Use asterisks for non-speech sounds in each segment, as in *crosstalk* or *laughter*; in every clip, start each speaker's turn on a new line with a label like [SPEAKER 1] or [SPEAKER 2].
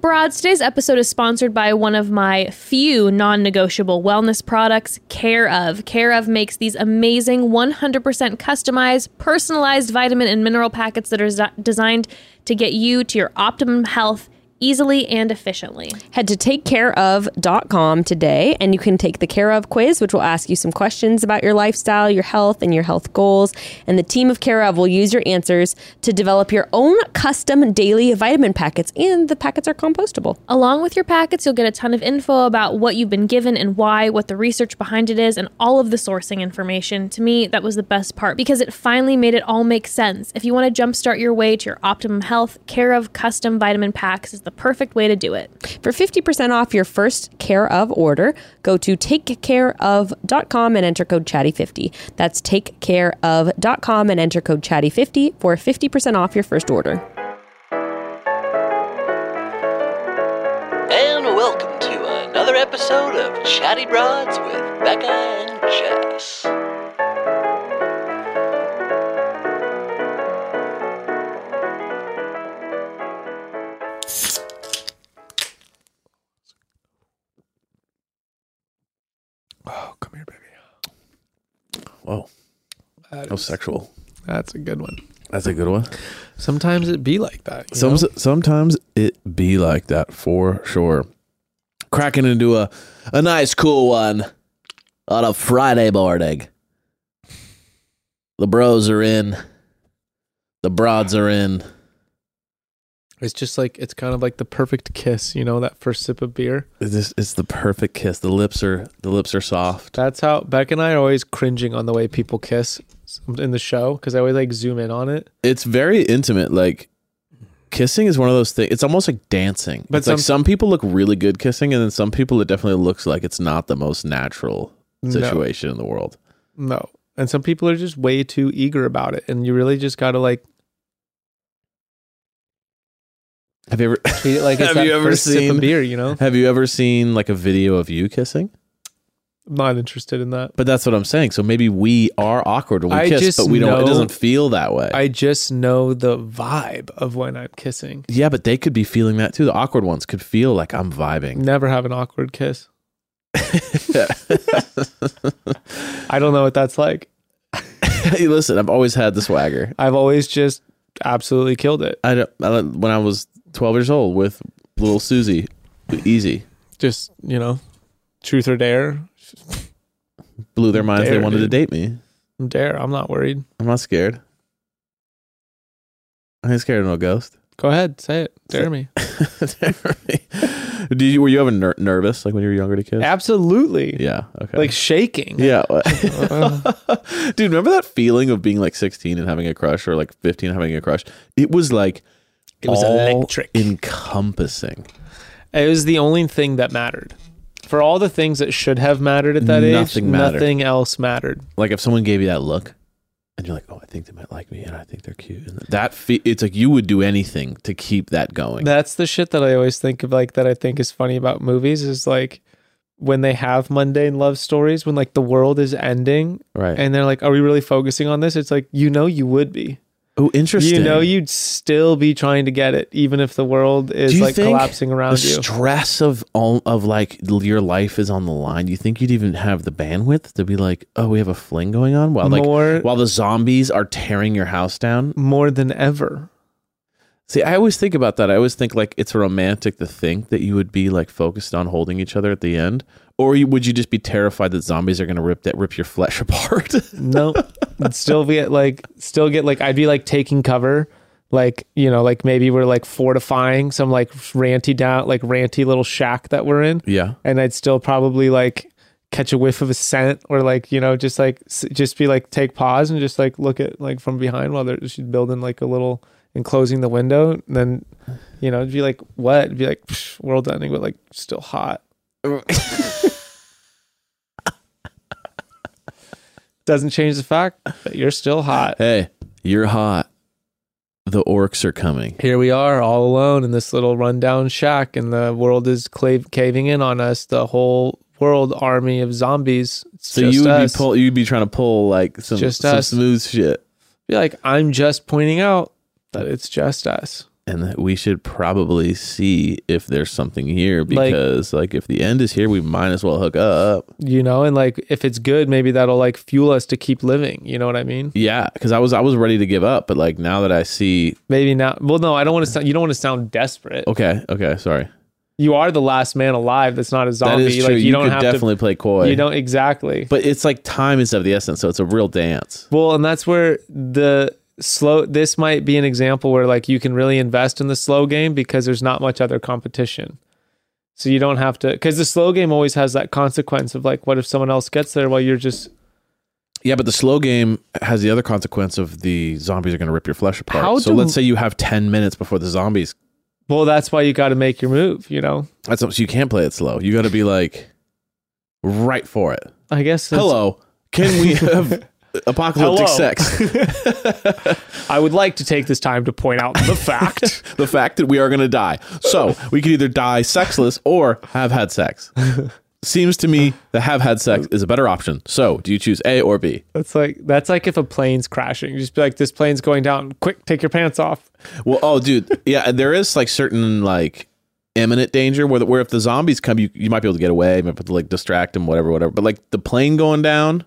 [SPEAKER 1] Broads, today's episode is sponsored by one of my few non negotiable wellness products, Care of. Care of makes these amazing 100% customized, personalized vitamin and mineral packets that are z- designed to get you to your optimum health easily and efficiently.
[SPEAKER 2] Head to takecareof.com today and you can take the Care of quiz, which will ask you some questions about your lifestyle, your health, and your health goals. And the team of Care of will use your answers to develop your own custom daily vitamin packets, and the packets are compostable.
[SPEAKER 1] Along with your packets, you'll get a ton of info about what you've been given and why, what the research behind it is, and all of the sourcing information. To me, that was the best part because it finally made it all make sense. If you want to jumpstart your way to your optimum health, Care of custom vitamin packs is the perfect way to do it.
[SPEAKER 2] For 50% off your first Care of order, go to takecareof.com and enter code chatty50. That's takecareof.com and enter code chatty50 for 50% off your first order.
[SPEAKER 3] And welcome to another episode of Chatty Broads with Becca and Jess.
[SPEAKER 4] Oh, come here, baby.
[SPEAKER 5] Whoa. That was sexual.
[SPEAKER 4] That's a good one.
[SPEAKER 5] That's a good one.
[SPEAKER 4] Sometimes it be like that. you
[SPEAKER 5] Some,
[SPEAKER 4] know?
[SPEAKER 5] Sometimes it be like that for sure. Cracking into a, a nice, cool one on a Friday morning. The bros are in. The broads are in.
[SPEAKER 4] it's just like it's kind of like the perfect kiss. You know that first sip of beer.
[SPEAKER 5] It's, just- it's the perfect kiss. The lips are the lips are soft.
[SPEAKER 4] That's how Beck and I are always cringing on the way people kiss in the show because I always like zoom in on it.
[SPEAKER 5] It's very intimate. Like kissing is one of those things. It's almost like dancing.
[SPEAKER 4] But
[SPEAKER 5] But it's like
[SPEAKER 4] some-
[SPEAKER 5] some people look really good kissing, and then some people it definitely looks like it's not the most natural
[SPEAKER 4] No.
[SPEAKER 5] situation in the world.
[SPEAKER 4] No, and some people are just way too eager about it, and you really just gotta like
[SPEAKER 5] Have you ever *laughs*
[SPEAKER 4] treat it like it's
[SPEAKER 5] Have
[SPEAKER 4] that
[SPEAKER 5] you ever
[SPEAKER 4] first sip
[SPEAKER 5] seen-
[SPEAKER 4] of beer. You know,
[SPEAKER 5] Have you ever seen like a video of you kissing?
[SPEAKER 4] I'm not interested in that.
[SPEAKER 5] But that's what I'm saying. So maybe we are awkward when we
[SPEAKER 4] I
[SPEAKER 5] kiss,
[SPEAKER 4] just
[SPEAKER 5] but we don't.
[SPEAKER 4] know-
[SPEAKER 5] It doesn't feel that way.
[SPEAKER 4] I just know the vibe of when I'm kissing.
[SPEAKER 5] yeah, but they could be feeling that too. The awkward ones could feel like I'm
[SPEAKER 4] *laughs*
[SPEAKER 5] vibing. *laughs*
[SPEAKER 4] Never have an awkward kiss. I don't know what that's like.
[SPEAKER 5] hey, listen, I've always had the swagger.
[SPEAKER 4] I've always just absolutely killed it.
[SPEAKER 5] I don't. I don't when I was 12 years old with little Susie, easy
[SPEAKER 4] Just, you know, truth or dare.
[SPEAKER 5] blew their minds.
[SPEAKER 4] Dare,
[SPEAKER 5] they wanted
[SPEAKER 4] dude.
[SPEAKER 5] to date me.
[SPEAKER 4] Dare. I'm not worried.
[SPEAKER 5] I'm not scared. I ain't scared of no ghost. *laughs*
[SPEAKER 4] Go ahead, say it. Dare me.
[SPEAKER 5] Did you, were you ever ner- nervous like when you were younger to kiss?
[SPEAKER 4] *laughs* Absolutely.
[SPEAKER 5] Yeah. Okay.
[SPEAKER 4] Like
[SPEAKER 5] *laughs*
[SPEAKER 4] shaking. *laughs*
[SPEAKER 5] Yeah. uh, *laughs* Dude, remember that feeling of being like 16 and having a crush or like 15 and having a crush? It was like
[SPEAKER 4] It was electric.
[SPEAKER 5] encompassing.
[SPEAKER 4] It was the only thing that mattered. For all the things that should have mattered at that age,
[SPEAKER 5] Nothing mattered.
[SPEAKER 4] nothing else mattered.
[SPEAKER 5] Like if someone gave you that look and you're like, "Oh, I think they might like me and I think they're cute." And that fe- it's like you would do anything to keep that going.
[SPEAKER 4] That's the shit that I always think of, like, that I think is funny about movies is like when they have mundane love stories, when like the world is ending
[SPEAKER 5] right. And
[SPEAKER 4] and they're like, are we really focusing on this? It's like, you know, you would be.
[SPEAKER 5] oh, interesting.
[SPEAKER 4] You know, you'd still be trying to get it, even if the world
[SPEAKER 5] Do
[SPEAKER 4] is
[SPEAKER 5] you
[SPEAKER 4] like
[SPEAKER 5] think
[SPEAKER 4] collapsing around
[SPEAKER 5] the
[SPEAKER 4] you.
[SPEAKER 5] stress of all of like your life is on the line. Do you think you'd even have the bandwidth to be like, "Oh, we have a fling going on," while like
[SPEAKER 4] More-
[SPEAKER 5] while the zombies are tearing your house down?
[SPEAKER 4] More than ever.
[SPEAKER 5] See, I always think about that. I always think like it's romantic to think that you would be like focused on holding each other at the end, or you, would you just be terrified that zombies are going to rip that rip your flesh *laughs* apart?
[SPEAKER 4] No, I'd still get like, still get like, I'd be like taking cover, like you know, like maybe we're like fortifying some like ranty down, like ranty little shack that we're in,
[SPEAKER 5] yeah,
[SPEAKER 4] and I'd still probably like catch a whiff of a scent or like you know just like s- just be like take pause and just like look at like from behind while they're she's building like a little and closing the window and then you know it'd be like what it'd be like psh, world ending but like still hot doesn't change the fact that you're still hot
[SPEAKER 5] hey, you're hot. The orcs are coming.
[SPEAKER 4] here we are all alone in this little rundown shack and the world is clav- caving in on us the whole world army of zombies It's
[SPEAKER 5] So you
[SPEAKER 4] just
[SPEAKER 5] would
[SPEAKER 4] us.
[SPEAKER 5] be pull, you'd be trying to pull like some,
[SPEAKER 4] Just
[SPEAKER 5] some
[SPEAKER 4] us.
[SPEAKER 5] smooth shit.
[SPEAKER 4] be like, I'm just pointing out that it's just us.
[SPEAKER 5] and that we should probably see if there's something here
[SPEAKER 4] Like-
[SPEAKER 5] because like, if the end is here, we might as well hook up.
[SPEAKER 4] you know, and like if it's good, maybe that'll like fuel us to keep living. You know what I mean?
[SPEAKER 5] Yeah, because I was I was ready to give up, but like now that I see,
[SPEAKER 4] Maybe not. Well, no, I don't want to sound. You don't want to sound desperate.
[SPEAKER 5] okay, okay, sorry,
[SPEAKER 4] You are the last man alive. That's not a zombie.
[SPEAKER 5] that is true.
[SPEAKER 4] Like
[SPEAKER 5] you,
[SPEAKER 4] you, don't
[SPEAKER 5] could
[SPEAKER 4] have
[SPEAKER 5] definitely play coy.
[SPEAKER 4] to. You don't exactly.
[SPEAKER 5] but it's like time is of the essence, so it's a real dance.
[SPEAKER 4] Well, and that's where the slow this might be an example where like you can really invest in the slow game because there's not much other competition. So you don't have to cuz the slow game always has that consequence of like what if someone else gets there while you're just
[SPEAKER 5] Yeah, but the slow game has the other consequence of the zombies are going to rip your flesh apart.
[SPEAKER 4] How
[SPEAKER 5] so
[SPEAKER 4] do-
[SPEAKER 5] let's say you have ten minutes before the zombies.
[SPEAKER 4] well that's why you got to make your move, you know.
[SPEAKER 5] That's so you can't play it slow. You got to be like right for it.
[SPEAKER 4] I guess that's-
[SPEAKER 5] Hello, can
[SPEAKER 4] *laughs*
[SPEAKER 5] we have apocalyptic
[SPEAKER 4] Hello.
[SPEAKER 5] sex?
[SPEAKER 4] *laughs* I would like to take this time to point out
[SPEAKER 5] *laughs*
[SPEAKER 4] the fact
[SPEAKER 5] the fact that we are going to die. So we could either die sexless or have had
[SPEAKER 4] *laughs*
[SPEAKER 5] sex. Seems to me that have had sex is a better option. So do you choose A or B?
[SPEAKER 4] that's like that's like if a plane's crashing, you just be like this plane's going down, quick take your pants off.
[SPEAKER 5] Well, oh, dude, yeah, there is like certain like imminent danger where where if the zombies come, you you might be able to get away, you might be able to like distract them, whatever, whatever. But like the plane going down,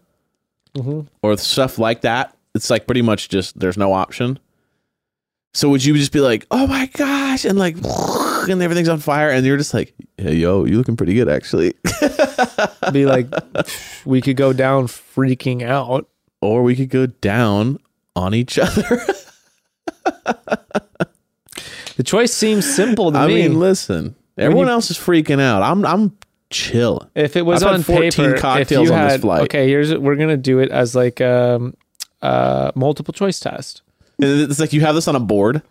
[SPEAKER 5] or stuff like that, it's like pretty much just there's no option. So would you just be like, oh my gosh, and like, *laughs* and everything's on fire, and you're just like, hey, yo, you looking pretty good actually. *laughs*
[SPEAKER 4] Be like we could go down freaking out.
[SPEAKER 5] or we could go down on each *laughs* other.
[SPEAKER 4] The choice seems simple to
[SPEAKER 5] I
[SPEAKER 4] me.
[SPEAKER 5] mean, listen, everyone
[SPEAKER 4] you-
[SPEAKER 5] else is freaking out. I'm I'm chilling.
[SPEAKER 4] If it was
[SPEAKER 5] I've had
[SPEAKER 4] on
[SPEAKER 5] 14
[SPEAKER 4] paper,
[SPEAKER 5] cocktails
[SPEAKER 4] if you
[SPEAKER 5] on this
[SPEAKER 4] had-
[SPEAKER 5] flight.
[SPEAKER 4] Okay, here's we're gonna do it as like um, uh, multiple choice test.
[SPEAKER 5] And It's like you have this on a board,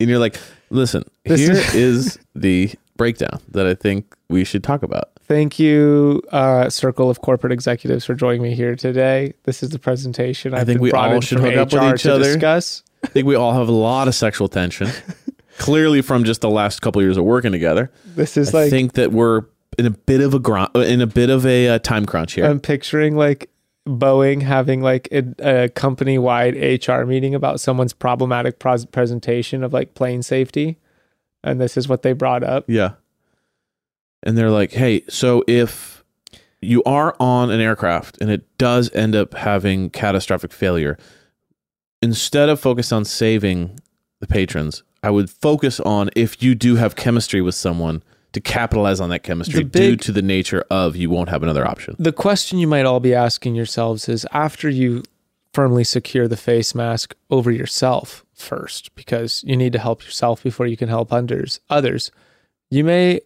[SPEAKER 5] and you're like, listen,
[SPEAKER 4] This
[SPEAKER 5] here
[SPEAKER 4] is-
[SPEAKER 5] is the breakdown that I think we should talk about.
[SPEAKER 4] Thank you, uh, Circle of Corporate Executives, for joining me here today. This is the presentation. I've
[SPEAKER 5] think
[SPEAKER 4] been
[SPEAKER 5] we
[SPEAKER 4] brought
[SPEAKER 5] all
[SPEAKER 4] in
[SPEAKER 5] should
[SPEAKER 4] from
[SPEAKER 5] hook up with
[SPEAKER 4] HR
[SPEAKER 5] each
[SPEAKER 4] to
[SPEAKER 5] other.
[SPEAKER 4] Discuss.
[SPEAKER 5] I think we all have a lot of sexual
[SPEAKER 4] *laughs*
[SPEAKER 5] tension, clearly from just the last couple years of working together.
[SPEAKER 4] This is
[SPEAKER 5] I
[SPEAKER 4] like
[SPEAKER 5] think that we're in a bit of a gr- in a bit of a uh, time crunch here.
[SPEAKER 4] I'm picturing like Boeing having like a, a company wide HR meeting about someone's problematic pros- presentation of like plane safety, and this is what they brought up.
[SPEAKER 5] Yeah. And they're like, hey, so if you are on an aircraft and it does end up having catastrophic failure, instead of focus on saving the patrons, I would focus on if you do have chemistry with someone to capitalize on that chemistry
[SPEAKER 4] The
[SPEAKER 5] due
[SPEAKER 4] big-
[SPEAKER 5] to the nature of you won't have another option.
[SPEAKER 4] the question you might all be asking yourselves is after you firmly secure the face mask over yourself first because you need to help yourself before you can help others others you may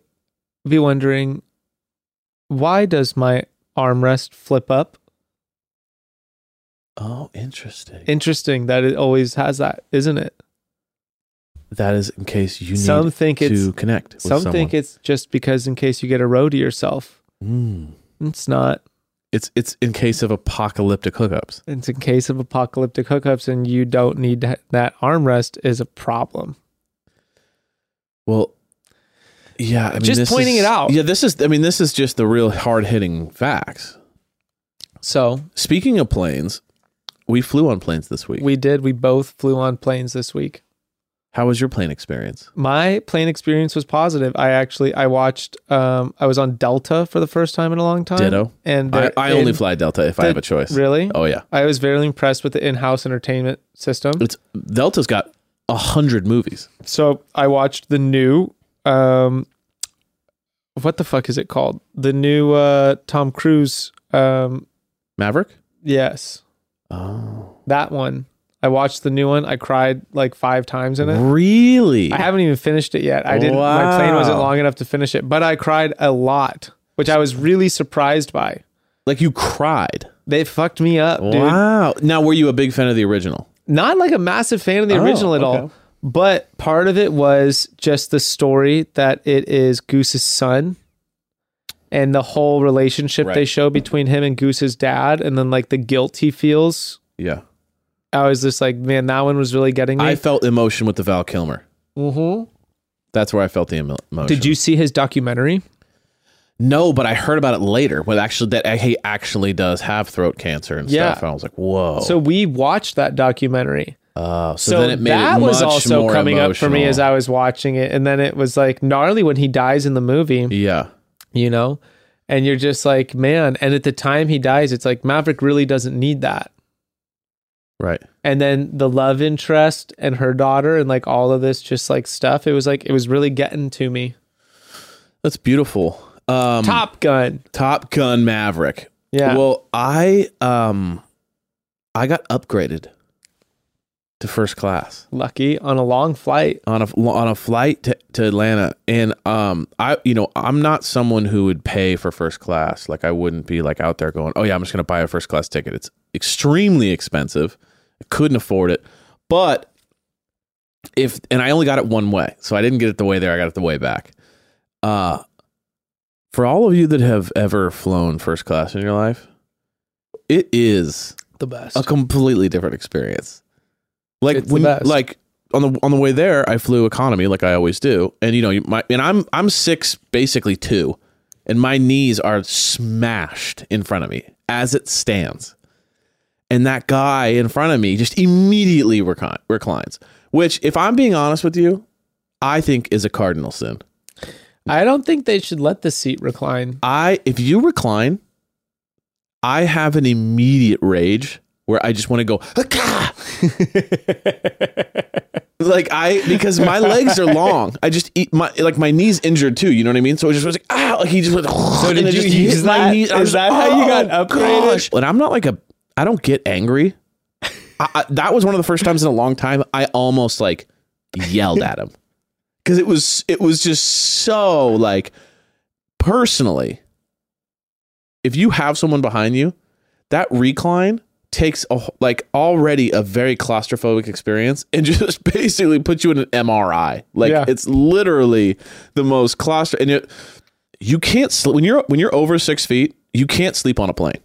[SPEAKER 4] be wondering why does my armrest flip up
[SPEAKER 5] Oh, interesting.
[SPEAKER 4] interesting that it always has that isn't it
[SPEAKER 5] That is in case you need
[SPEAKER 4] Some think
[SPEAKER 5] to
[SPEAKER 4] it's-
[SPEAKER 5] connect. With
[SPEAKER 4] some think it's just because in case you get a row to yourself
[SPEAKER 5] Mm.
[SPEAKER 4] it's not
[SPEAKER 5] it's it's in case of apocalyptic hookups.
[SPEAKER 4] it's in case of apocalyptic hookups and you don't need that, that armrest is a problem
[SPEAKER 5] Well, yeah, I mean,
[SPEAKER 4] Just
[SPEAKER 5] this
[SPEAKER 4] pointing
[SPEAKER 5] is-
[SPEAKER 4] it out.
[SPEAKER 5] Yeah, this is. I mean, this is just the real hard hitting facts.
[SPEAKER 4] so
[SPEAKER 5] Speaking of planes, we flew on planes this week.
[SPEAKER 4] We did. We both flew on planes this week.
[SPEAKER 5] How was your plane experience?
[SPEAKER 4] My plane experience was positive. I actually I watched um I was on Delta for the first time in a long time.
[SPEAKER 5] Ditto.
[SPEAKER 4] And
[SPEAKER 5] I,
[SPEAKER 4] they're
[SPEAKER 5] I only
[SPEAKER 4] in-
[SPEAKER 5] fly Delta if I have a choice.
[SPEAKER 4] Really?
[SPEAKER 5] Oh yeah,
[SPEAKER 4] I was very impressed with the in-house entertainment system.
[SPEAKER 5] it's Delta's got a hundred movies.
[SPEAKER 4] So I watched the new um what the fuck is it called? The new uh Tom Cruise um
[SPEAKER 5] Maverick.
[SPEAKER 4] yes.
[SPEAKER 5] Oh,
[SPEAKER 4] That one. I watched the new one. I cried like 5 times in it.
[SPEAKER 5] really?
[SPEAKER 4] I haven't even finished it yet. I didn't. My plane wasn't
[SPEAKER 5] Wow.
[SPEAKER 4] long enough to finish it, but I cried a lot, which I was really surprised by.
[SPEAKER 5] like you cried.
[SPEAKER 4] They fucked me up, dude.
[SPEAKER 5] Wow. Now, were you a big fan of the original?
[SPEAKER 4] Not like a massive fan of the
[SPEAKER 5] Oh,
[SPEAKER 4] original at all,
[SPEAKER 5] okay.
[SPEAKER 4] but part of it was just the story that it is Goose's son and the whole relationship they
[SPEAKER 5] Right.
[SPEAKER 4] show between him and Goose's dad, and then like the guilt he feels.
[SPEAKER 5] Yeah.
[SPEAKER 4] I was just like, man, that one was really getting me.
[SPEAKER 5] I Oh, felt emotion with the Val Kilmer.
[SPEAKER 4] Mhm.
[SPEAKER 5] That's where I felt the emo- emotion.
[SPEAKER 4] Did you see his documentary?
[SPEAKER 5] No, but I heard about it later. When actually, that he actually does have throat cancer and
[SPEAKER 4] Yeah.
[SPEAKER 5] stuff. And I was like, whoa.
[SPEAKER 4] So we watched that documentary.
[SPEAKER 5] Uh, so,
[SPEAKER 4] so
[SPEAKER 5] then it made
[SPEAKER 4] that
[SPEAKER 5] it much
[SPEAKER 4] was also
[SPEAKER 5] more
[SPEAKER 4] coming up for me
[SPEAKER 5] emotional.
[SPEAKER 4] as I was watching it, and then it was like gnarly when he dies in the movie.
[SPEAKER 5] yeah
[SPEAKER 4] you know? And you're just like, man. And at the time he dies, it's like Maverick really doesn't need that.
[SPEAKER 5] right
[SPEAKER 4] And then the love interest and her daughter and like all of this just like stuff. It was like it was really getting to me.
[SPEAKER 5] that's beautiful. Um,
[SPEAKER 4] Top Gun.
[SPEAKER 5] Top Gun Maverick.
[SPEAKER 4] Yeah.
[SPEAKER 5] Well, I um, I got upgraded to first class.
[SPEAKER 4] Lucky on a long flight.
[SPEAKER 5] on a on a flight to, to Atlanta, and um, I you know I'm not someone who would pay for first class. Like I wouldn't be like out there going, oh yeah, I'm just gonna buy a first class ticket. It's extremely expensive. I couldn't afford it, but if and I only got it one way, so I didn't get it the way there. I got it the way back. Uh for all of you that have ever flown first class in your life, it is
[SPEAKER 4] The best.
[SPEAKER 5] a completely different experience. Like
[SPEAKER 4] It's the
[SPEAKER 5] when,
[SPEAKER 4] best.
[SPEAKER 5] like on the on the way there, I flew economy like I always do, and you know, you- my and I'm I'm six, basically two, and my knees are smashed in front of me as it stands, and that guy in front of me just immediately recline, reclines, which, if I'm being honest with you, I think is a cardinal sin.
[SPEAKER 4] I don't think they should let the seat
[SPEAKER 5] *laughs*
[SPEAKER 4] recline.
[SPEAKER 5] I if you recline, I have an immediate rage where I just want to go "Ah, "Haka!" like I because my legs are long. I just eat my like my knees injured too. You know what I mean? So it just was like ah, like he just went. So
[SPEAKER 4] did you use that? Is that how you got upgraded?
[SPEAKER 5] "Oh, And I'm not like a I don't get angry. I, I, that was one of the first times in a long time I almost like yelled at him because it was it was just so like personally if you have someone behind you that recline takes a, wh- like already a very claustrophobic experience and *laughs* just basically puts you in an MRI like
[SPEAKER 4] Yeah.
[SPEAKER 5] it's literally the most claustro and it, you can't sleep when you're when you're over six feet you can't sleep on a plane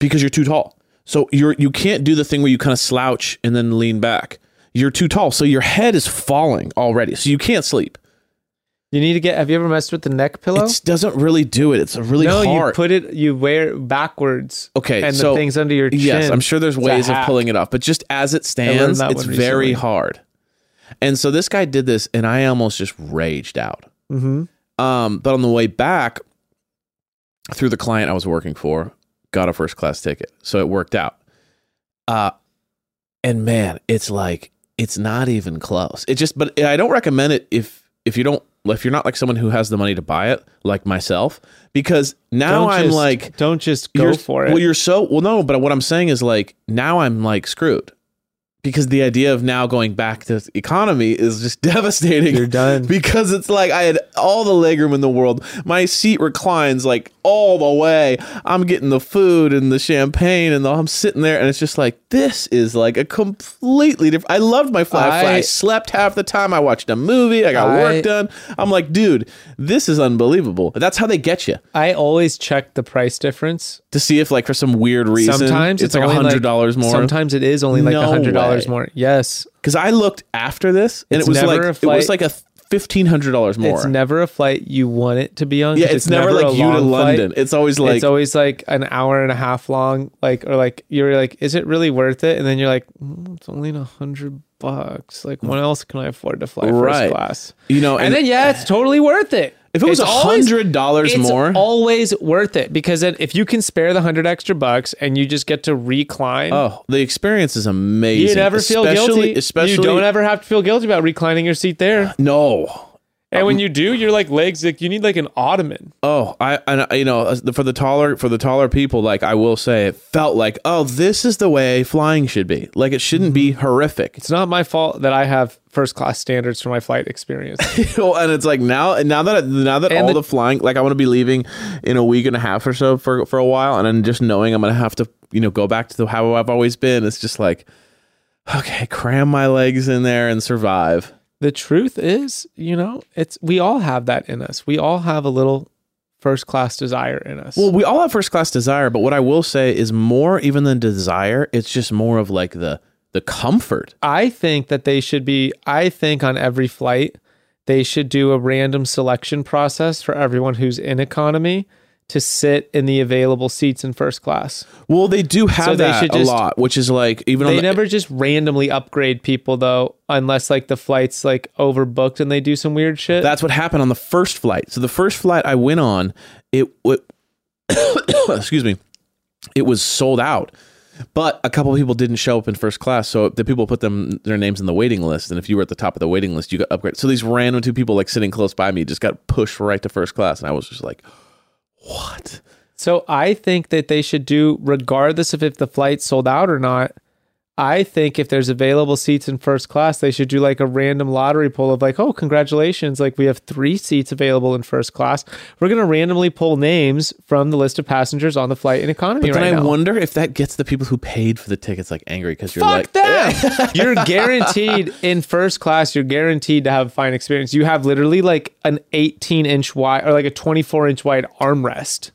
[SPEAKER 5] because you're too tall so you're you can't do the thing where you kind of slouch and then lean back you're too tall so your head is falling already so you can't sleep
[SPEAKER 4] You need to get have you ever messed with the neck pillow?
[SPEAKER 5] it doesn't really do it. It's really
[SPEAKER 4] no, you
[SPEAKER 5] hard.
[SPEAKER 4] put it you wear it backwards.
[SPEAKER 5] Okay,
[SPEAKER 4] And
[SPEAKER 5] so-
[SPEAKER 4] the things under your chin.
[SPEAKER 5] yes, I'm sure there's
[SPEAKER 4] It's a
[SPEAKER 5] ways of
[SPEAKER 4] hack.
[SPEAKER 5] pulling it off, but just as it stands,
[SPEAKER 4] that
[SPEAKER 5] it's
[SPEAKER 4] one
[SPEAKER 5] very
[SPEAKER 4] recently.
[SPEAKER 5] hard. And so this guy did this, and I almost just raged out.
[SPEAKER 4] Mhm.
[SPEAKER 5] Um, but on the way back, through the client I was working for, got a first class ticket, so it worked out. Uh, and man, it's like it's not even close. It just, but I don't recommend it if if you don't if you're not like someone who has the money to buy it, like myself, because now
[SPEAKER 4] Don't
[SPEAKER 5] I'm
[SPEAKER 4] just-
[SPEAKER 5] like
[SPEAKER 4] don't just go
[SPEAKER 5] you're-
[SPEAKER 4] for it.
[SPEAKER 5] Well, you're so well. No, but what I'm saying is like now I'm like screwed because the idea of now going back to economy is just *laughs* devastating.
[SPEAKER 4] You're
[SPEAKER 5] *laughs*
[SPEAKER 4] done.
[SPEAKER 5] because it's like I had all the legroom in the world. My seat reclines like all the way. I'm getting the food and the champagne, and the, I'm sitting there, and it's just like this is like a completely different. I loved my fly. I, fly. I
[SPEAKER 4] I-
[SPEAKER 5] slept half the time. I watched a movie. I got
[SPEAKER 4] I-
[SPEAKER 5] work done. I'm like, dude, this is unbelievable. That's how they get you
[SPEAKER 4] I always check the price difference
[SPEAKER 5] to see if like for some weird reason
[SPEAKER 4] sometimes
[SPEAKER 5] it's, like a
[SPEAKER 4] only,
[SPEAKER 5] hundred dollars more.
[SPEAKER 4] Sometimes it is only like a
[SPEAKER 5] No
[SPEAKER 4] hundred dollars
[SPEAKER 5] way.
[SPEAKER 4] more. Yes,
[SPEAKER 5] because I looked after this and
[SPEAKER 4] It's
[SPEAKER 5] it was
[SPEAKER 4] never
[SPEAKER 5] like
[SPEAKER 4] a
[SPEAKER 5] it was like
[SPEAKER 4] flight-
[SPEAKER 5] a fifteen hundred dollars more.
[SPEAKER 4] it's never a flight you want it to be on. 'cause
[SPEAKER 5] yeah, it's, never,
[SPEAKER 4] a
[SPEAKER 5] like you to
[SPEAKER 4] long flight.
[SPEAKER 5] London. It's always like
[SPEAKER 4] it's always like an hour and a half long. Like or like you're like, is it really worth it? And then you're like, mm, it's only a hundred bucks. Like when else can I afford to fly
[SPEAKER 5] Right.
[SPEAKER 4] first class?
[SPEAKER 5] you know,
[SPEAKER 4] And, then yeah, it's totally worth it.
[SPEAKER 5] if it was a
[SPEAKER 4] It's always-
[SPEAKER 5] hundred dollars
[SPEAKER 4] it's
[SPEAKER 5] more,
[SPEAKER 4] always worth it because then if you can spare the hundred extra bucks and you just get to recline.
[SPEAKER 5] oh, the experience is amazing.
[SPEAKER 4] You never feel
[SPEAKER 5] especially,
[SPEAKER 4] guilty.
[SPEAKER 5] especially
[SPEAKER 4] you don't ever have to feel guilty about reclining your seat there.
[SPEAKER 5] no.
[SPEAKER 4] And when you do, you're like legs. Like you need like an ottoman.
[SPEAKER 5] Oh, I and I- you know as the- for the taller for the taller people, like I will say, it felt like oh, this is the way flying should be. Like it shouldn't be
[SPEAKER 4] Mm-hmm.
[SPEAKER 5] horrific.
[SPEAKER 4] It's not my fault that I have first class standards for my flight experience.
[SPEAKER 5] Well, *laughs* and it's like now now that now that
[SPEAKER 4] And
[SPEAKER 5] all the,
[SPEAKER 4] the-
[SPEAKER 5] flying like I want to be leaving in a week and a half or so for for a while and then just knowing I'm going to have to you know go back to the, how I've always been it's just like okay cram my legs in there and survive
[SPEAKER 4] the truth is, you know, it's we all have that in us. We all have a little first class desire in us.
[SPEAKER 5] well we all have first class desire but what I will say is more even than desire it's just more of like the the comfort
[SPEAKER 4] I think that they should be. I think on every flight they should do a random selection process for everyone who's in economy to sit in the available seats in first class.
[SPEAKER 5] Well, they do have
[SPEAKER 4] So they
[SPEAKER 5] that
[SPEAKER 4] should
[SPEAKER 5] a
[SPEAKER 4] just-
[SPEAKER 5] lot, which is like even on
[SPEAKER 4] They
[SPEAKER 5] the,
[SPEAKER 4] never just randomly upgrade people though, unless like the flight's like overbooked and they do some weird shit.
[SPEAKER 5] that's what happened on the first flight. So the first flight I went on, it, it *coughs* excuse me, it was sold out. But a couple of people didn't show up in first class, so the people put them their names in the waiting list, and if you were at the top of the waiting list, you got upgraded. So these random two people like sitting close by me just got pushed right to first class, and I was just like, "What?"
[SPEAKER 4] So I think that they should do, regardless of if the flight's sold out or not. I think if there's available seats in first class, they should do like a random lottery pull of like, oh, congratulations, like we have three seats available in first class. We're gonna randomly pull names from the list of passengers on the flight in economy
[SPEAKER 5] But
[SPEAKER 4] right
[SPEAKER 5] then I
[SPEAKER 4] now.
[SPEAKER 5] wonder if that gets the people who paid for the tickets like angry because you're like,
[SPEAKER 4] Fuck that! *laughs* you're guaranteed in first class. You're guaranteed to have a fine experience. You have literally like an 18 inch wide or like a 24 inch wide armrest.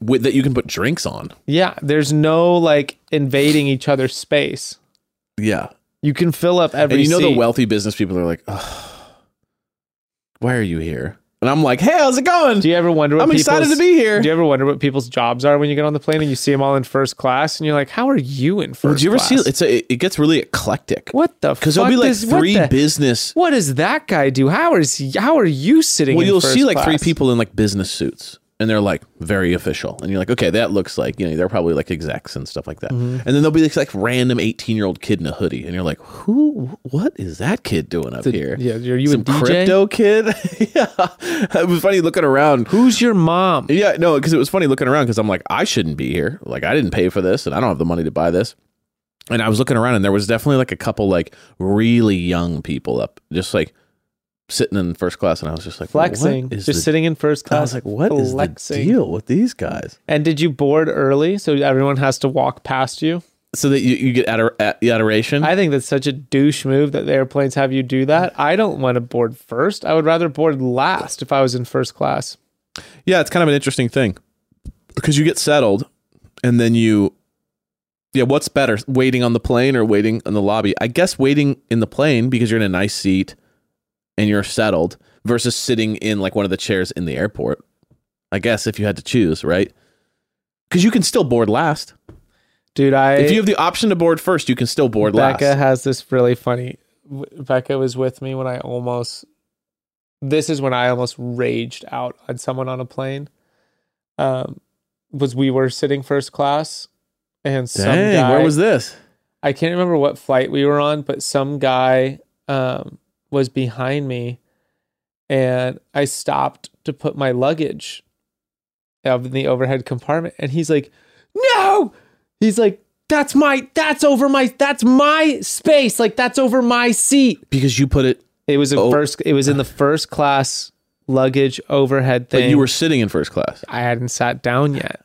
[SPEAKER 5] with, that you can put drinks on.
[SPEAKER 4] Yeah, there's no like invading each other's space.
[SPEAKER 5] Yeah,
[SPEAKER 4] You can fill up every.
[SPEAKER 5] and you know the
[SPEAKER 4] seat.
[SPEAKER 5] wealthy business people are like, oh, "Why are you here?" And I'm like, "Hey, how's it going?
[SPEAKER 4] Do you ever wonder? What
[SPEAKER 5] I'm excited
[SPEAKER 4] people's-
[SPEAKER 5] to be here."
[SPEAKER 4] Do you ever wonder what people's jobs are when you get on the plane and you see them all in first class and you're like, how are you in first?
[SPEAKER 5] Well, do you ever
[SPEAKER 4] class?
[SPEAKER 5] see? It's a, it gets really eclectic
[SPEAKER 4] what the?
[SPEAKER 5] because there'll be
[SPEAKER 4] fuck
[SPEAKER 5] like
[SPEAKER 4] does- what
[SPEAKER 5] three
[SPEAKER 4] the-
[SPEAKER 5] business.
[SPEAKER 4] What does that guy do? How is he- how are you sitting?
[SPEAKER 5] Well,
[SPEAKER 4] in
[SPEAKER 5] you'll
[SPEAKER 4] first
[SPEAKER 5] see like three
[SPEAKER 4] class?
[SPEAKER 5] people in like business suits, and they're like very official, and you're like, "Okay, that looks like you know they're probably like execs and stuff like that."
[SPEAKER 4] Mm-hmm.
[SPEAKER 5] And then there'll be this like random 18 year old kid in a hoodie, and you're like, "Who? What is that kid doing up here?"
[SPEAKER 4] Yeah, are you
[SPEAKER 5] Some
[SPEAKER 4] in DJ?
[SPEAKER 5] crypto kid? *laughs* yeah, it was funny looking around.
[SPEAKER 4] Who's your mom?
[SPEAKER 5] Yeah, no, because it was funny looking around because I'm like, I shouldn't be here. Like, I didn't pay for this, and I don't have the money to buy this. And I was looking around, and there was definitely like a couple like really young people up, just like sitting in first class, and I was just like, what
[SPEAKER 4] Flexing,
[SPEAKER 5] is
[SPEAKER 4] just
[SPEAKER 5] the-
[SPEAKER 4] sitting in first
[SPEAKER 5] I
[SPEAKER 4] class.
[SPEAKER 5] was like, what is the
[SPEAKER 4] flexing.
[SPEAKER 5] deal with these guys?
[SPEAKER 4] And did you board early so everyone has to walk past you?
[SPEAKER 5] So that you, you get ador- a- adoration.
[SPEAKER 4] I think that's such a douche move that the airplanes have you do that. I don't want to board first. I would rather board last if I was in first class.
[SPEAKER 5] yeah, it's kind of an interesting thing because you get settled, and then you. Yeah, what's better, waiting on the plane or waiting in the lobby? I guess waiting in the plane because you're in a nice seat and you're settled versus sitting in like one of the chairs in the airport. I guess if you had to choose, right? Because you can still board last.
[SPEAKER 4] Dude, I
[SPEAKER 5] if you have the option to board first, you can still board
[SPEAKER 4] Becca
[SPEAKER 5] last.
[SPEAKER 4] has this really funny. w- Becca was with me when I almost. This is when I almost raged out on someone on a plane. Um, was we were sitting first class, and some
[SPEAKER 5] Dang,
[SPEAKER 4] guy.
[SPEAKER 5] where was this?
[SPEAKER 4] I can't remember what flight we were on, but some guy um, was behind me, and I stopped to put my luggage up in the overhead compartment, and he's like, "No!" He's like, "That's my, that's over my, that's my space, like that's over my seat."
[SPEAKER 5] Because you put it,
[SPEAKER 4] It was a
[SPEAKER 5] Oh.
[SPEAKER 4] first, it was in the first class luggage overhead
[SPEAKER 5] but
[SPEAKER 4] thing.
[SPEAKER 5] you were sitting in first class.
[SPEAKER 4] I hadn't sat down yet,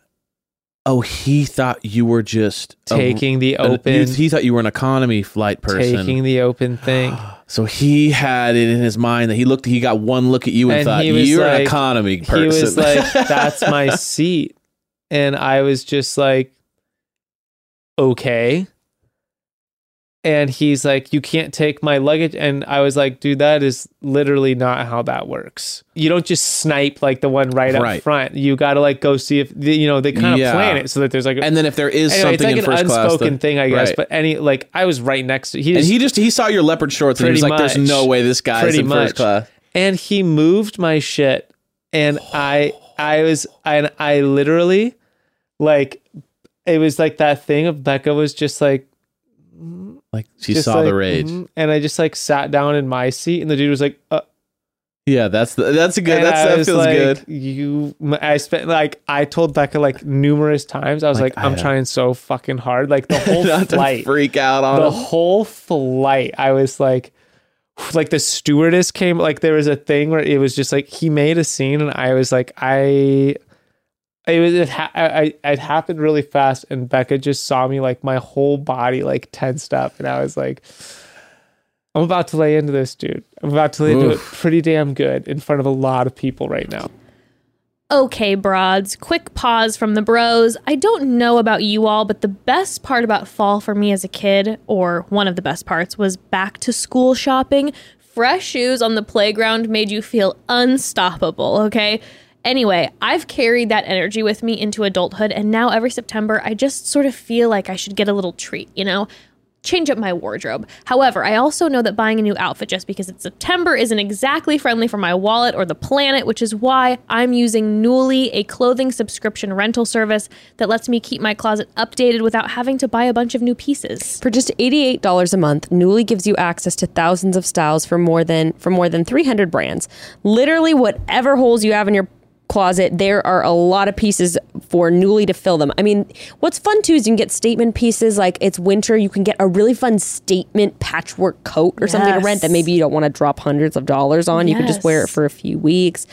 [SPEAKER 5] Oh, he thought you were just a-
[SPEAKER 4] taking the
[SPEAKER 5] an- you-
[SPEAKER 4] open,
[SPEAKER 5] he thought you were an economy flight person.
[SPEAKER 4] taking the open thing.
[SPEAKER 5] So he had it in his mind that he looked, he got one look at you and,
[SPEAKER 4] And
[SPEAKER 5] thought,
[SPEAKER 4] he was
[SPEAKER 5] you're an
[SPEAKER 4] like-
[SPEAKER 5] economy person. *laughs*
[SPEAKER 4] He was like, "That's my seat," and I was just like, "Okay." And he's like, "You can't take my luggage," and I was like, "Dude, that is literally not how that works. You don't just snipe like the one right,
[SPEAKER 5] Right.
[SPEAKER 4] up front. You got to like go see if you know they kind of
[SPEAKER 5] Yeah.
[SPEAKER 4] plan it so that there's like."
[SPEAKER 5] and then if there is
[SPEAKER 4] Anyway, it's
[SPEAKER 5] something
[SPEAKER 4] like
[SPEAKER 5] in
[SPEAKER 4] an
[SPEAKER 5] first class,
[SPEAKER 4] unspoken
[SPEAKER 5] that-
[SPEAKER 4] thing, I guess.
[SPEAKER 5] Right.
[SPEAKER 4] But any like, I was right next to. He
[SPEAKER 5] and
[SPEAKER 4] just
[SPEAKER 5] he just, he saw your leopard shorts and he was
[SPEAKER 4] Pretty
[SPEAKER 5] like, there's
[SPEAKER 4] much.
[SPEAKER 5] no way this guy's
[SPEAKER 4] Pretty
[SPEAKER 5] in first
[SPEAKER 4] much.
[SPEAKER 5] class.
[SPEAKER 4] and he moved my shit and i i was and i literally like it was like that thing of becca was just like
[SPEAKER 5] Like she
[SPEAKER 4] just
[SPEAKER 5] saw
[SPEAKER 4] like,
[SPEAKER 5] the rage.
[SPEAKER 4] mhm. and i just like sat down in my seat and the dude was like uh,
[SPEAKER 5] Yeah, that's the, that's a good,
[SPEAKER 4] and
[SPEAKER 5] that's,
[SPEAKER 4] I
[SPEAKER 5] that
[SPEAKER 4] was
[SPEAKER 5] feels
[SPEAKER 4] like,
[SPEAKER 5] good. *laughs*
[SPEAKER 4] you i spent like i told becca like numerous times i was
[SPEAKER 5] Like,
[SPEAKER 4] like, i'm
[SPEAKER 5] I- uh,
[SPEAKER 4] trying so fucking hard like
[SPEAKER 5] *laughs*
[SPEAKER 4] the whole
[SPEAKER 5] Not to
[SPEAKER 4] flight
[SPEAKER 5] freak out on
[SPEAKER 4] the
[SPEAKER 5] him.
[SPEAKER 4] whole flight i was like *sighs* like the stewardess came like there was a thing where it was just like he made a scene and i was like i it was it, ha- I, I- it happened really fast and becca just saw me like my whole body like tensed up and i was like i'm about to lay into this dude i'm about to lay into it pretty damn good in front of a lot of people right now
[SPEAKER 1] Okay, broads, quick pause from the bros. I don't know about you all, but the best part about fall for me as a kid, or one of the best parts, was back to school shopping. Fresh shoes on the playground made you feel unstoppable, okay? Anyway, I've carried that energy with me into adulthood, and now every September, I just sort of feel like I should get a little treat, you know? Change up my wardrobe. However, I also know that buying a new outfit just because it's September isn't exactly friendly for my wallet or the planet, which is why I'm using Newly, a clothing subscription rental service that lets me keep my closet updated without having to buy a bunch of new pieces.
[SPEAKER 2] For just $88 a month, Newly gives you access to thousands of styles for more than for more than 300 brands. Literally whatever holes you have in your closet, there are a lot of pieces for Newly to fill them. I mean, what's fun too is you can get statement pieces like it's winter, you can get a really fun statement patchwork coat or something to rent that
[SPEAKER 1] Yes.
[SPEAKER 2] maybe you don't want to drop hundreds of dollars on. You can just wear it
[SPEAKER 1] Yes.
[SPEAKER 2] for a few weeks.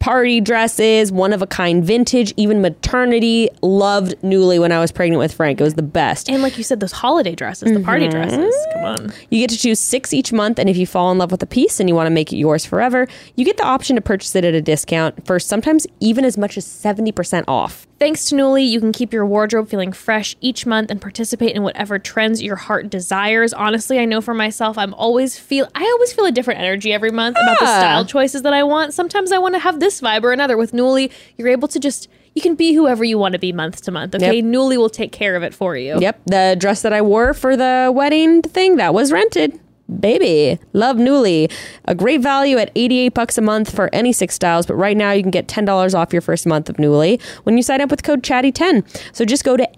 [SPEAKER 2] Party dresses, one of a kind vintage, even maternity. Loved Newly when I was pregnant with Frank. It was the best.
[SPEAKER 1] And like you said, those holiday dresses, the party dresses. Come on.
[SPEAKER 2] You get to choose six each month, and if you fall in love with a piece and you want to make it yours forever, you get the option to purchase it at a discount for sometimes even as much as 70% off.
[SPEAKER 1] Thanks to Newly, you can keep your wardrobe feeling fresh each month and participate in whatever trends your heart desires. Honestly, I know for myself, I'm always feel I always feel a different energy every month about the
[SPEAKER 2] Ah.
[SPEAKER 1] style choices that I want. Sometimes I want to have this vibe or another. With Newly, you're able to just you can be whoever you want to be month to month. Okay,
[SPEAKER 2] Yep.
[SPEAKER 1] Newly will take care of it for you.
[SPEAKER 2] Yep, the dress that I wore for the wedding thing that was rented. Baby, love Newly. A great value at 88 bucks a month for any six styles, but right now you can get $10 off your first month of Newly when you sign up with code CHATTY10. So just go to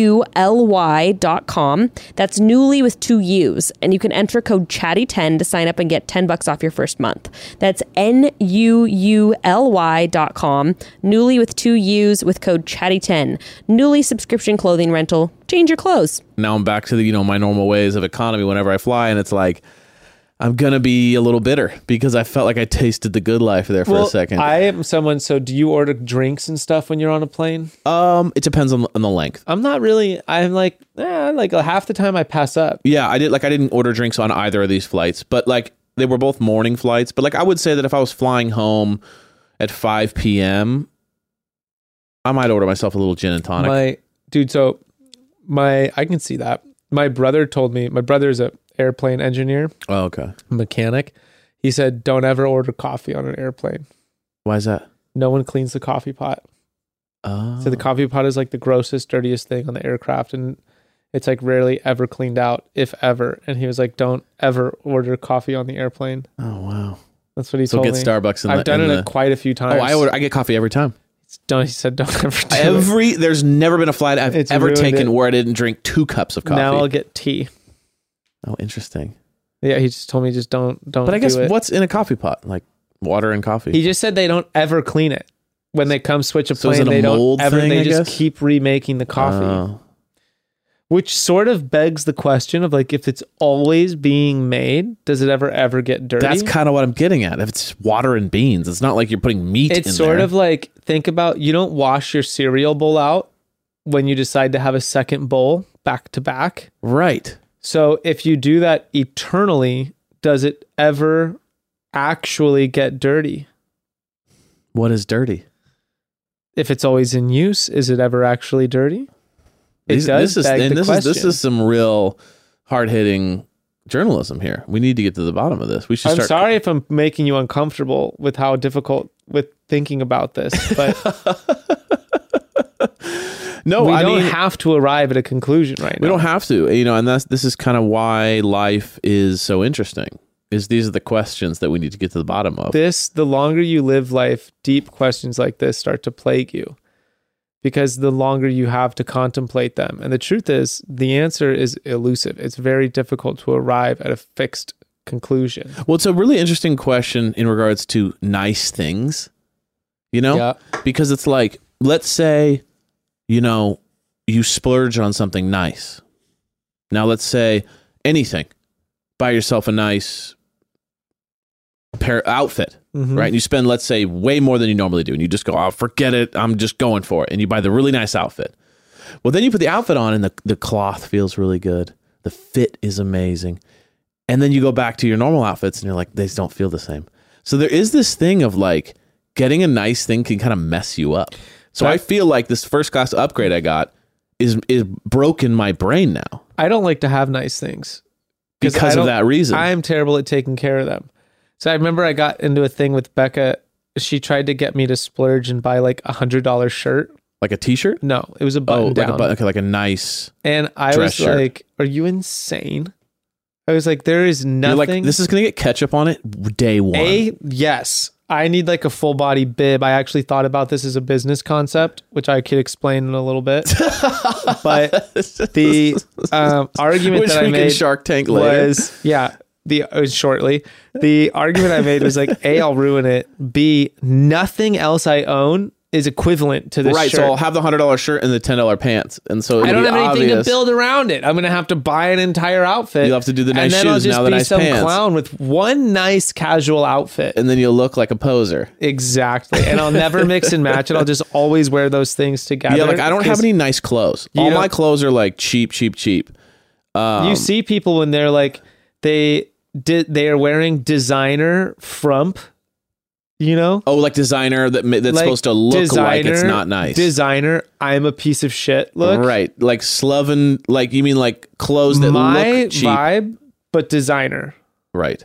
[SPEAKER 2] N-U-U-L-Y dot com. That's Newly with two U's. And you can enter code CHATTY10 to sign up and get 10 bucks off your first month. That's N-U-U-L-Y dot com. Newly with two U's with code CHATTY10. Newly subscription clothing rental. Change your clothes.
[SPEAKER 5] now I'm back to the you know my normal ways of economy whenever I fly, and it's like I'm gonna be a little bitter because I felt like I tasted the good life there for
[SPEAKER 4] Well,
[SPEAKER 5] a second.
[SPEAKER 4] I am someone. So, do you order drinks and stuff when you're on a plane?
[SPEAKER 5] um, it depends on, on the length.
[SPEAKER 4] I'm not really. I'm like, eh, like half the time I pass up.
[SPEAKER 5] Yeah, I did like I didn't order drinks on either of these flights, but like they were both morning flights. But like I would say that if I was flying home at 5 p.m., I might order myself a little gin and tonic.
[SPEAKER 4] My dude, so my I can see that. My brother told me. My brother is a airplane engineer,
[SPEAKER 5] oh, okay.
[SPEAKER 4] mechanic. He said, "Don't ever order coffee on an airplane.
[SPEAKER 5] Why is that?
[SPEAKER 4] No one cleans the coffee pot.
[SPEAKER 5] Oh.
[SPEAKER 4] So the coffee pot is like the grossest, dirtiest thing on the aircraft, and it's like rarely ever cleaned out, if ever." And he was like, "Don't ever order coffee on the airplane."
[SPEAKER 5] oh wow.
[SPEAKER 4] That's what he
[SPEAKER 5] So
[SPEAKER 4] told
[SPEAKER 5] get
[SPEAKER 4] me.
[SPEAKER 5] Starbucks. In
[SPEAKER 4] I've
[SPEAKER 5] the,
[SPEAKER 4] done
[SPEAKER 5] in
[SPEAKER 4] it
[SPEAKER 5] the-
[SPEAKER 4] quite a few
[SPEAKER 5] *laughs* Oh,
[SPEAKER 4] times.
[SPEAKER 5] I order. I get coffee every
[SPEAKER 4] *laughs*
[SPEAKER 5] time.
[SPEAKER 4] Don't he said don't ever do it.
[SPEAKER 5] Every there's never been a flight I've
[SPEAKER 4] It's
[SPEAKER 5] ever
[SPEAKER 4] ruined
[SPEAKER 5] taken
[SPEAKER 4] it.
[SPEAKER 5] where I didn't drink two cups of coffee.
[SPEAKER 4] Now I'll get tea.
[SPEAKER 5] oh, interesting.
[SPEAKER 4] Yeah, he just told me just don't don't.
[SPEAKER 5] But I guess
[SPEAKER 4] do it.
[SPEAKER 5] what's in a coffee pot? Like water and coffee.
[SPEAKER 4] he just said they don't ever clean it when they come switch a
[SPEAKER 5] So is
[SPEAKER 4] plane.
[SPEAKER 5] it a
[SPEAKER 4] they
[SPEAKER 5] mold
[SPEAKER 4] don't ever.
[SPEAKER 5] thing,
[SPEAKER 4] they
[SPEAKER 5] I
[SPEAKER 4] just
[SPEAKER 5] guess?
[SPEAKER 4] keep remaking the coffee,
[SPEAKER 5] Oh.
[SPEAKER 4] which sort of begs the question of like if it's always being made, does it ever ever get dirty?
[SPEAKER 5] that's kind of what I'm getting at. If it's water and beans, it's not like you're putting meat. in
[SPEAKER 4] it's sort
[SPEAKER 5] there.
[SPEAKER 4] of like think about you don't wash your cereal bowl out when you decide to have a second bowl back to back.
[SPEAKER 5] right.
[SPEAKER 4] So if you do that eternally, does it ever actually get dirty?
[SPEAKER 5] What is dirty?
[SPEAKER 4] If it's always in use, is it ever actually dirty? It
[SPEAKER 5] These-
[SPEAKER 4] does
[SPEAKER 5] this is
[SPEAKER 4] beg
[SPEAKER 5] and
[SPEAKER 4] the
[SPEAKER 5] this
[SPEAKER 4] question.
[SPEAKER 5] is this is some real hard hitting journalism here. We need to get to the bottom of this. We should
[SPEAKER 4] I'm
[SPEAKER 5] start.
[SPEAKER 4] sorry if I'm making you uncomfortable with how difficult with thinking about this,
[SPEAKER 5] *laughs*
[SPEAKER 4] but
[SPEAKER 5] No,
[SPEAKER 4] we
[SPEAKER 5] I
[SPEAKER 4] don't
[SPEAKER 5] mean
[SPEAKER 4] have to arrive at a conclusion right
[SPEAKER 5] we
[SPEAKER 4] now.
[SPEAKER 5] don't have to. You know, and that's this is kind of why life is so interesting. Is these are the questions that we need to get to the bottom of.
[SPEAKER 4] *laughs* this the longer you live life, deep questions like this start to plague you. Because the longer you have to contemplate them. And the truth is, the answer is elusive. It's very difficult to arrive at a fixed conclusion.
[SPEAKER 5] Well, it's a really interesting question in regards to nice things, you know?
[SPEAKER 4] Yeah.
[SPEAKER 5] Because it's like, let's say, you know, you splurge on something nice. Now, let's say anything, buy yourself a nice pair outfit,
[SPEAKER 4] Mhm.
[SPEAKER 5] right? And you spend, let's say, way more than you normally do. And you just go, oh, forget it. I'm just going for it. And you buy the really nice outfit. Well, then you put the outfit on, and the, the cloth feels really good. The fit is amazing. And then you go back to your normal outfits, and you're like, these don't feel the same. So there is this thing of like getting a nice thing can kind of mess you up. So I feel like this first class upgrade I got is is broken my brain now
[SPEAKER 4] I don't like to have nice things I
[SPEAKER 5] because of
[SPEAKER 4] don't-
[SPEAKER 5] that reason.
[SPEAKER 4] I'm terrible at taking care of them. So I remember I got into a thing with Becca. she tried to get me to splurge and buy like a hundred dollar shirt.
[SPEAKER 5] Like a T-shirt?
[SPEAKER 4] No, it was a
[SPEAKER 5] Oh,
[SPEAKER 4] button
[SPEAKER 5] like
[SPEAKER 4] down.
[SPEAKER 5] a button, okay, like a nice.
[SPEAKER 4] And I
[SPEAKER 5] dress
[SPEAKER 4] was
[SPEAKER 5] shirt.
[SPEAKER 4] like, "Are you insane?" I was like, "There is
[SPEAKER 5] You're
[SPEAKER 4] nothing."
[SPEAKER 5] like this is gonna get ketchup on it day one.
[SPEAKER 4] A, yes. I need like a full body bib. I actually thought about this as a business concept, which I could explain in a
[SPEAKER 5] *laughs*
[SPEAKER 4] little bit. but the um, argument
[SPEAKER 5] Which
[SPEAKER 4] that
[SPEAKER 5] we
[SPEAKER 4] I
[SPEAKER 5] can
[SPEAKER 4] made
[SPEAKER 5] Shark Tank later.
[SPEAKER 4] was yeah. The it was shortly the argument I made was like a I'll ruin it. B nothing else I own is equivalent to this
[SPEAKER 5] right,
[SPEAKER 4] shirt.
[SPEAKER 5] so I'll have the hundred dollar shirt and the ten dollar pants, and so
[SPEAKER 4] I
[SPEAKER 5] it'll
[SPEAKER 4] don't
[SPEAKER 5] be
[SPEAKER 4] have anything
[SPEAKER 5] obvious.
[SPEAKER 4] to build around it. I'm gonna have to buy an entire outfit.
[SPEAKER 5] You'll have to do the nice
[SPEAKER 4] and then I'll
[SPEAKER 5] shoes,
[SPEAKER 4] just
[SPEAKER 5] now the
[SPEAKER 4] be
[SPEAKER 5] nice
[SPEAKER 4] some
[SPEAKER 5] pants.
[SPEAKER 4] clown with one nice casual outfit.
[SPEAKER 5] and then you'll look like a poser.
[SPEAKER 4] Exactly. And I'll never mix and match it. I'll just always wear those things together.
[SPEAKER 5] Yeah, like I don't have any nice clothes.
[SPEAKER 4] You
[SPEAKER 5] All
[SPEAKER 4] don't-
[SPEAKER 5] my clothes are like cheap, cheap, cheap. Um,
[SPEAKER 4] You see people when they're like they did they are wearing designer frump, you know?
[SPEAKER 5] Oh, like designer that ma- that's
[SPEAKER 4] Like,
[SPEAKER 5] supposed to look like it's not nice.
[SPEAKER 4] Designer, I'm a piece of shit. Look.
[SPEAKER 5] Right, like sloven, like you mean like clothes that
[SPEAKER 4] My
[SPEAKER 5] look cheap,
[SPEAKER 4] vibe, but designer.
[SPEAKER 5] right?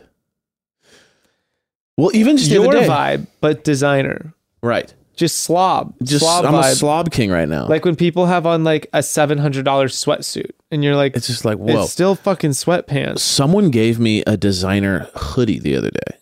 [SPEAKER 5] Well, even just the
[SPEAKER 4] Your
[SPEAKER 5] other day,
[SPEAKER 4] vibe, but designer.
[SPEAKER 5] right?
[SPEAKER 4] Just slob.
[SPEAKER 5] Just
[SPEAKER 4] slob
[SPEAKER 5] I'm
[SPEAKER 4] vibe.
[SPEAKER 5] a slob king right now.
[SPEAKER 4] like when people have on like a seven hundred dollar sweatsuit and you're like
[SPEAKER 5] it's just like whoa.
[SPEAKER 4] it's still fucking sweatpants.
[SPEAKER 5] Someone gave me a designer hoodie the other day.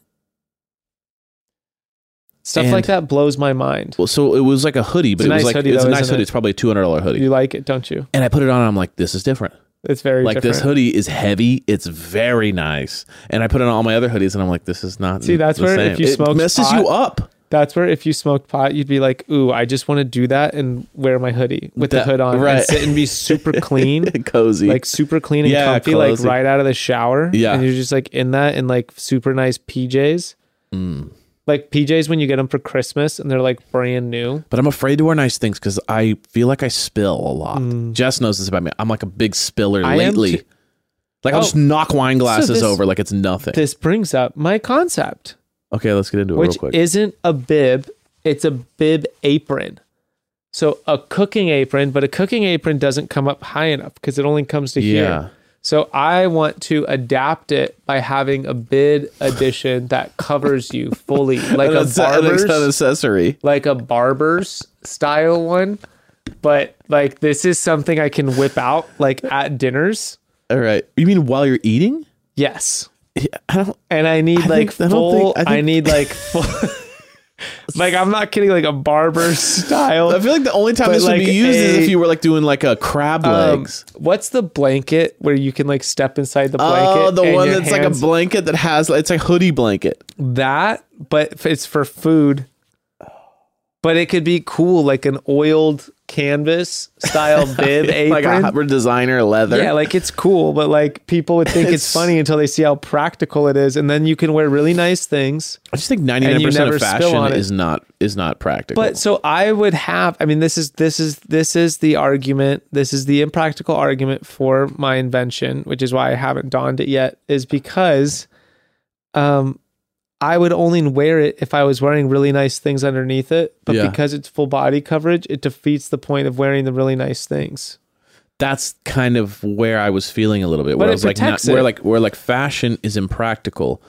[SPEAKER 4] Stuff
[SPEAKER 5] And-
[SPEAKER 4] like that blows my mind.
[SPEAKER 5] Well, so it was like a hoodie, but
[SPEAKER 4] It's a
[SPEAKER 5] it was
[SPEAKER 4] nice
[SPEAKER 5] like
[SPEAKER 4] hoodie,
[SPEAKER 5] it's
[SPEAKER 4] though,
[SPEAKER 5] a nice
[SPEAKER 4] isn't
[SPEAKER 5] hoodie.
[SPEAKER 4] it?
[SPEAKER 5] It's probably a two hundred dollar hoodie.
[SPEAKER 4] You like it, don't you?
[SPEAKER 5] and I put it on. and I'm like, this is different.
[SPEAKER 4] It's very
[SPEAKER 5] like
[SPEAKER 4] different.
[SPEAKER 5] this hoodie is heavy. It's very nice. And I put on all my other hoodies, and I'm like, this is not.
[SPEAKER 4] See, that's
[SPEAKER 5] the
[SPEAKER 4] where
[SPEAKER 5] same.
[SPEAKER 4] if you
[SPEAKER 5] it
[SPEAKER 4] smoked
[SPEAKER 5] messes
[SPEAKER 4] pot-
[SPEAKER 5] you up.
[SPEAKER 4] That's where if you smoked pot, you'd be like, "Ooh, I just want to do that and wear my hoodie with
[SPEAKER 5] That-
[SPEAKER 4] the hood on,
[SPEAKER 5] right.
[SPEAKER 4] and sit and
[SPEAKER 5] *laughs*
[SPEAKER 4] be super clean,
[SPEAKER 5] Cozy.
[SPEAKER 4] like super clean and
[SPEAKER 5] Yeah,
[SPEAKER 4] comfy,
[SPEAKER 5] cozy.
[SPEAKER 4] like right out of the shower.
[SPEAKER 5] Yeah.
[SPEAKER 4] and you're just like in that and like super nice PJs,
[SPEAKER 5] Mm.
[SPEAKER 4] like PJs when you get them for Christmas and they're like brand new.
[SPEAKER 5] but I'm afraid to wear nice things because I feel like I spill a lot. Jess knows this about me. I'm like a big spiller
[SPEAKER 4] Hmm. I am
[SPEAKER 5] lately.
[SPEAKER 4] too-
[SPEAKER 5] like I'll
[SPEAKER 4] Oh.
[SPEAKER 5] just knock wine glasses
[SPEAKER 4] this-
[SPEAKER 5] over like it's nothing.
[SPEAKER 4] This brings up my concept,
[SPEAKER 5] okay, let's get into it real
[SPEAKER 4] which
[SPEAKER 5] quick.
[SPEAKER 4] isn't a bib; it's a bib apron. So a cooking apron, but a cooking apron doesn't come up high enough because it only comes to here.
[SPEAKER 5] yeah.
[SPEAKER 4] So I want to adapt it by having a bid edition that covers
[SPEAKER 5] *laughs*
[SPEAKER 4] you fully, like
[SPEAKER 5] An
[SPEAKER 4] a
[SPEAKER 5] acce- an
[SPEAKER 4] barber's,
[SPEAKER 5] accessory.
[SPEAKER 4] like a barber's style one. But like this is something I can whip out like at dinners.
[SPEAKER 5] All right. You mean while you're eating?
[SPEAKER 4] Yes,
[SPEAKER 5] I don't.
[SPEAKER 4] and I need
[SPEAKER 5] I
[SPEAKER 4] like
[SPEAKER 5] think- I don't
[SPEAKER 4] full.
[SPEAKER 5] think- I
[SPEAKER 4] I,
[SPEAKER 5] think-
[SPEAKER 4] need like full.
[SPEAKER 5] *laughs*
[SPEAKER 4] like I'm not kidding. Like a barber's
[SPEAKER 5] I
[SPEAKER 4] style.
[SPEAKER 5] feel like the only time
[SPEAKER 4] But
[SPEAKER 5] this would
[SPEAKER 4] like
[SPEAKER 5] be used is
[SPEAKER 4] a-
[SPEAKER 5] if you were like doing like a crab
[SPEAKER 4] Um,
[SPEAKER 5] legs.
[SPEAKER 4] what's the blanket where you can like step inside the blanket?
[SPEAKER 5] oh, the
[SPEAKER 4] and
[SPEAKER 5] one
[SPEAKER 4] your
[SPEAKER 5] that's like a
[SPEAKER 4] hands-
[SPEAKER 5] blanket that has it's a hoodie blanket.
[SPEAKER 4] that, but f- it's for food. But it could be cool, like an oiled canvas
[SPEAKER 5] *laughs*
[SPEAKER 4] style bib apron.
[SPEAKER 5] like a hopper designer leather.
[SPEAKER 4] yeah, like it's cool, but like people would think it's,
[SPEAKER 5] It's-
[SPEAKER 4] funny until they see how practical it is, and then you can wear really nice things.
[SPEAKER 5] I just think ninety nine percent
[SPEAKER 4] never
[SPEAKER 5] of
[SPEAKER 4] spill
[SPEAKER 5] fashion
[SPEAKER 4] on it.
[SPEAKER 5] is not is not practical.
[SPEAKER 4] But so I would have. I mean, this is this is this is the argument. This is the impractical argument for my invention, which is why I haven't donned it yet. Is because, um, I would only wear it if I was wearing really nice things underneath it. But
[SPEAKER 5] Yeah.
[SPEAKER 4] because it's full body coverage, it defeats the point of wearing the really nice things.
[SPEAKER 5] that's kind of where I was feeling a little bit. Where
[SPEAKER 4] But
[SPEAKER 5] I
[SPEAKER 4] it
[SPEAKER 5] was like,
[SPEAKER 4] protects
[SPEAKER 5] where
[SPEAKER 4] it.
[SPEAKER 5] like where like fashion is impractical,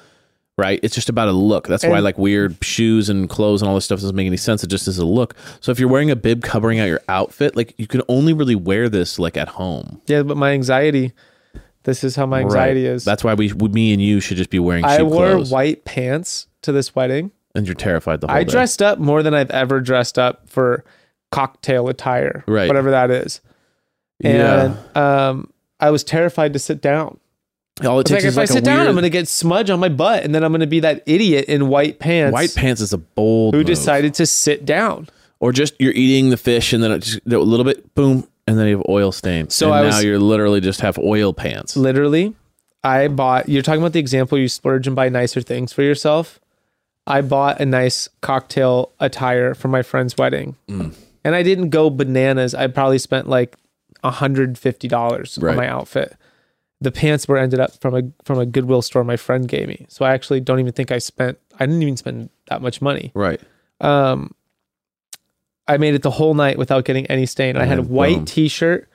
[SPEAKER 5] right? It's just about a look. That's why
[SPEAKER 4] And-
[SPEAKER 5] like weird shoes and clothes and all this stuff doesn't make any sense. It just is a look. So if you're wearing a bib covering out your outfit, like you can only really wear this like at home.
[SPEAKER 4] Yeah, but my anxiety. This is how my anxiety
[SPEAKER 5] Right.
[SPEAKER 4] is.
[SPEAKER 5] That's why we, we- me and you, should just be wearing. Cheap
[SPEAKER 4] I wore
[SPEAKER 5] clothes.
[SPEAKER 4] white pants to this wedding.
[SPEAKER 5] and you're terrified the whole
[SPEAKER 4] I
[SPEAKER 5] day.
[SPEAKER 4] dressed up more than I've ever dressed up for cocktail attire,
[SPEAKER 5] Right.
[SPEAKER 4] Whatever that is. And um, I was terrified to sit down.
[SPEAKER 5] yeah. All it
[SPEAKER 4] It's
[SPEAKER 5] takes
[SPEAKER 4] like if
[SPEAKER 5] is like
[SPEAKER 4] I sit
[SPEAKER 5] a
[SPEAKER 4] down,
[SPEAKER 5] weird,
[SPEAKER 4] I'm going to get smudge on my butt, and then I'm going to be that idiot in white pants,
[SPEAKER 5] white pants is a bold
[SPEAKER 4] who
[SPEAKER 5] move.
[SPEAKER 4] decided to sit down.
[SPEAKER 5] or just you're eating the fish and then it just a little bit boom and then you have oil stain
[SPEAKER 4] So
[SPEAKER 5] and
[SPEAKER 4] I
[SPEAKER 5] now
[SPEAKER 4] was-
[SPEAKER 5] you're literally just have oil pants
[SPEAKER 4] Literally, I bought. You're talking about the example you splurge and buy nicer things for yourself. I bought a nice cocktail attire for my friend's wedding, and I didn't go bananas. I probably spent like $150
[SPEAKER 5] Right.
[SPEAKER 4] on my outfit. The pants were ended up from a from a Goodwill store my friend gave me. So I actually don't even think I spent. I didn't even spend that much money.
[SPEAKER 5] right
[SPEAKER 4] Um, I made it the whole night without getting any stain. I had a
[SPEAKER 5] And
[SPEAKER 4] white
[SPEAKER 5] boom.
[SPEAKER 4] t-shirt,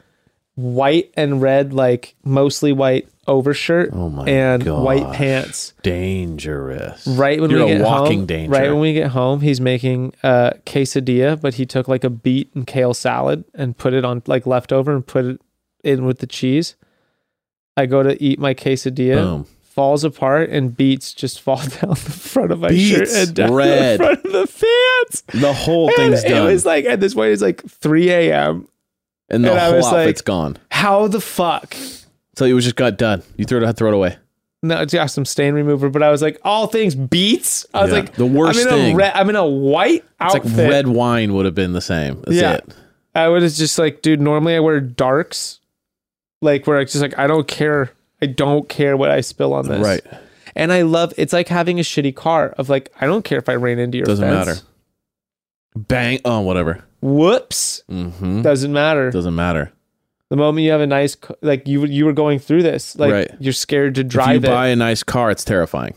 [SPEAKER 4] white and red, like mostly white overshirt
[SPEAKER 5] Oh my
[SPEAKER 4] and white
[SPEAKER 5] gosh.
[SPEAKER 4] pants.
[SPEAKER 5] Dangerous.
[SPEAKER 4] Right when
[SPEAKER 5] You're
[SPEAKER 4] we
[SPEAKER 5] a
[SPEAKER 4] get
[SPEAKER 5] walking
[SPEAKER 4] home,
[SPEAKER 5] danger.
[SPEAKER 4] right when we get home, he's making uh, quesadilla, but he took like a beet and kale salad and put it on like leftover and put it in with the cheese. I go to eat my quesadilla,
[SPEAKER 5] Boom.
[SPEAKER 4] falls apart, and beets just *laughs* fall down the front of my
[SPEAKER 5] Beets,
[SPEAKER 4] shirt and down
[SPEAKER 5] red.
[SPEAKER 4] the front of the pants.
[SPEAKER 5] The whole
[SPEAKER 4] And
[SPEAKER 5] thing's
[SPEAKER 4] it
[SPEAKER 5] done,
[SPEAKER 4] was like at this point, it's like 3 a.m.
[SPEAKER 5] and the
[SPEAKER 4] and I
[SPEAKER 5] whole
[SPEAKER 4] was like-
[SPEAKER 5] outfit's gone.
[SPEAKER 4] How the fuck?
[SPEAKER 5] So you just got done. You threw it, throw it away.
[SPEAKER 4] No, it's got some stain remover, but I was like, all things beets. I was
[SPEAKER 5] Yeah.
[SPEAKER 4] like,
[SPEAKER 5] The worst
[SPEAKER 4] I'm in
[SPEAKER 5] thing.
[SPEAKER 4] A red, I'm in a white
[SPEAKER 5] It's
[SPEAKER 4] outfit.
[SPEAKER 5] like red wine would have been the same. That's
[SPEAKER 4] Yeah.
[SPEAKER 5] it.
[SPEAKER 4] I would have just like, dude, normally I wear darks, like where it's just like, I don't care. I don't care what I spill on this.
[SPEAKER 5] Right.
[SPEAKER 4] And I love it's like having a shitty car of like, I don't care if I ran into your
[SPEAKER 5] Doesn't
[SPEAKER 4] fence.
[SPEAKER 5] matter. Bang. Oh, whatever.
[SPEAKER 4] Whoops.
[SPEAKER 5] Mm-hmm.
[SPEAKER 4] Doesn't matter.
[SPEAKER 5] Doesn't matter.
[SPEAKER 4] The moment you have a nice, c- like you you were going through this, like
[SPEAKER 5] Right.
[SPEAKER 4] you're scared to
[SPEAKER 5] If you
[SPEAKER 4] drive it.
[SPEAKER 5] buy a nice car, it's terrifying,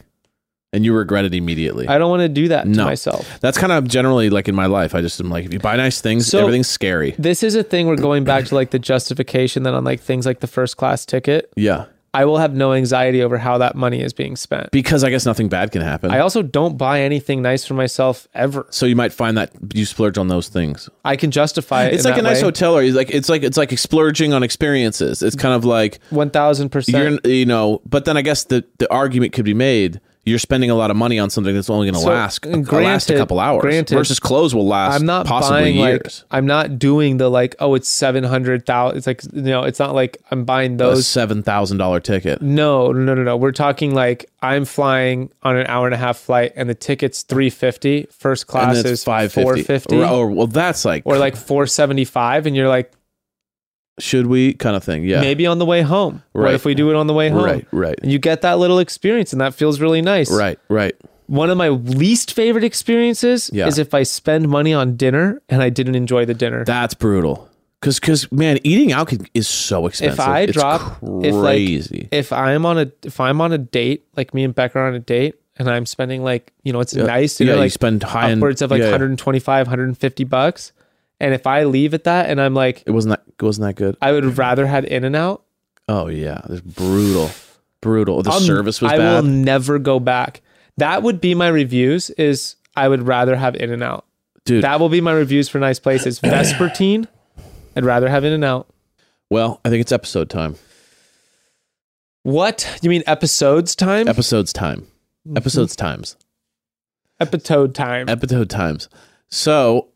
[SPEAKER 5] and you regret it immediately.
[SPEAKER 4] I don't want to do that to
[SPEAKER 5] No.
[SPEAKER 4] myself.
[SPEAKER 5] That's kind of generally like in my life. I just am like, if you buy nice things,
[SPEAKER 4] So-
[SPEAKER 5] everything's scary.
[SPEAKER 4] This is a thing we're going back to like the justification that on like things like the first class ticket,
[SPEAKER 5] Yeah,
[SPEAKER 4] I will have no anxiety over how that money is being spent.
[SPEAKER 5] because I guess nothing bad can happen.
[SPEAKER 4] I also don't buy anything nice for myself ever.
[SPEAKER 5] so you might find that you splurge on those things.
[SPEAKER 4] I can justify it.
[SPEAKER 5] It's
[SPEAKER 4] in
[SPEAKER 5] like a
[SPEAKER 4] that
[SPEAKER 5] nice
[SPEAKER 4] way.
[SPEAKER 5] hotel, or you like it's like it's like splurging on experiences. It's kind of like
[SPEAKER 4] One thousand percent.
[SPEAKER 5] you're you know. But then I guess the the argument could be made. You're spending a lot of money on something that's only going to
[SPEAKER 4] So,
[SPEAKER 5] last
[SPEAKER 4] granted-
[SPEAKER 5] last a couple hours.
[SPEAKER 4] granted,
[SPEAKER 5] versus clothes will last.
[SPEAKER 4] I'm not
[SPEAKER 5] possibly
[SPEAKER 4] buying
[SPEAKER 5] years.
[SPEAKER 4] like I'm not doing the like oh it's seven hundred thousand. It's like you know it's not like I'm buying
[SPEAKER 5] a
[SPEAKER 4] those.
[SPEAKER 5] seven thousand dollar ticket.
[SPEAKER 4] No, no, no, no. We're talking like I'm flying on an hour and a half flight, and the ticket's three fifty. First
[SPEAKER 5] And
[SPEAKER 4] class
[SPEAKER 5] then
[SPEAKER 4] is
[SPEAKER 5] it's
[SPEAKER 4] five
[SPEAKER 5] 550.
[SPEAKER 4] fifty,
[SPEAKER 5] Or,
[SPEAKER 4] or,
[SPEAKER 5] or, well, that's like,
[SPEAKER 4] like four seventy five, and you're like
[SPEAKER 5] should we kind of thing? Yeah.
[SPEAKER 4] maybe on the way home.
[SPEAKER 5] Right.
[SPEAKER 4] What if we do it on the way home?
[SPEAKER 5] Right, right.
[SPEAKER 4] And you get that little experience, and that feels really nice.
[SPEAKER 5] Right, right.
[SPEAKER 4] one of my least favorite experiences
[SPEAKER 5] Yeah.
[SPEAKER 4] is if I spend money on dinner and I didn't enjoy the dinner.
[SPEAKER 5] That's brutal. Cause, cause, man, eating out could, is so expensive.
[SPEAKER 4] if I
[SPEAKER 5] It's
[SPEAKER 4] drop if like
[SPEAKER 5] crazy.
[SPEAKER 4] if I'm on a if I'm on a date, like me and Beck are on a date and I'm spending like, you know, it's nice to
[SPEAKER 5] yeah,
[SPEAKER 4] know,
[SPEAKER 5] you
[SPEAKER 4] like
[SPEAKER 5] spend high end-
[SPEAKER 4] upwards of like
[SPEAKER 5] yeah, yeah.
[SPEAKER 4] 125, 150 bucks. And if I leave at that and I'm like,
[SPEAKER 5] it wasn't that, it wasn't that good.
[SPEAKER 4] I would rather had In and Out,
[SPEAKER 5] oh yeah, it's brutal, brutal. The service was
[SPEAKER 4] Um, I
[SPEAKER 5] bad.
[SPEAKER 4] will never go back. That would be my reviews is I would rather have In and Out.
[SPEAKER 5] Dude.
[SPEAKER 4] That will be my reviews for nice
[SPEAKER 5] *clears throat*
[SPEAKER 4] places. Vespertine, I'd rather have In and Out.
[SPEAKER 5] well, I think it's episode time.
[SPEAKER 4] What? You mean episodes time?
[SPEAKER 5] Episodes time.
[SPEAKER 4] Mm-hmm.
[SPEAKER 5] Episodes times.
[SPEAKER 4] Epitode Mm-hmm. time.
[SPEAKER 5] Episode times. So,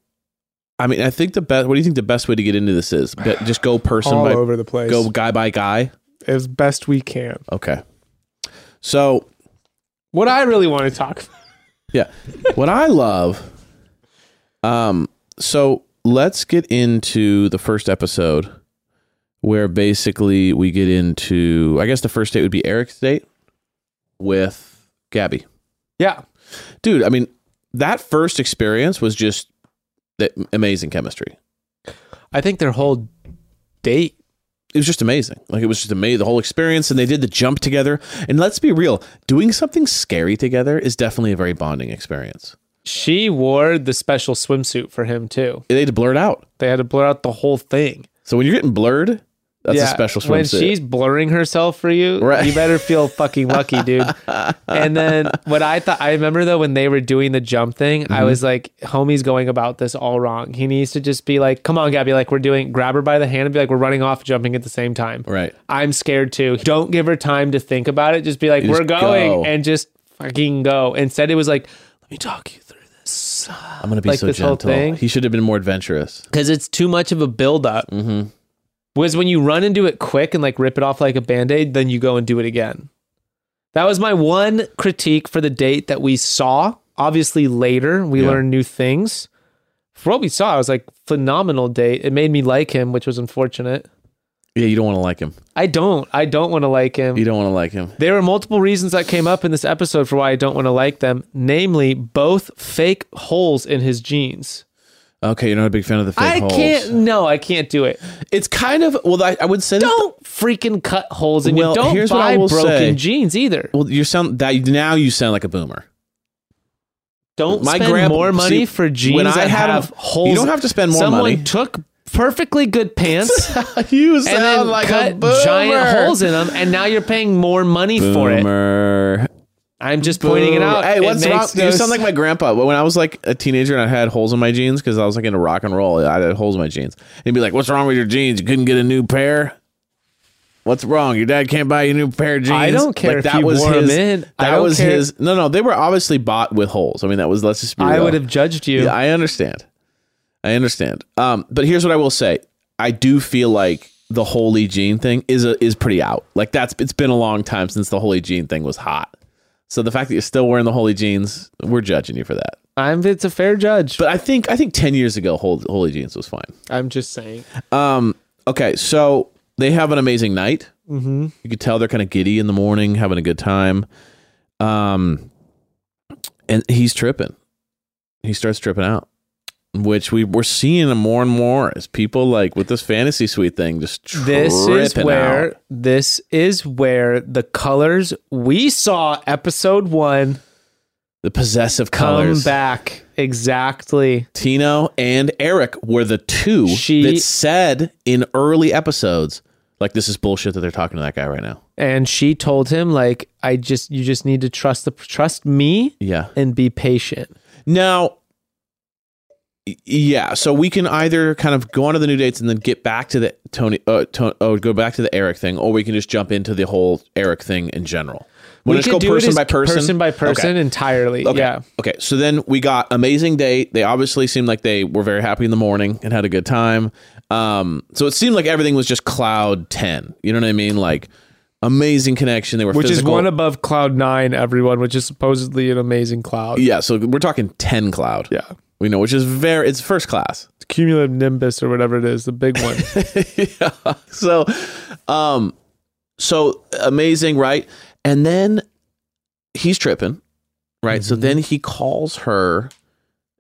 [SPEAKER 5] I mean, I think the best. What do you think the best way to get into this is? Be- just go person by
[SPEAKER 4] the place.
[SPEAKER 5] go guy by guy.
[SPEAKER 4] as best we can.
[SPEAKER 5] Okay. So
[SPEAKER 4] What I really want to talk about.
[SPEAKER 5] Yeah. what I love um so let's get into the first episode where basically we get into I guess the first date would be Eric's date with Gabby.
[SPEAKER 4] Yeah.
[SPEAKER 5] Dude, I mean that first experience was just that amazing chemistry.
[SPEAKER 4] I think their whole date.
[SPEAKER 5] It was just amazing. Like it was just amazing the whole experience and they did the jump together. And let's be real, doing something scary together is definitely a very bonding experience.
[SPEAKER 4] She wore the special swimsuit for him too.
[SPEAKER 5] They had to blurt out.
[SPEAKER 4] They had to blur out the whole thing.
[SPEAKER 5] So when you're getting blurred, that's a special swimsuit.
[SPEAKER 4] When she's blurring herself for you,
[SPEAKER 5] Right.
[SPEAKER 4] you better feel fucking
[SPEAKER 5] *laughs*
[SPEAKER 4] lucky, dude. and then what I thought, I remember though when they were doing the jump thing,
[SPEAKER 5] Mm-hmm.
[SPEAKER 4] I was like, homie's going about this all wrong. He needs to just be like, come on, Gabby, like we're doing, grab her by the hand and be like, we're running off, jumping at the same time.
[SPEAKER 5] Right.
[SPEAKER 4] I'm scared too. Don't give her time to think about it. Just be like,
[SPEAKER 5] You
[SPEAKER 4] we're
[SPEAKER 5] just
[SPEAKER 4] going
[SPEAKER 5] go.
[SPEAKER 4] and just fucking go. Instead, it was like, let me talk you through this.
[SPEAKER 5] I'm gonna be
[SPEAKER 4] like
[SPEAKER 5] so
[SPEAKER 4] this whole
[SPEAKER 5] gentle.
[SPEAKER 4] thing.
[SPEAKER 5] He should have been more adventurous.
[SPEAKER 4] Because it's too much of a buildup.
[SPEAKER 5] Mm-hmm.
[SPEAKER 4] was when you run into it quick and like rip it off like a band-aid then you go and do it again that was my one critique for the date that we saw obviously later we
[SPEAKER 5] Yeah.
[SPEAKER 4] learned new things for what we saw it was like phenomenal date it made me like him which was unfortunate
[SPEAKER 5] Yeah, you don't want to like him.
[SPEAKER 4] i don't i don't want to like him
[SPEAKER 5] You don't want to like him.
[SPEAKER 4] there were multiple reasons that came up in this episode for why i don't want to like them namely both fake holes in his jeans
[SPEAKER 5] Okay, you're not a big fan of the fake
[SPEAKER 4] i
[SPEAKER 5] holes.
[SPEAKER 4] can't no i can't do it
[SPEAKER 5] It's kind of well. I, I would say that-
[SPEAKER 4] don't freaking cut holes in
[SPEAKER 5] Well,
[SPEAKER 4] you. Don't
[SPEAKER 5] here's what I
[SPEAKER 4] buy
[SPEAKER 5] will
[SPEAKER 4] broken
[SPEAKER 5] say.
[SPEAKER 4] jeans either.
[SPEAKER 5] well, you sound that now you sound like a boomer.
[SPEAKER 4] Don't
[SPEAKER 5] My
[SPEAKER 4] spend
[SPEAKER 5] grandpa-
[SPEAKER 4] more money
[SPEAKER 5] see,
[SPEAKER 4] for jeans
[SPEAKER 5] when I
[SPEAKER 4] that
[SPEAKER 5] had 'em-
[SPEAKER 4] have
[SPEAKER 5] you
[SPEAKER 4] holes.
[SPEAKER 5] don't have to spend more
[SPEAKER 4] Someone
[SPEAKER 5] money.
[SPEAKER 4] took
[SPEAKER 6] perfectly good
[SPEAKER 5] *laughs*
[SPEAKER 6] pants
[SPEAKER 5] *laughs* you
[SPEAKER 6] and then cut giant holes in them, and now you're paying more money for it.
[SPEAKER 5] Boomer.
[SPEAKER 6] I'm just pointing it out.
[SPEAKER 5] Hey,
[SPEAKER 6] It
[SPEAKER 5] what's wrong?
[SPEAKER 6] makes no
[SPEAKER 5] You
[SPEAKER 6] s-
[SPEAKER 5] sound like my grandpa. When I was like a teenager and I had holes in my jeans because I was like into rock and roll, I had holes in my jeans. He'd be like, "What's wrong with your jeans? You couldn't get a new pair? What's wrong? Your dad can't buy you a new pair of jeans."
[SPEAKER 6] I don't care
[SPEAKER 5] Like,
[SPEAKER 6] if you wore 'em in. I
[SPEAKER 5] That
[SPEAKER 6] don't
[SPEAKER 5] was
[SPEAKER 6] care.
[SPEAKER 5] his. No, no, they were obviously bought with holes. I mean, that was let's just. Be
[SPEAKER 4] I
[SPEAKER 5] real.
[SPEAKER 4] would have judged you.
[SPEAKER 5] Yeah, I understand. I understand. Um, but here's what I will say. I do feel like the holy gene thing is a, is pretty out. Like that's it's been a long time since the holy gene thing was hot. So the fact that you're still wearing the holy jeans, we're judging you for that.
[SPEAKER 4] I'm. It's a fair judge.
[SPEAKER 5] But I think I think 10 years ago holy, holy jeans was fine.
[SPEAKER 4] I'm just saying.
[SPEAKER 5] Um, okay, so they have an amazing night. Mm-hmm. You could tell they're kind of giddy in the morning, having a good time. Um, and he's tripping. He starts tripping out, which we we're seeing more and more as people like with this fantasy suite thing. Just
[SPEAKER 4] This is
[SPEAKER 5] tripping
[SPEAKER 4] where
[SPEAKER 5] out.
[SPEAKER 4] this is where the colors we saw episode one
[SPEAKER 5] the possessive
[SPEAKER 4] come
[SPEAKER 5] colors.
[SPEAKER 4] back exactly.
[SPEAKER 5] Tino and Eric were the two
[SPEAKER 4] She-
[SPEAKER 5] that said in early episodes, like this is bullshit that they're talking to that guy right now.
[SPEAKER 4] And she told him like, I just you just need to trust the trust me
[SPEAKER 5] Yeah.
[SPEAKER 4] and be patient.
[SPEAKER 5] Now, y- yeah, so we can either kind of go on to the new dates and then get back to the Tony, uh, to, oh, go back to the Eric thing, or we can just jump into the whole Eric thing in general. We'll
[SPEAKER 4] We
[SPEAKER 5] just
[SPEAKER 4] could
[SPEAKER 5] go
[SPEAKER 4] do it
[SPEAKER 5] person
[SPEAKER 4] as
[SPEAKER 5] by person,
[SPEAKER 4] person by person
[SPEAKER 5] Okay.
[SPEAKER 4] entirely.
[SPEAKER 5] Okay.
[SPEAKER 4] Yeah.
[SPEAKER 5] Okay. So then we got amazing date. They obviously seemed like they were very happy in the morning and had a good time. Um, so it seemed like everything was just cloud ten. You know what I mean? Like amazing connection. They were
[SPEAKER 4] Which
[SPEAKER 5] physical.
[SPEAKER 4] is one above cloud nine, everyone, which is supposedly an amazing cloud.
[SPEAKER 5] yeah. So we're talking ten cloud.
[SPEAKER 4] Yeah.
[SPEAKER 5] We know, which is very it's first class.
[SPEAKER 4] Cumulative nimbus or whatever it is, the
[SPEAKER 5] *laughs*
[SPEAKER 4] big one.
[SPEAKER 5] yeah. So, um, so amazing, right? And then he's tripping, right?
[SPEAKER 4] Mm-hmm.
[SPEAKER 5] So then he calls her,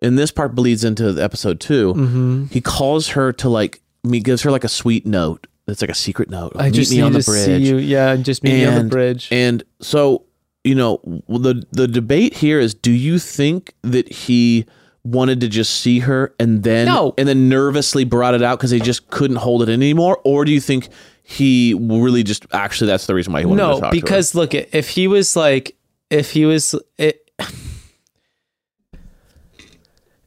[SPEAKER 5] and this part bleeds into the episode 2
[SPEAKER 4] Mm.
[SPEAKER 5] He calls her to like me, gives her like a sweet note. That's like a secret note.
[SPEAKER 4] I
[SPEAKER 5] Meet
[SPEAKER 4] just
[SPEAKER 5] me
[SPEAKER 4] need
[SPEAKER 5] on the
[SPEAKER 4] to
[SPEAKER 5] bridge.
[SPEAKER 4] see you. Yeah, and just meet me on
[SPEAKER 5] And-
[SPEAKER 4] the bridge.
[SPEAKER 5] And so, you know, well, the the debate here is: Do you think that he wanted to just see her and then
[SPEAKER 4] No.
[SPEAKER 5] and then nervously brought it out because he just couldn't hold it in anymore, or do you think he really just actually that's the reason why he wanted to
[SPEAKER 4] no,
[SPEAKER 5] talk
[SPEAKER 4] because look, i- if he was like, if he was, it,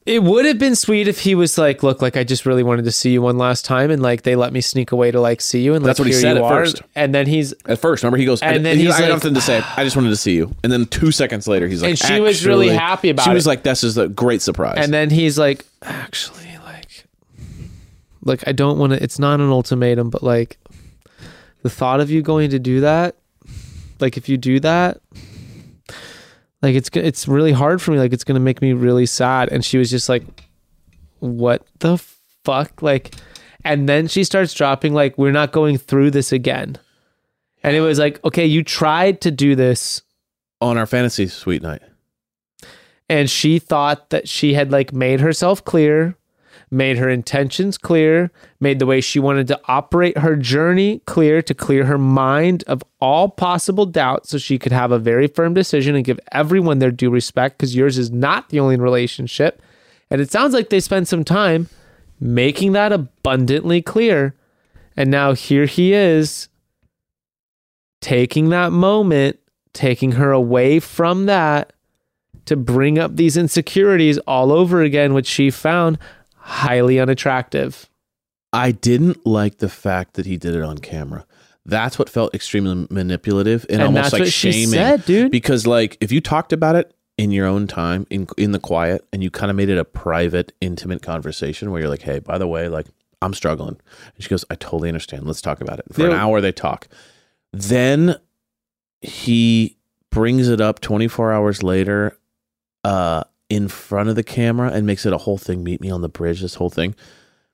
[SPEAKER 4] it would have been sweet if he was like, look, like I just really wanted to see you one last time, and like they let me sneak away to like see you, and
[SPEAKER 5] That's
[SPEAKER 4] like
[SPEAKER 5] what he
[SPEAKER 4] here
[SPEAKER 5] said
[SPEAKER 4] you
[SPEAKER 5] at
[SPEAKER 4] are.
[SPEAKER 5] first.
[SPEAKER 4] and then he's
[SPEAKER 5] to her? at first, remember he goes
[SPEAKER 4] And
[SPEAKER 5] I-
[SPEAKER 4] then
[SPEAKER 5] he-
[SPEAKER 4] he's
[SPEAKER 5] I had
[SPEAKER 4] like-
[SPEAKER 5] nothing to say. I just wanted to see you, and then two seconds later he's like,
[SPEAKER 4] And she was really
[SPEAKER 5] "Actually,"
[SPEAKER 4] happy about
[SPEAKER 5] She was
[SPEAKER 4] it.
[SPEAKER 5] like, "This is a great surprise."
[SPEAKER 4] and then he's like actually like like i don't want to it's not an ultimatum but like the thought of you going to do that like if you do that like it's go- it's really hard for me like it's going to make me really sad and she was just like what the fuck like and then she starts dropping like we're not going through this again and it was like okay you tried to do this
[SPEAKER 5] on our fantasy suite night,
[SPEAKER 4] and she thought that she had like made herself clear made her intentions clear made the way she wanted to operate her journey clear to clear her mind of all possible doubt so she could have a very firm decision and give everyone their due respect because yours is not the only relationship and it sounds like they spent some time making that abundantly clear and now here he is taking that moment taking her away from that to bring up these insecurities all over again, which she found highly unattractive.
[SPEAKER 5] I didn't like the fact that he did it on camera. That's what felt extremely manipulative and,
[SPEAKER 4] And
[SPEAKER 5] almost
[SPEAKER 4] that's
[SPEAKER 5] like
[SPEAKER 4] what she
[SPEAKER 5] shaming.
[SPEAKER 4] said, dude.
[SPEAKER 5] Because like if you talked about it in your own time, in in the quiet, and you kind of made it a private, intimate conversation where you're like, "Hey, by the way, like I'm struggling," and she goes, "I totally understand. Let's talk about it." For an
[SPEAKER 4] Yeah.
[SPEAKER 5] hour, they talk. Then he brings it up 24 hours later, uh, in front of the camera, and makes it a whole thing. Meet me on the bridge. This whole thing.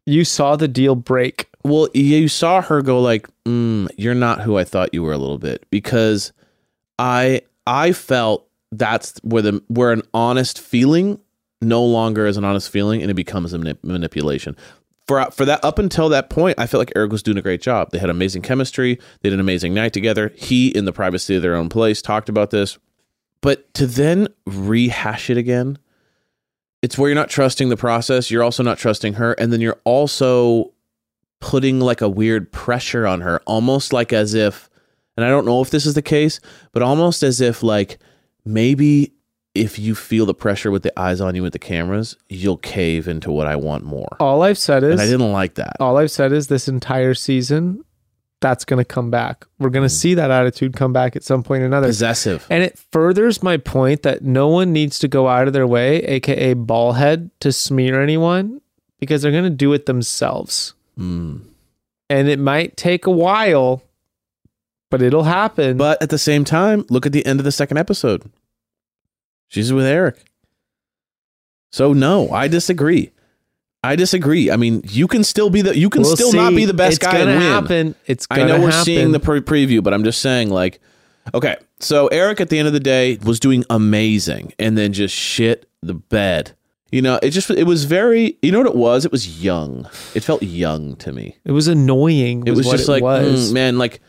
[SPEAKER 4] You saw the deal break.
[SPEAKER 5] Well, you saw her go like, mm, "You're not who I thought you were" a little bit because I I felt that's where the where an honest feeling no longer is an honest feeling and it becomes a manip- manipulation. For for that up until that point, I felt like Eric was doing a great job. They had amazing chemistry. They did an amazing night together. He in the privacy of their own place talked about this, but to then rehash it again it's where you're not trusting the process. You're also not trusting her, and then you're also putting like a weird pressure on her, almost like as if, and I don't know if this is the case, but almost as if like maybe if you feel the pressure with the eyes on you with the cameras, you'll cave into what I want more.
[SPEAKER 4] All I've said is
[SPEAKER 5] and I didn't like that.
[SPEAKER 4] all I've said is this entire season, that's going to come back. We're going to
[SPEAKER 5] Mm.
[SPEAKER 4] see that attitude come back at some point or another.
[SPEAKER 5] Possessive.
[SPEAKER 4] And it furthers my point that no one needs to go out of their way, aka ballhead, to smear anyone because they're going to do it themselves.
[SPEAKER 5] Mm.
[SPEAKER 4] And it might take a while, but it'll happen.
[SPEAKER 5] But at the same time, look at the end of the second episode. She's with Eric. So no, I disagree. I disagree. I mean, you can still be the you can
[SPEAKER 4] We'll
[SPEAKER 5] still not
[SPEAKER 4] see.
[SPEAKER 5] be the best
[SPEAKER 4] it's
[SPEAKER 5] guy
[SPEAKER 4] Gonna
[SPEAKER 5] and win.
[SPEAKER 4] happen. It's
[SPEAKER 5] I
[SPEAKER 4] gonna
[SPEAKER 5] know we're
[SPEAKER 4] happen.
[SPEAKER 5] seeing the pre- preview, but I'm just saying like okay, so Eric at the end of the day was doing amazing and then just shit the bed. You know, it just it was very you know what it was? It was young. It felt young to me
[SPEAKER 4] It was annoying.
[SPEAKER 5] it was
[SPEAKER 4] what
[SPEAKER 5] just
[SPEAKER 4] it
[SPEAKER 5] like
[SPEAKER 4] was.
[SPEAKER 5] "Mm, man like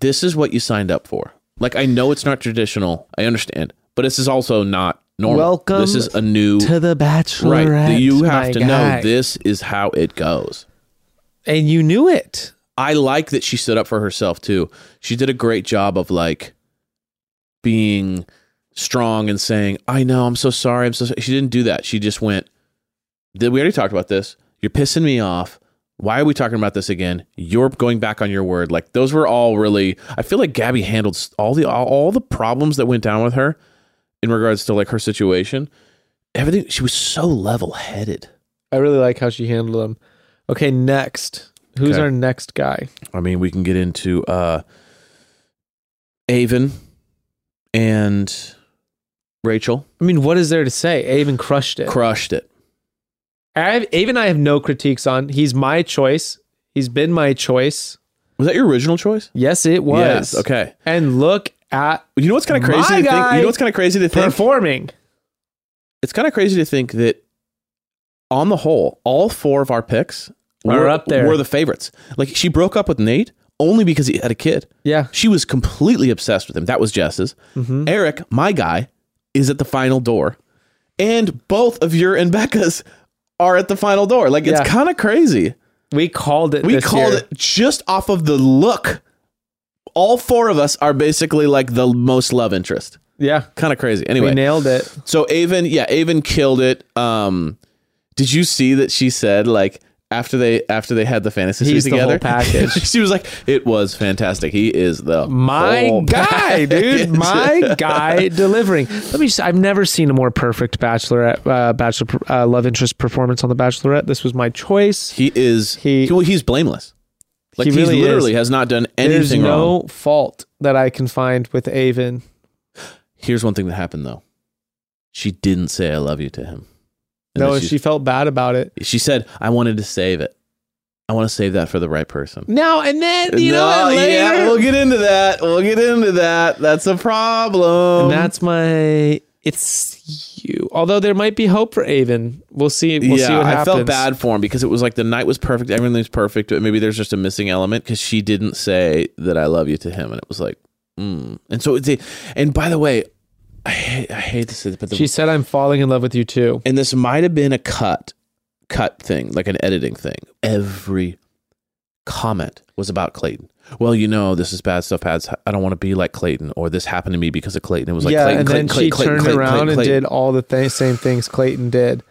[SPEAKER 5] this is what you signed up for like i know it's not traditional i understand but this is also not normal
[SPEAKER 4] Welcome
[SPEAKER 5] this is a new
[SPEAKER 4] to the
[SPEAKER 5] right
[SPEAKER 4] Bachelorette.
[SPEAKER 5] that you
[SPEAKER 4] my
[SPEAKER 5] have to
[SPEAKER 4] guy.
[SPEAKER 5] know this is how it goes
[SPEAKER 4] and you knew it.
[SPEAKER 5] i like that she stood up for herself too she did a great job of like being strong and saying i know i'm so sorry i'm so sorry. she didn't do that she just went did we already talked about this you're pissing me off why are we talking about this again you're going back on your word like those were all really i feel like gabby handled s- all the all, all the problems that went down with her in regards to like her situation everything she was so level-headed
[SPEAKER 4] I really like how she handled him. Okay, next. Who's
[SPEAKER 5] Okay.
[SPEAKER 4] our next guy?
[SPEAKER 5] i mean we can get into uh avon and rachel
[SPEAKER 4] I mean, what is there to say? Avon crushed it.
[SPEAKER 5] crushed it
[SPEAKER 4] I have, Avon, I have no critiques on. He's my choice. He's been my choice.
[SPEAKER 5] was that your original choice
[SPEAKER 4] Yes, it was.
[SPEAKER 5] Yes, okay
[SPEAKER 4] And look at
[SPEAKER 5] you know what's kind of
[SPEAKER 4] My
[SPEAKER 5] crazy to think,
[SPEAKER 4] guy
[SPEAKER 5] you know what's kind of crazy to think
[SPEAKER 4] performing.
[SPEAKER 5] it's kind of crazy to think that on the whole, all four of our picks
[SPEAKER 4] Are
[SPEAKER 5] were
[SPEAKER 4] up there.
[SPEAKER 5] Were the favorites. Like she broke up with Nate only because he had a kid.
[SPEAKER 4] Yeah.
[SPEAKER 5] She was completely obsessed with him. That was Jess's.
[SPEAKER 4] Mm-hmm.
[SPEAKER 5] Eric, my guy, is at the final door, and both of your and Becca's are at the final door. Like
[SPEAKER 4] Yeah.
[SPEAKER 5] it's kind of crazy.
[SPEAKER 4] We called it.
[SPEAKER 5] We
[SPEAKER 4] this
[SPEAKER 5] called
[SPEAKER 4] year.
[SPEAKER 5] it just off of the look. All four of us are basically like the most love interest.
[SPEAKER 4] Yeah.
[SPEAKER 5] Kind of crazy. Anyway,
[SPEAKER 4] We nailed it.
[SPEAKER 5] so Avon, yeah, Avon killed it. Um, did you see that she said like after they after they had the fantasy
[SPEAKER 4] He's
[SPEAKER 5] suite
[SPEAKER 4] the whole
[SPEAKER 5] together? *laughs*
[SPEAKER 4] package.
[SPEAKER 5] she was like, it was fantastic. He is the
[SPEAKER 4] My
[SPEAKER 5] *laughs* whole
[SPEAKER 4] guy, dude.
[SPEAKER 5] package."
[SPEAKER 4] My guy delivering. Let me just, I've never seen a more perfect bachelorette, uh, bachelor, uh, love interest performance on The Bachelorette. This was my choice.
[SPEAKER 5] he is
[SPEAKER 4] He-
[SPEAKER 5] he, well, he's blameless. Like
[SPEAKER 4] He
[SPEAKER 5] he
[SPEAKER 4] really
[SPEAKER 5] literally
[SPEAKER 4] is.
[SPEAKER 5] has not done
[SPEAKER 4] There's
[SPEAKER 5] anything
[SPEAKER 4] no
[SPEAKER 5] wrong.
[SPEAKER 4] fault that I can find with Avon.
[SPEAKER 5] Here's one thing that happened though. She didn't say I love you to him. And
[SPEAKER 4] No,
[SPEAKER 5] then
[SPEAKER 4] and
[SPEAKER 5] she's-
[SPEAKER 4] she felt bad about it.
[SPEAKER 5] she said I wanted to save it. I want to save that for the right person.
[SPEAKER 4] No, and then *laughs* you know
[SPEAKER 5] No,
[SPEAKER 4] and later.
[SPEAKER 5] yeah, we'll get into that. We'll get into that. That's a problem.
[SPEAKER 4] and that's my. It's you. Although there might be hope for Avon. We'll see. We'll
[SPEAKER 5] yeah,
[SPEAKER 4] see what
[SPEAKER 5] I
[SPEAKER 4] happens.
[SPEAKER 5] felt bad for him because it was like the night was perfect, everything was perfect, but maybe there's just a missing element because she didn't say that I love you to him, and it was like, mm. and so it's a, and by the way, I hate, I hate to say this, but the,
[SPEAKER 4] She said, "I'm falling in love with you too."
[SPEAKER 5] and this might have been a cut, cut thing, like an editing thing. Every comment was about Clayton. Well, you know, this is bad stuff. Bad. I don't want to be like Clayton, or this happened to me because of Clayton. It was like
[SPEAKER 4] yeah,
[SPEAKER 5] Clayton,
[SPEAKER 4] and
[SPEAKER 5] Clayton,
[SPEAKER 4] then
[SPEAKER 5] Clayton,
[SPEAKER 4] she
[SPEAKER 5] Clayton,
[SPEAKER 4] turned
[SPEAKER 5] Clayton,
[SPEAKER 4] around
[SPEAKER 5] Clayton,
[SPEAKER 4] and
[SPEAKER 5] Clayton.
[SPEAKER 4] did all the th- same things Clayton did,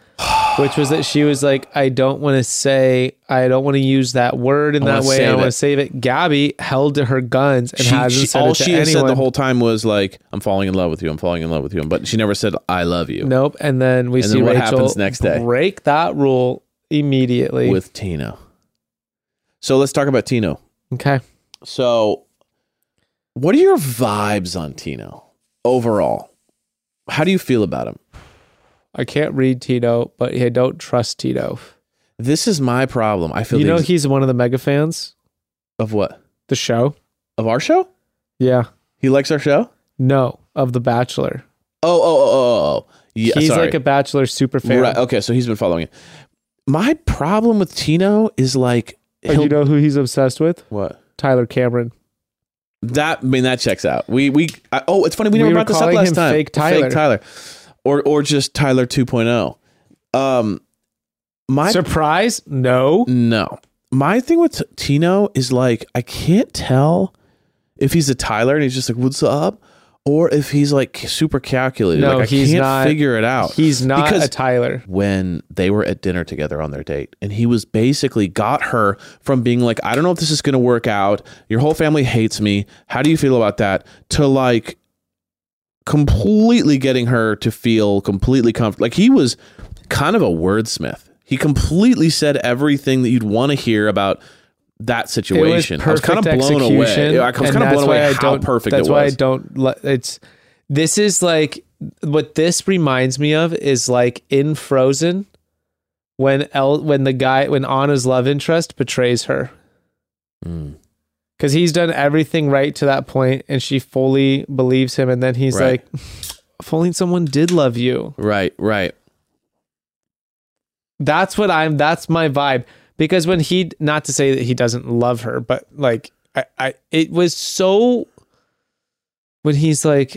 [SPEAKER 4] which was that she was like, "I don't want to say, I don't want to use that word in
[SPEAKER 5] I
[SPEAKER 4] that
[SPEAKER 5] wanna
[SPEAKER 4] way. I
[SPEAKER 5] save
[SPEAKER 4] want to
[SPEAKER 5] it."
[SPEAKER 4] save it." Gabby held to her guns and
[SPEAKER 5] she,
[SPEAKER 4] hasn't
[SPEAKER 5] she-
[SPEAKER 4] said
[SPEAKER 5] all
[SPEAKER 4] it to
[SPEAKER 5] she
[SPEAKER 4] anyone.
[SPEAKER 5] had said the whole time was like, "I'm falling in love with you. I'm falling in love with you." But she never said, "I love you"
[SPEAKER 4] nope. And then we
[SPEAKER 5] And
[SPEAKER 4] see
[SPEAKER 5] then what
[SPEAKER 4] Rachel
[SPEAKER 5] happens next day?
[SPEAKER 4] break that rule immediately.
[SPEAKER 5] with Tino. So let's talk about Tino.
[SPEAKER 4] okay,
[SPEAKER 5] So, what are your vibes on Tino overall? How do you feel about him?
[SPEAKER 4] I can't read Tito, but I don't trust Tito.
[SPEAKER 5] This is my problem. I feel
[SPEAKER 4] you
[SPEAKER 5] the
[SPEAKER 4] know
[SPEAKER 5] ex-
[SPEAKER 4] he's one of the mega fans.
[SPEAKER 5] of what
[SPEAKER 4] The show,
[SPEAKER 5] of our show.
[SPEAKER 4] yeah,
[SPEAKER 5] He likes our show.
[SPEAKER 4] no, of The Bachelor.
[SPEAKER 5] Oh, oh, oh, oh, oh. Yeah,
[SPEAKER 4] he's
[SPEAKER 5] sorry.
[SPEAKER 4] like a Bachelor super fan.
[SPEAKER 5] right. Okay, so he's been following it. My problem with Tino is like,
[SPEAKER 4] But
[SPEAKER 5] he'll-
[SPEAKER 4] Oh, you know who he's obsessed with?
[SPEAKER 5] what?
[SPEAKER 4] Tyler Cameron.
[SPEAKER 5] That I mean that checks out. We we I, oh it's funny we
[SPEAKER 4] We
[SPEAKER 5] never
[SPEAKER 4] were
[SPEAKER 5] brought this up
[SPEAKER 4] calling
[SPEAKER 5] last
[SPEAKER 4] him
[SPEAKER 5] time.
[SPEAKER 4] fake Tyler.
[SPEAKER 5] or or just Tyler 2.0. oh. Um, my
[SPEAKER 4] Surprise? No.
[SPEAKER 5] no, my thing with Tino is like I can't tell if he's a Tyler and he's just like what's up, or if he's like super calculated.
[SPEAKER 4] No,
[SPEAKER 5] like I
[SPEAKER 4] he's
[SPEAKER 5] can't
[SPEAKER 4] not-
[SPEAKER 5] figure it out.
[SPEAKER 4] He's not
[SPEAKER 5] Because-
[SPEAKER 4] a Tyler.
[SPEAKER 5] when they were at dinner together on their date and he was basically got her from being like i don't know if this is going to work out your whole family hates me how do you feel about that to like completely getting her to feel completely comfortable like he was kind of a wordsmith he completely said everything that you'd want to hear about that situation i was kind of blown
[SPEAKER 4] execution,
[SPEAKER 5] away i was
[SPEAKER 4] and
[SPEAKER 5] kind of blown
[SPEAKER 4] that's
[SPEAKER 5] away
[SPEAKER 4] why I
[SPEAKER 5] how
[SPEAKER 4] don't-
[SPEAKER 5] perfect
[SPEAKER 4] that's
[SPEAKER 5] it
[SPEAKER 4] why
[SPEAKER 5] was
[SPEAKER 4] I don't. li- It's this is like what this reminds me of is like in Frozen when El when the guy when Anna's love interest betrays her
[SPEAKER 5] Hmm.
[SPEAKER 4] because he's done everything right to that point and she fully believes him and then he's
[SPEAKER 5] Right.
[SPEAKER 4] like, if only someone did love you.
[SPEAKER 5] right right
[SPEAKER 4] That's what I'm. That's my vibe. Because when he, not to say that he doesn't love her, but like I, I it was so. When he's like,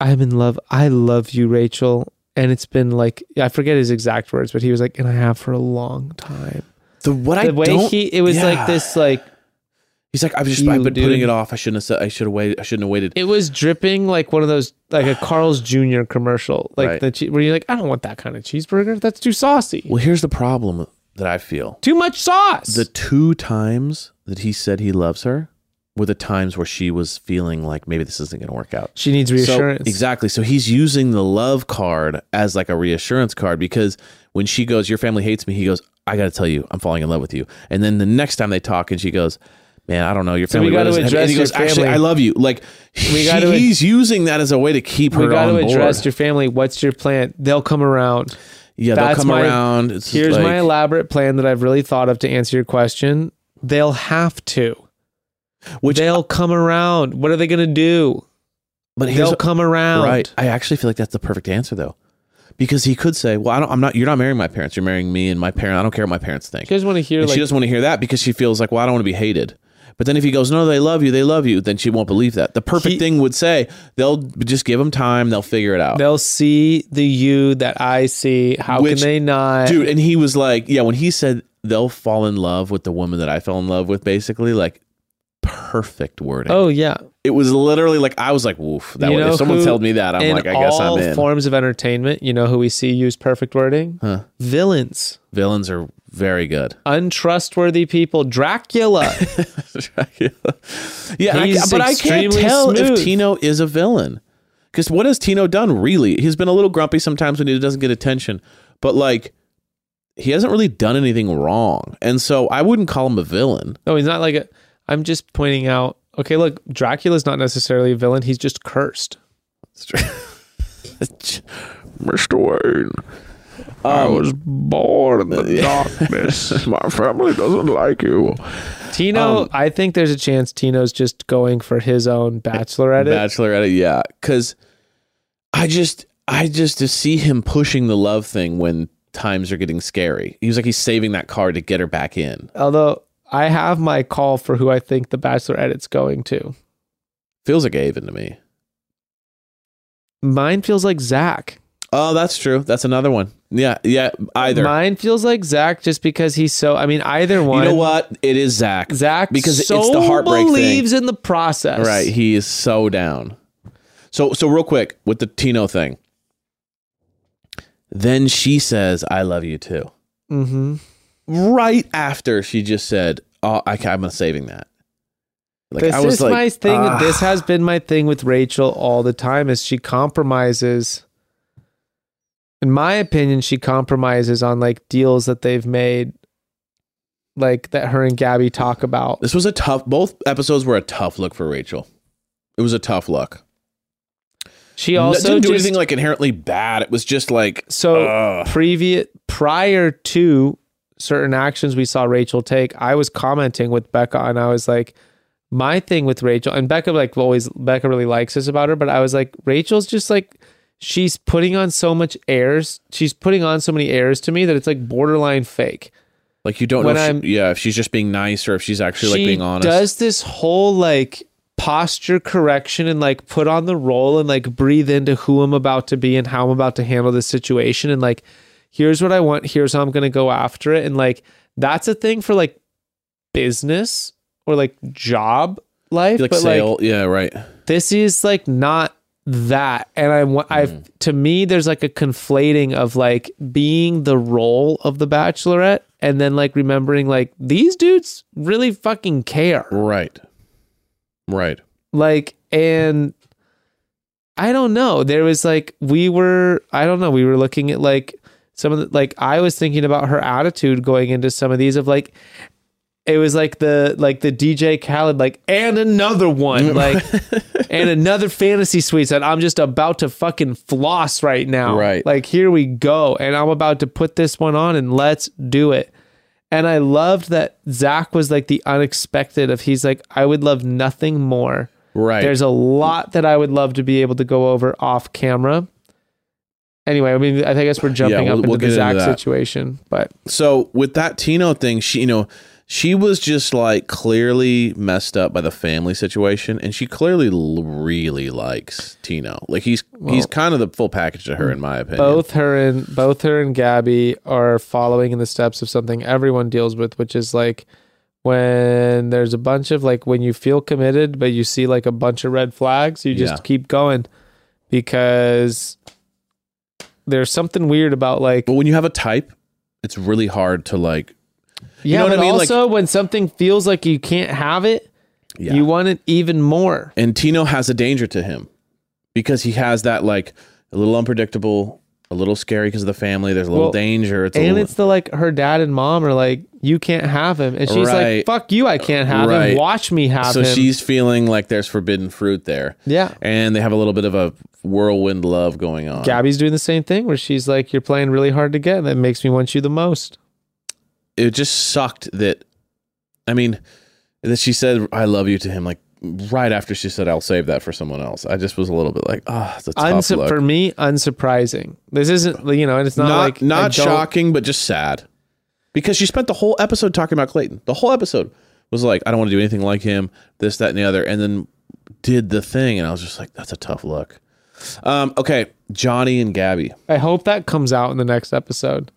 [SPEAKER 4] "I'm in love. I love you, Rachel," and it's been like I forget his exact words, but he was like, "And I have for a long time."
[SPEAKER 5] the what
[SPEAKER 4] the
[SPEAKER 5] i
[SPEAKER 4] way
[SPEAKER 5] don't
[SPEAKER 4] he, it was
[SPEAKER 5] yeah.
[SPEAKER 4] like this, like
[SPEAKER 5] he's like i've just
[SPEAKER 4] You,
[SPEAKER 5] i've been putting
[SPEAKER 4] dude.
[SPEAKER 5] it off i shouldn't have said i should have waited i shouldn't have waited
[SPEAKER 4] it was dripping like one of those, like a Carl's Jr. commercial, like
[SPEAKER 5] Right.
[SPEAKER 4] the che- where you're like, "I don't want that kind of cheeseburger. That's too saucy.
[SPEAKER 5] Well, here's the problem that I feel.
[SPEAKER 4] Too much sauce."
[SPEAKER 5] The two times that he said he loves her were the times where she was feeling like maybe this isn't going to work out.
[SPEAKER 4] she needs reassurance.
[SPEAKER 5] So, exactly. So he's using the love card as like a reassurance card because when she goes, Your family hates me, he goes, I got to tell you, I'm falling in love with you. And then the next time they talk and she goes, Man, I don't know. Your
[SPEAKER 4] So we
[SPEAKER 5] family
[SPEAKER 4] gotta
[SPEAKER 5] really doesn't have-" and he
[SPEAKER 4] address
[SPEAKER 5] goes,
[SPEAKER 4] your
[SPEAKER 5] Actually,
[SPEAKER 4] family.
[SPEAKER 5] I love you. Like,
[SPEAKER 4] We
[SPEAKER 5] he-
[SPEAKER 4] gotta-
[SPEAKER 5] he's using that as a way to keep her
[SPEAKER 4] we got to
[SPEAKER 5] on
[SPEAKER 4] address
[SPEAKER 5] board.
[SPEAKER 4] your family. What's your plan? They'll come around.
[SPEAKER 5] yeah, they'll
[SPEAKER 4] That's
[SPEAKER 5] come
[SPEAKER 4] my-
[SPEAKER 5] around. It's just
[SPEAKER 4] Here's
[SPEAKER 5] like,
[SPEAKER 4] my elaborate plan that I've really thought of to answer your question. They'll have to.
[SPEAKER 5] Which-
[SPEAKER 4] they'll come around. What are they going to do?
[SPEAKER 5] But here's
[SPEAKER 4] They'll come around.
[SPEAKER 5] Right. I actually feel like that's the perfect answer though, because he could say, "Well, I don't. I'm not. You're not marrying my parents. You're marrying me and my parent. I don't care what my parents think."
[SPEAKER 4] She doesn't want to hear
[SPEAKER 5] And
[SPEAKER 4] like
[SPEAKER 5] she doesn't want to hear that because she feels like, "Well, I don't want to be hated." But then if he goes, "No, they love you. They love you," then she won't believe that. The perfect
[SPEAKER 4] He-
[SPEAKER 5] thing would say, "They'll just give him time. They'll figure it out."
[SPEAKER 4] they'll see the you that I see. How
[SPEAKER 5] Which-
[SPEAKER 4] can they not?
[SPEAKER 5] Dude, and he was like, "Yeah." When he said they'll fall in love with the woman that I fell in love with, basically like perfect wording.
[SPEAKER 4] oh yeah.
[SPEAKER 5] It was literally like I was like, "Woof." That
[SPEAKER 4] You
[SPEAKER 5] would, if
[SPEAKER 4] know
[SPEAKER 5] someone
[SPEAKER 4] who-
[SPEAKER 5] told me that, I'm
[SPEAKER 4] in
[SPEAKER 5] like, I guess I'm
[SPEAKER 4] all
[SPEAKER 5] in.
[SPEAKER 4] forms of entertainment, you know who we see use perfect wording?
[SPEAKER 5] Huh.
[SPEAKER 4] Villains,
[SPEAKER 5] Villains are very *laughs* good.
[SPEAKER 4] untrustworthy people, Dracula.
[SPEAKER 5] *laughs* yeah, I,
[SPEAKER 4] He's
[SPEAKER 5] but I can't
[SPEAKER 4] extremely
[SPEAKER 5] tell if
[SPEAKER 4] smooth.
[SPEAKER 5] Tino is a villain. Because what has Tino done really? He's been a little grumpy sometimes when he doesn't get attention, but like he hasn't really done anything wrong, and so I wouldn't call him a villain.
[SPEAKER 4] No, he's not like a. I'm just pointing out. Okay, look, Dracula's not necessarily a villain. He's just cursed.
[SPEAKER 5] Mr. Wayne, I was born *laughs* in the darkness. My family doesn't like you.
[SPEAKER 4] Tino,
[SPEAKER 5] Um,
[SPEAKER 4] I think there's a chance Tino's just going for his own bachelorette.
[SPEAKER 5] Bachelorette, yeah. Because I just, I just to see him pushing the love thing when times are getting scary. He was like, he's saving that card to get her back in.
[SPEAKER 4] Although I have my call for who I think the bachelorette's going to.
[SPEAKER 5] Feels like Avon to me.
[SPEAKER 4] Mine feels like Zach.
[SPEAKER 5] Oh, that's true. That's another one. Yeah, yeah. Either.
[SPEAKER 4] Mine feels like Zach just because he's so. I mean, either
[SPEAKER 5] you
[SPEAKER 4] one.
[SPEAKER 5] know what? It is Zach.
[SPEAKER 4] Zach
[SPEAKER 5] because
[SPEAKER 4] so
[SPEAKER 5] it's the heartbreak
[SPEAKER 4] believes in the process.
[SPEAKER 5] thing. Right. He is so down. So, so real quick with the Tino thing. Then she says, "I love you too."
[SPEAKER 4] Mm-hmm.
[SPEAKER 5] Right after she just said, "Oh, I, ca- I'm saving that." Like
[SPEAKER 4] this
[SPEAKER 5] I was
[SPEAKER 4] is
[SPEAKER 5] like,
[SPEAKER 4] my thing.
[SPEAKER 5] "Ah."
[SPEAKER 4] This has been my thing with Rachel all the time. Is she compromises? In my opinion, she compromises on like deals that they've made, like that her and Gabby talk about.
[SPEAKER 5] This was a tough. Both episodes were a tough look for Rachel. It was a tough look.
[SPEAKER 4] She
[SPEAKER 5] It
[SPEAKER 4] also
[SPEAKER 5] didn't do
[SPEAKER 4] just-
[SPEAKER 5] anything like inherently bad. It was just like
[SPEAKER 4] so
[SPEAKER 5] ugh.
[SPEAKER 4] previous prior to certain actions we saw Rachel take, I was commenting with Becca and I was like, my thing with Rachel and Becca like always Becca really likes this about her, but I was like, Rachel's just like she's putting on so much airs. She's putting on so many airs to me that it's like borderline fake.
[SPEAKER 5] like you don't
[SPEAKER 4] when
[SPEAKER 5] know. If
[SPEAKER 4] I'm-
[SPEAKER 5] she, yeah, if she's just being nice or if she's actually like being honest.
[SPEAKER 4] does this whole like posture correction and like put on the role and like breathe into who I'm about to be and how I'm about to handle this situation and like here's what I want, here's how I'm gonna go after it and like That's a thing for like business or like job life,
[SPEAKER 5] Like
[SPEAKER 4] but
[SPEAKER 5] sale.
[SPEAKER 4] like
[SPEAKER 5] yeah, right.
[SPEAKER 4] this is like not that. And I want I've to me there's like a conflating of like being the role of the bachelorette and then like remembering like these dudes really fucking care.
[SPEAKER 5] Right.
[SPEAKER 4] *laughs*
[SPEAKER 5] Right.
[SPEAKER 4] like and i don't know there was like we were i don't know we were looking at like some of the like i was thinking about her attitude going into some of these of like it was like the like the dj khaled like and another one like and another fantasy suite that i'm just about to fucking floss right now
[SPEAKER 5] Right.
[SPEAKER 4] like here we go and i'm about to put this one on and let's do it and I loved that Zach was like the unexpected of he's like, I would love nothing more.
[SPEAKER 5] Right.
[SPEAKER 4] There's a lot that I would love to be able to go over off camera. Anyway, I mean, I think- I guess we're jumping
[SPEAKER 5] we'll-
[SPEAKER 4] up into
[SPEAKER 5] we'll
[SPEAKER 4] the
[SPEAKER 5] get into
[SPEAKER 4] Zach
[SPEAKER 5] that.
[SPEAKER 4] situation, but
[SPEAKER 5] so with that Tino thing, she you know she was just like clearly messed up by the family situation, and she clearly l- really likes Tino. Like he's he's kind of the full package to her, in my opinion.
[SPEAKER 4] both her and both her and Gabby are following in the steps of something everyone deals with, which is like when there's a bunch of like when you feel committed, but you see like a bunch of red flags, you just
[SPEAKER 5] Yeah.
[SPEAKER 4] keep going because there's something weird about like
[SPEAKER 5] But when you have a type, it's really hard to like.
[SPEAKER 4] yeah,
[SPEAKER 5] know what
[SPEAKER 4] but
[SPEAKER 5] I mean? Like-
[SPEAKER 4] also when something feels like you can't have it,
[SPEAKER 5] Yeah.
[SPEAKER 4] you want it even more.
[SPEAKER 5] and Tino has a danger to him because he has that like a little unpredictable, a little scary because of the family. There's a little
[SPEAKER 4] Well,
[SPEAKER 5] danger. It's a
[SPEAKER 4] and
[SPEAKER 5] little,
[SPEAKER 4] it's the like her dad and mom are like, you can't have him, and she's
[SPEAKER 5] Right.
[SPEAKER 4] like, fuck you, I can't have
[SPEAKER 5] Right.
[SPEAKER 4] him. Watch me have
[SPEAKER 5] so
[SPEAKER 4] him.
[SPEAKER 5] she's feeling like there's forbidden fruit there.
[SPEAKER 4] yeah.
[SPEAKER 5] and they have a little bit of a whirlwind love going on.
[SPEAKER 4] Gabby's doing the same thing where she's like, You're playing really hard to get, and that makes me want you the most.
[SPEAKER 5] It just sucked that. I mean, that she said "I love you" to him like right after she said "I'll save that for someone else." I just was a little bit like, ah, it's a tough
[SPEAKER 4] Unsu-
[SPEAKER 5] look.
[SPEAKER 4] for me, unsurprising. This isn't you know, and it's not,
[SPEAKER 5] not not,
[SPEAKER 4] like I don't-
[SPEAKER 5] shocking, but just sad because she spent the whole episode talking about Clayton. The whole episode was like, "I don't want to do anything like him," this, that, and the other, and then did the thing, and I was just like, "That's a tough look." Um, okay, Johnny and Gabby.
[SPEAKER 4] I hope that comes out in the next episode.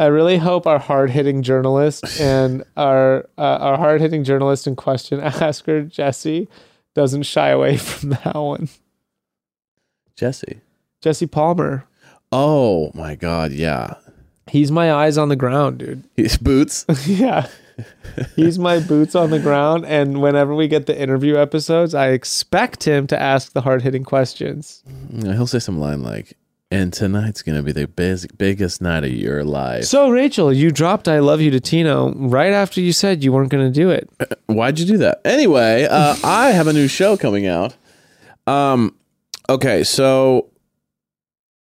[SPEAKER 4] I really hope our hard hitting journalist
[SPEAKER 5] *laughs*
[SPEAKER 4] and our uh, our hard hitting journalist and question asker Jesse doesn't shy away *laughs* from that one.
[SPEAKER 5] Jesse.
[SPEAKER 4] Jesse Palmer,
[SPEAKER 5] Oh my God, yeah. *laughs*
[SPEAKER 4] he's my eyes on the ground, dude.
[SPEAKER 5] His boots.
[SPEAKER 4] yeah. He's my boots on the ground. And whenever we get the interview episodes, I expect him to ask the hard hitting questions.
[SPEAKER 5] Yeah, He'll say some line like, "And tonight's gonna be the basic, biggest night of your life."
[SPEAKER 4] So, Rachel, you dropped I Love You to Tino right after you said you weren't going to do it.
[SPEAKER 5] Why'd you do that? Anyway, uh,
[SPEAKER 4] *laughs*
[SPEAKER 5] I have a new show coming out. Um, okay, so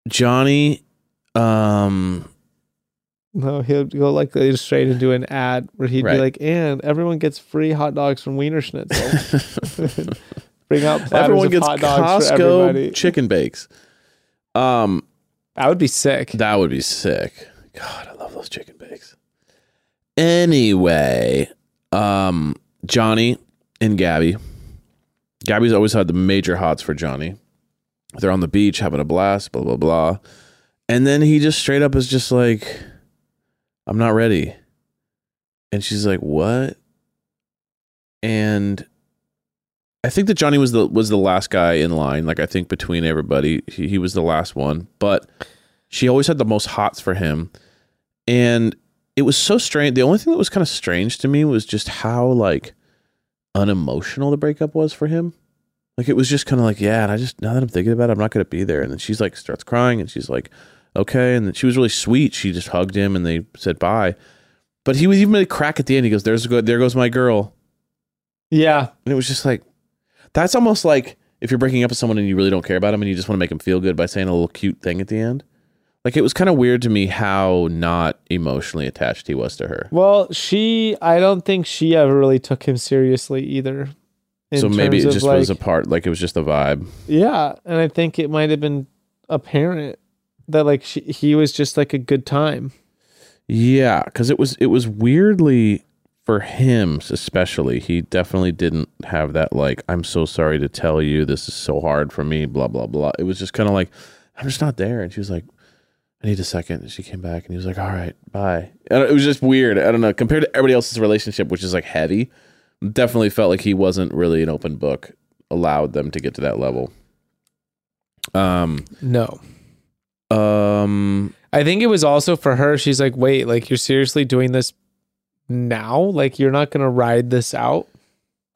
[SPEAKER 5] Johnny,
[SPEAKER 4] *laughs*
[SPEAKER 5] um,
[SPEAKER 4] No, he'll go like straight into an ad where he'd
[SPEAKER 5] Right.
[SPEAKER 4] be like, and everyone gets free hot dogs from Wiener
[SPEAKER 5] *laughs*
[SPEAKER 4] Schnitzel. Bring out platters
[SPEAKER 5] everyone
[SPEAKER 4] of
[SPEAKER 5] gets
[SPEAKER 4] hot dogs for everybody.
[SPEAKER 5] Costco chicken bakes. Um,
[SPEAKER 4] that would be sick.
[SPEAKER 5] That would be sick. God, I love those chicken bakes. Anyway, um, Johnny and Gabby. Gabby's always had the major hots for Johnny. They're on the beach having a blast, blah blah blah. And then he just straight up is just like, "I'm not ready," and she's like, "What?" And I think that Johnny was the was the last guy in line. Like I think between everybody, he, he was the last one. But she always had the most hots for him and it was so strange the only thing that was kind of strange to me was just how like unemotional the breakup was for him like it was just kind of like yeah and i just now that i'm thinking about it i'm not going to be there and then she's like starts crying and she's like okay and then she was really sweet she just hugged him and they said bye but he was even made a crack at the end he goes there's go there goes my girl
[SPEAKER 4] Yeah.
[SPEAKER 5] and it was just like that's almost like if you're breaking up with someone and you really don't care about them and you just want to make them feel good by saying a little cute thing at the end. Like it was kind of weird to me how not emotionally attached he was to her.
[SPEAKER 4] Well, she, I don't think she ever really took him seriously either. in
[SPEAKER 5] so maybe it
[SPEAKER 4] terms of,
[SPEAKER 5] just was a
[SPEAKER 4] like-
[SPEAKER 5] part like it was just the vibe.
[SPEAKER 4] Yeah, and I think it might have been apparent that like she, he was just like a good time.
[SPEAKER 5] Yeah, cuz it was it was weirdly for him especially. He definitely didn't have that like I'm so sorry to tell you this is so hard for me blah blah blah. It was just kind of like I'm just not there and she was like I need a second. And she came back and he was like, all right, bye. I don't, it was just weird. I don't know. Compared to everybody else's relationship, which is like heavy, definitely felt like he wasn't really an open book, allowed them to get to that level. Um,
[SPEAKER 4] No.
[SPEAKER 5] um,
[SPEAKER 4] I think it was also for her. She's like, wait, like you're seriously doing this now? Like you're not gonna ride this out?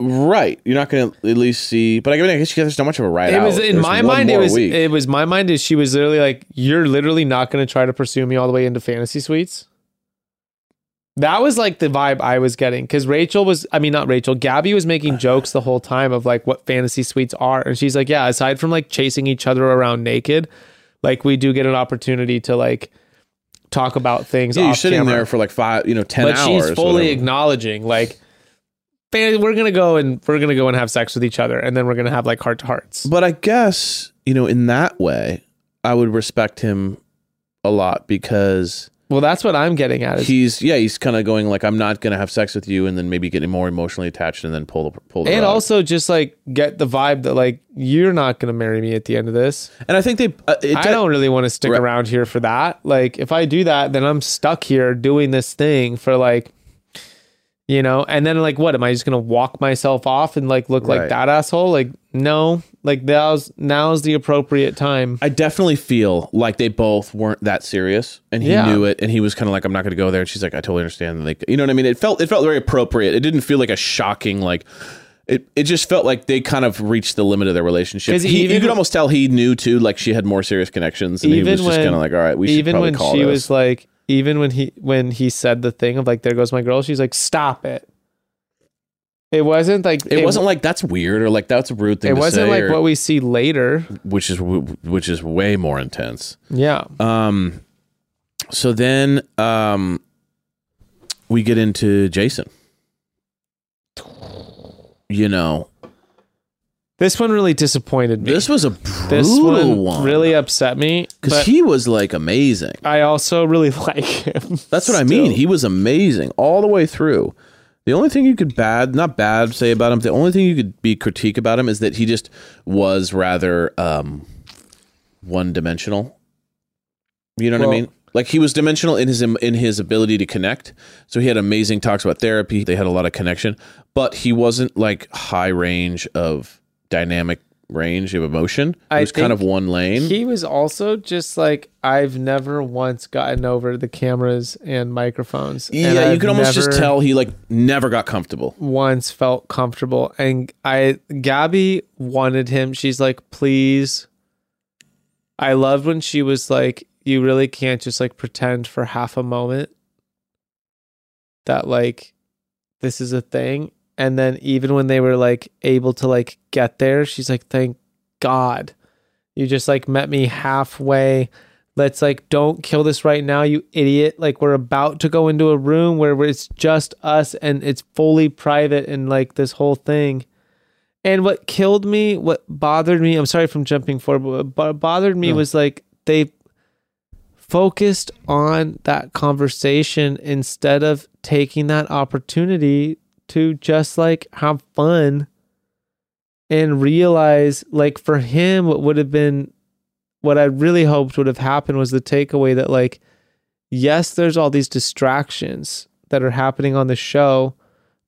[SPEAKER 5] right. You're not going to at least see, but I mean, I guess there's not much of a ride.
[SPEAKER 4] it was
[SPEAKER 5] out.
[SPEAKER 4] in
[SPEAKER 5] There's
[SPEAKER 4] my
[SPEAKER 5] one
[SPEAKER 4] mind. It
[SPEAKER 5] more
[SPEAKER 4] was
[SPEAKER 5] week.
[SPEAKER 4] it was my mind. Is she was literally like, you're literally not gonna try to pursue me all the way into fantasy suites. That was like the vibe I was getting because Rachel was, I mean, not Rachel, Gabby
[SPEAKER 5] *sighs*
[SPEAKER 4] was making jokes the whole time of like what fantasy suites are. And she's like, yeah, aside from like chasing each other around naked, like we do get an opportunity to like talk about things.
[SPEAKER 5] yeah, you're
[SPEAKER 4] off
[SPEAKER 5] sitting
[SPEAKER 4] camera.
[SPEAKER 5] there for like five, you know, 10
[SPEAKER 4] but
[SPEAKER 5] hours.
[SPEAKER 4] she's fully
[SPEAKER 5] whatever.
[SPEAKER 4] acknowledging like "Fan- we're gonna go and we're gonna go and have sex with each other and then we're gonna have like heart to hearts
[SPEAKER 5] But I guess, you know, in that way, I would respect him a lot because
[SPEAKER 4] well that's what i'm getting at is
[SPEAKER 5] he's yeah, he's kind of going like I'm not going to have sex with you and then maybe getting more emotionally attached and then pull the pull the
[SPEAKER 4] and
[SPEAKER 5] rug.
[SPEAKER 4] also just like get the vibe that like you're not gonna marry me at the end of this
[SPEAKER 5] And I think they uh, it
[SPEAKER 4] i
[SPEAKER 5] does-
[SPEAKER 4] don't really want to stick
[SPEAKER 5] Right.
[SPEAKER 4] around here for that like if i do that then i'm stuck here doing this thing for like you know and then like what am i just gonna walk myself off and like look
[SPEAKER 5] Right.
[SPEAKER 4] like that asshole like no like now's now's the appropriate time
[SPEAKER 5] I definitely feel like they both weren't that serious, and he
[SPEAKER 4] Yeah.
[SPEAKER 5] knew it, and he was kind of like, "I'm not going to go there." And she's like, "I totally understand." And like, you know what I mean? It felt it felt very appropriate. It didn't feel like a shocking like. It it just felt like they kind of reached the limit of their relationship.
[SPEAKER 4] 'Cause
[SPEAKER 5] He, you
[SPEAKER 4] even-
[SPEAKER 5] could almost tell he knew too, like she had more serious connections, and he was just kind of like, "All right, we should
[SPEAKER 4] even
[SPEAKER 5] probably
[SPEAKER 4] when
[SPEAKER 5] call
[SPEAKER 4] she
[SPEAKER 5] this."
[SPEAKER 4] was like even when he when he said the thing of like there goes my girl she's like stop it it wasn't like
[SPEAKER 5] it, wasn't like that's weird or like that's a rude thing.
[SPEAKER 4] it
[SPEAKER 5] to
[SPEAKER 4] wasn't
[SPEAKER 5] say,
[SPEAKER 4] like
[SPEAKER 5] or-
[SPEAKER 4] what we see later
[SPEAKER 5] which is w- which is way more intense.
[SPEAKER 4] yeah
[SPEAKER 5] Um, so then um, we get into Jason. You know,
[SPEAKER 4] this one really disappointed me
[SPEAKER 5] this was a brutal
[SPEAKER 4] This one,
[SPEAKER 5] one
[SPEAKER 4] really upset me
[SPEAKER 5] because
[SPEAKER 4] but
[SPEAKER 5] he was like amazing.
[SPEAKER 4] i also really *laughs* like him
[SPEAKER 5] That's what I
[SPEAKER 4] still.
[SPEAKER 5] mean. He was amazing all the way through. The only thing you could bad, not bad, say about him. The only thing you could be critique about him is that he just was rather um, one dimensional. You know what I
[SPEAKER 4] Well-
[SPEAKER 5] mean? Like he was dimensional in his in his ability to connect. So he had amazing talks about therapy. They had a lot of connection, but he wasn't like high range of dynamic range of emotion. It
[SPEAKER 4] I
[SPEAKER 5] was kind of
[SPEAKER 4] think
[SPEAKER 5] one lane.
[SPEAKER 4] he was also just like i've never once gotten over the cameras and microphones and
[SPEAKER 5] yeah, you
[SPEAKER 4] I've
[SPEAKER 5] could almost just
[SPEAKER 4] never-
[SPEAKER 5] tell he like never got comfortable.
[SPEAKER 4] once felt comfortable and I Gabby wanted him. She's like, "Please." I loved when she was like, "You really can't just like pretend for half a moment that like this is a thing." And then even when they were like able to like get there, she's like, "Thank God. You just like met me halfway." Let's like don't kill this right now, you idiot. Like we're about to go into a room where where it's just us and it's fully private and like this whole thing. And what killed me, what bothered me, I'm sorry if I'm jumping forward, but what bo- bothered me was like they focused on that conversation instead of taking that opportunity to just like have fun and realize like for him what would have been what I really hoped would have happened was the takeaway that like yes there's all these distractions that are happening on the show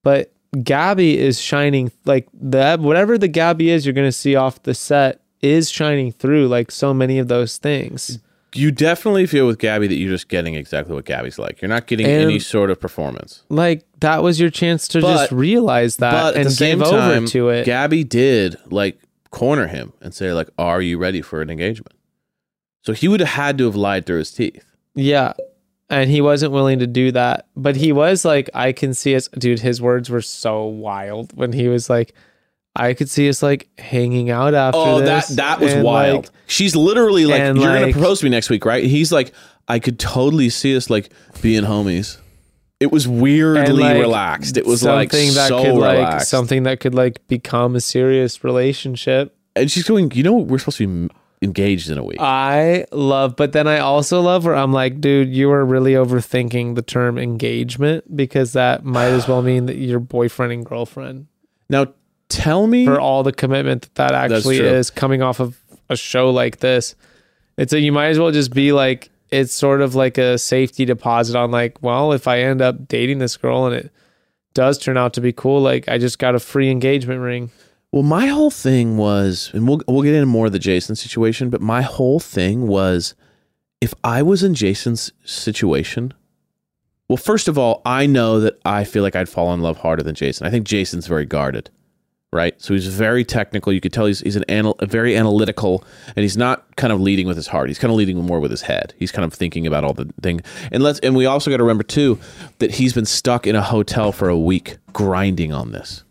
[SPEAKER 4] but Gabby is shining like that whatever the Gabby is you're going to see off the set is shining through like so many of those things
[SPEAKER 5] you definitely feel with Gabby that you're just getting exactly what Gabby's like. You're not getting
[SPEAKER 4] And-
[SPEAKER 5] any sort of performance.
[SPEAKER 4] like that was your chance to
[SPEAKER 5] But-
[SPEAKER 4] just realize that
[SPEAKER 5] But at
[SPEAKER 4] Uh, and
[SPEAKER 5] the same
[SPEAKER 4] give
[SPEAKER 5] time,
[SPEAKER 4] over to it
[SPEAKER 5] Gabby did like corner him and say like, "Are you ready for an engagement?" So he would have had to have lied through his teeth.
[SPEAKER 4] Yeah. And he wasn't willing to do that. But he was like, I can see us. Dude, his words were so wild when he was like, I could see us like hanging out after
[SPEAKER 5] Oh,
[SPEAKER 4] this.
[SPEAKER 5] that that was
[SPEAKER 4] and,
[SPEAKER 5] wild.
[SPEAKER 4] like,
[SPEAKER 5] She's literally like, "You're
[SPEAKER 4] and,
[SPEAKER 5] gonna
[SPEAKER 4] like-
[SPEAKER 5] propose to me next week, right?" And he's like, "I could totally see us like being homies." It was weirdly
[SPEAKER 4] like,
[SPEAKER 5] relaxed. It was like so
[SPEAKER 4] could like
[SPEAKER 5] relaxed.
[SPEAKER 4] something that could like become a serious relationship.
[SPEAKER 5] and she's going, "You know, we're supposed to be engaged in a week."
[SPEAKER 4] I love, but then I also love where I'm like, dude, you are really overthinking the term engagement because that might as well mean that you're boyfriend and girlfriend.
[SPEAKER 5] now tell me
[SPEAKER 4] for all the commitment that that
[SPEAKER 5] That's
[SPEAKER 4] actually
[SPEAKER 5] true.
[SPEAKER 4] is coming off of a show like this. It's a, you might as well just be like it's sort of like a safety deposit on like, well, if I end up dating this girl and it does turn out to be cool, like I just got a free engagement ring.
[SPEAKER 5] Well, my whole thing was, and we'll we'll get into more of the Jason situation, but my whole thing was, if I was in Jason's situation, well, first of all, I know that I feel like I'd fall in love harder than Jason. I think Jason's very guarded, right? So he's very technical. You could tell he's he's an anal- very analytical, and he's not kind of leading with his heart. He's kind of leading more with his head. He's kind of thinking about all the thing. And let's and we also got to remember too that he's been stuck in a hotel for a week grinding on this.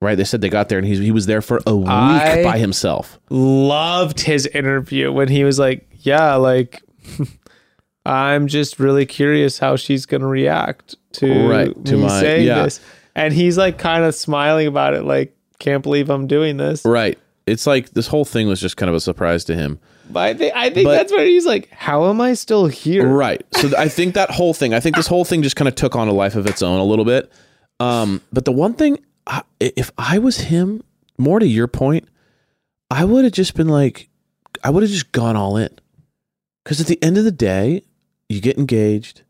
[SPEAKER 5] Right, they said they got there and he, he was there for a week
[SPEAKER 4] I-
[SPEAKER 5] by himself.
[SPEAKER 4] Loved his interview when he was like, yeah, like *laughs* I'm just really curious how she's gonna react to
[SPEAKER 5] Right, to
[SPEAKER 4] me
[SPEAKER 5] my-
[SPEAKER 4] saying
[SPEAKER 5] yeah.
[SPEAKER 4] this. And he's like kind of smiling about it, like, can't believe I'm doing this.
[SPEAKER 5] Right. It's like this whole thing was just kind of a surprise to him.
[SPEAKER 4] But I think I think
[SPEAKER 5] But-
[SPEAKER 4] that's where he's like, How am I still here?
[SPEAKER 5] Right. So th- I think that whole thing, I think this whole thing just kind of took on a life of its own a little bit. Um, but the one thing, I, i- if I was him, more to your point, I would have just been like, I would have just gone all in. Because at the end of the day, you get engaged.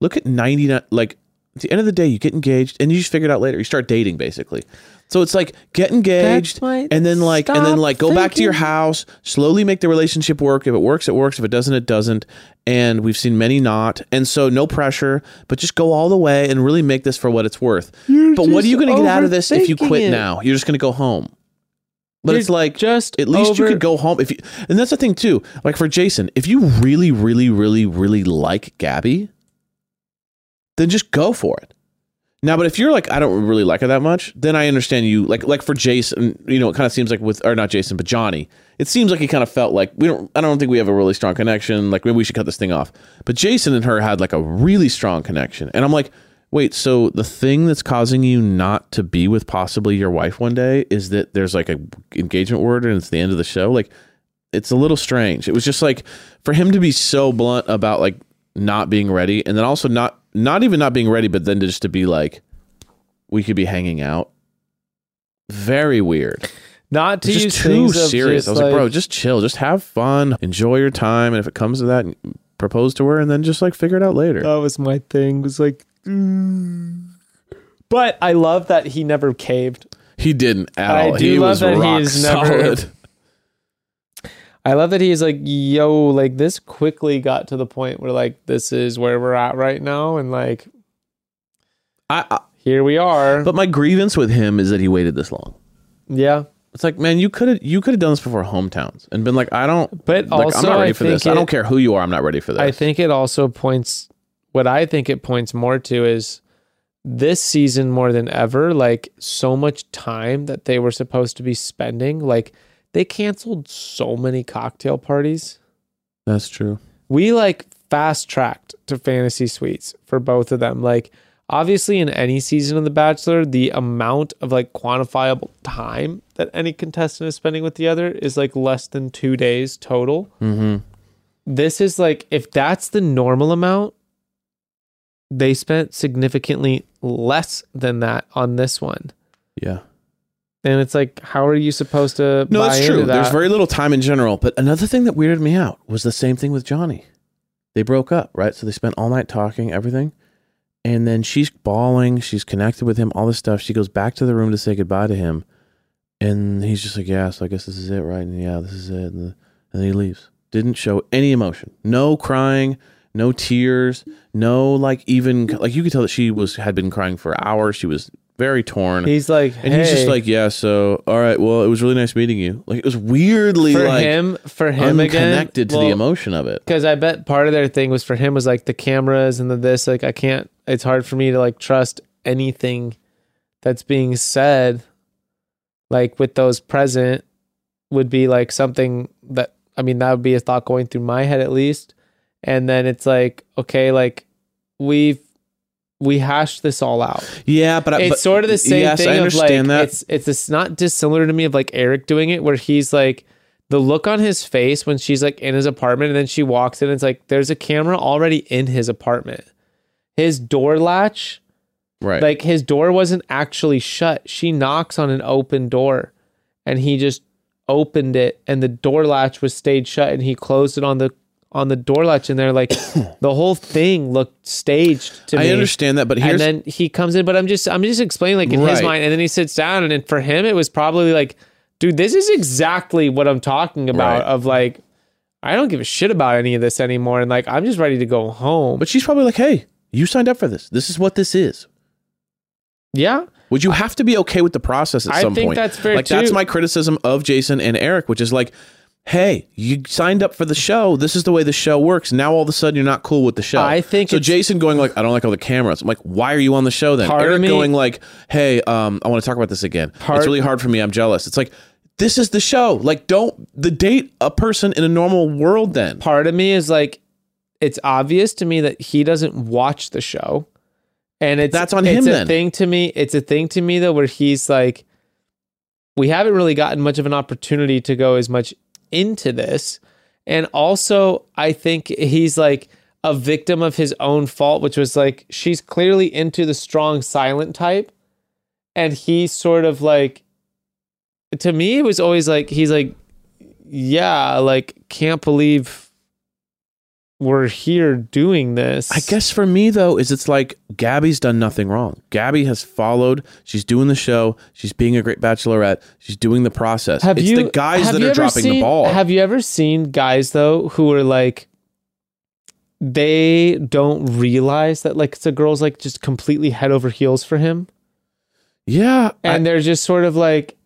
[SPEAKER 5] Look at 99, like, at the end of the day, you get engaged and you just figure it out later. You start dating basically. So it's like get engaged
[SPEAKER 2] my-
[SPEAKER 5] and then like and then
[SPEAKER 2] stop
[SPEAKER 5] like go back to your
[SPEAKER 2] thinking.
[SPEAKER 5] house, slowly make the relationship work. If it works, it works. If it doesn't, it doesn't. And we've seen many not. And so no pressure, but just go all the way and really make this for what it's worth. but what are you going to get out of this if you quit now? You're just going to go home. But
[SPEAKER 4] You're
[SPEAKER 5] it's like
[SPEAKER 4] just
[SPEAKER 5] at least you
[SPEAKER 4] over-
[SPEAKER 5] could go home if you and that's the thing too. Like for Jason, if you really really really really like Gabby, then just go for it. Now, but if you're like, I don't really like her that much, then I understand you. Like, like for Jason, you know, it kind of seems like with, or not Jason, but Johnny, it seems like he kind of felt like we don't. I don't think we have a really strong connection. Like maybe we should cut this thing off. But Jason and her had like a really strong connection, and I'm like, wait, so the thing that's causing you not to be with possibly your wife one day is that there's like a engagement word and it's the end of the show. Like, it's a little strange. It was just like for him to be so blunt about like not being ready and then also not not even not being ready, but then just to be like we could be hanging out. Very weird.
[SPEAKER 4] Not to
[SPEAKER 5] It's
[SPEAKER 4] use
[SPEAKER 5] just too
[SPEAKER 4] things of
[SPEAKER 5] serious.
[SPEAKER 4] just
[SPEAKER 5] I was like, bro, just chill, just have fun, enjoy your time, and if it comes to that, propose to her, and then just like figure it out later.
[SPEAKER 4] that was my thing. Was like, mm. but I love that he never caved.
[SPEAKER 5] he didn't at
[SPEAKER 4] I
[SPEAKER 5] all.
[SPEAKER 4] do
[SPEAKER 5] he
[SPEAKER 4] love
[SPEAKER 5] was
[SPEAKER 4] that he
[SPEAKER 5] rock
[SPEAKER 4] is never- *laughs*
[SPEAKER 5] solid.
[SPEAKER 4] I love that he's like, yo, like this quickly got to the point where like this is where we're at right now, and like
[SPEAKER 5] I, I,
[SPEAKER 4] here we are.
[SPEAKER 5] but my grievance with him is that he waited this long.
[SPEAKER 4] yeah,
[SPEAKER 5] It's like, man, you could have you could have done this before hometowns and been like, I don't.
[SPEAKER 4] But
[SPEAKER 5] like, I'm
[SPEAKER 4] also,
[SPEAKER 5] not
[SPEAKER 4] I
[SPEAKER 5] ready for this.
[SPEAKER 4] think
[SPEAKER 5] I
[SPEAKER 4] it-
[SPEAKER 5] don't care who you are. I'm not ready for this.
[SPEAKER 4] I think it also points. What I think it points more to is this season more than ever. Like so much time that they were supposed to be spending. Like they canceled so many cocktail parties.
[SPEAKER 5] that's true.
[SPEAKER 4] we like fast tracked to fantasy suites for both of them. Like obviously in any season of The Bachelor, the amount of like quantifiable time that any contestant is spending with the other is like less than two days total.
[SPEAKER 5] Mm-hmm.
[SPEAKER 4] This is like if that's the normal amount, they spent significantly less than that on this one.
[SPEAKER 5] Yeah.
[SPEAKER 4] And it's like, how are you supposed to?
[SPEAKER 5] No,
[SPEAKER 4] buy
[SPEAKER 5] that's
[SPEAKER 4] into
[SPEAKER 5] true. There's
[SPEAKER 4] that?
[SPEAKER 5] very little time in general. But another thing that weirded me out was the same thing with Johnny. They broke up, right? So they spent all night talking, everything. And then she's bawling. She's connected with him, all this stuff. She goes back to the room to say goodbye to him. And he's just like, yeah, so I guess this is it, right? And yeah, this is it. And, and then he leaves. Didn't show any emotion. No crying, no tears, no like even like you could tell that she was had been crying for hours. She was very torn.
[SPEAKER 4] He's like,
[SPEAKER 5] And he's just
[SPEAKER 4] "Hey."
[SPEAKER 5] like, yeah. So, all right. Well, it was really nice meeting you. Like, it was weirdly
[SPEAKER 4] for
[SPEAKER 5] like
[SPEAKER 4] him, for him again,
[SPEAKER 5] unconnected to the
[SPEAKER 4] well,
[SPEAKER 5] emotion of it.
[SPEAKER 4] because I bet part of their thing was for him was like the cameras and the this. Like I can't. It's hard for me to like trust anything that's being said. Like with those present, would be like something that I mean that would be a thought going through my head at least. And then it's like okay, like we've we hashed this all out.
[SPEAKER 5] Yeah, but I-
[SPEAKER 4] It's
[SPEAKER 5] but-
[SPEAKER 4] sort of the same
[SPEAKER 5] yes,
[SPEAKER 4] thing.
[SPEAKER 5] I understand
[SPEAKER 4] of like,
[SPEAKER 5] that.
[SPEAKER 4] It's it's it's not dissimilar to me of like Eric doing it, where he's like the look on his face when she's like in his apartment, and then she walks in. and It's like there's a camera already in his apartment. His door latch,
[SPEAKER 5] right.
[SPEAKER 4] like his door wasn't actually shut. She knocks on an open door, and he just opened it, and the door latch was stayed shut, and he closed it on the on the door latch, and they're like, *coughs* the whole thing looked staged to
[SPEAKER 5] I
[SPEAKER 4] me.
[SPEAKER 5] understand that, but
[SPEAKER 4] and
[SPEAKER 5] here's
[SPEAKER 4] then he comes in, but I'm just I'm just explaining like in his
[SPEAKER 5] Right.
[SPEAKER 4] mind, and then he sits down, and then for him it was probably like, dude, this is exactly what I'm talking about.
[SPEAKER 5] Right.
[SPEAKER 4] Of like, I don't give a shit about any of this anymore, and like I'm just ready to go home.
[SPEAKER 5] but she's probably like, "Hey, you signed up for this. This is what this is."
[SPEAKER 4] yeah,
[SPEAKER 5] Would you have to be okay with the process at
[SPEAKER 4] I
[SPEAKER 5] some
[SPEAKER 4] think
[SPEAKER 5] point?
[SPEAKER 4] that's fair,
[SPEAKER 5] Like that's
[SPEAKER 4] too.
[SPEAKER 5] my criticism of Jason and Eric, which is like, "Hey, you signed up for the show. This is the way the show works. Now all of a sudden you're not cool with the show."
[SPEAKER 4] I think
[SPEAKER 5] so.
[SPEAKER 4] it's-
[SPEAKER 5] Jason going like, "I don't like all the cameras." I'm like, "Why are you on the show then?"
[SPEAKER 4] Part of
[SPEAKER 5] Eric
[SPEAKER 4] me-
[SPEAKER 5] going like, "Hey, um, I want to talk about this again.
[SPEAKER 4] Part-
[SPEAKER 5] it's really hard for me. I'm jealous." It's like. This is the show. Like, don't the date a person in a normal world then.
[SPEAKER 4] part of me is like, it's obvious to me that he doesn't watch the show, and it's
[SPEAKER 5] That's on
[SPEAKER 4] it's
[SPEAKER 5] him
[SPEAKER 4] A
[SPEAKER 5] then.
[SPEAKER 4] thing to me, it's a thing to me though, where he's like, we haven't really gotten much of an opportunity to go as much into this, and also I think he's like a victim of his own fault, which was like she's clearly into the strong silent type, and he sort of like, to me it was always like he's like yeah, like can't believe we're here doing this.
[SPEAKER 5] I guess for me though is it's like Gabby's done nothing wrong. Gabby has followed. She's doing the show. She's being a great bachelorette. She's doing the process.
[SPEAKER 4] have
[SPEAKER 5] it's
[SPEAKER 4] you
[SPEAKER 5] the guys
[SPEAKER 4] have
[SPEAKER 5] that
[SPEAKER 4] you
[SPEAKER 5] are
[SPEAKER 4] ever
[SPEAKER 5] dropping
[SPEAKER 4] seen-
[SPEAKER 5] the ball.
[SPEAKER 4] Have you ever seen guys though who are like they don't realize that like the girl's like just completely head over heels for him,
[SPEAKER 5] yeah, I-
[SPEAKER 4] and they're just sort of like,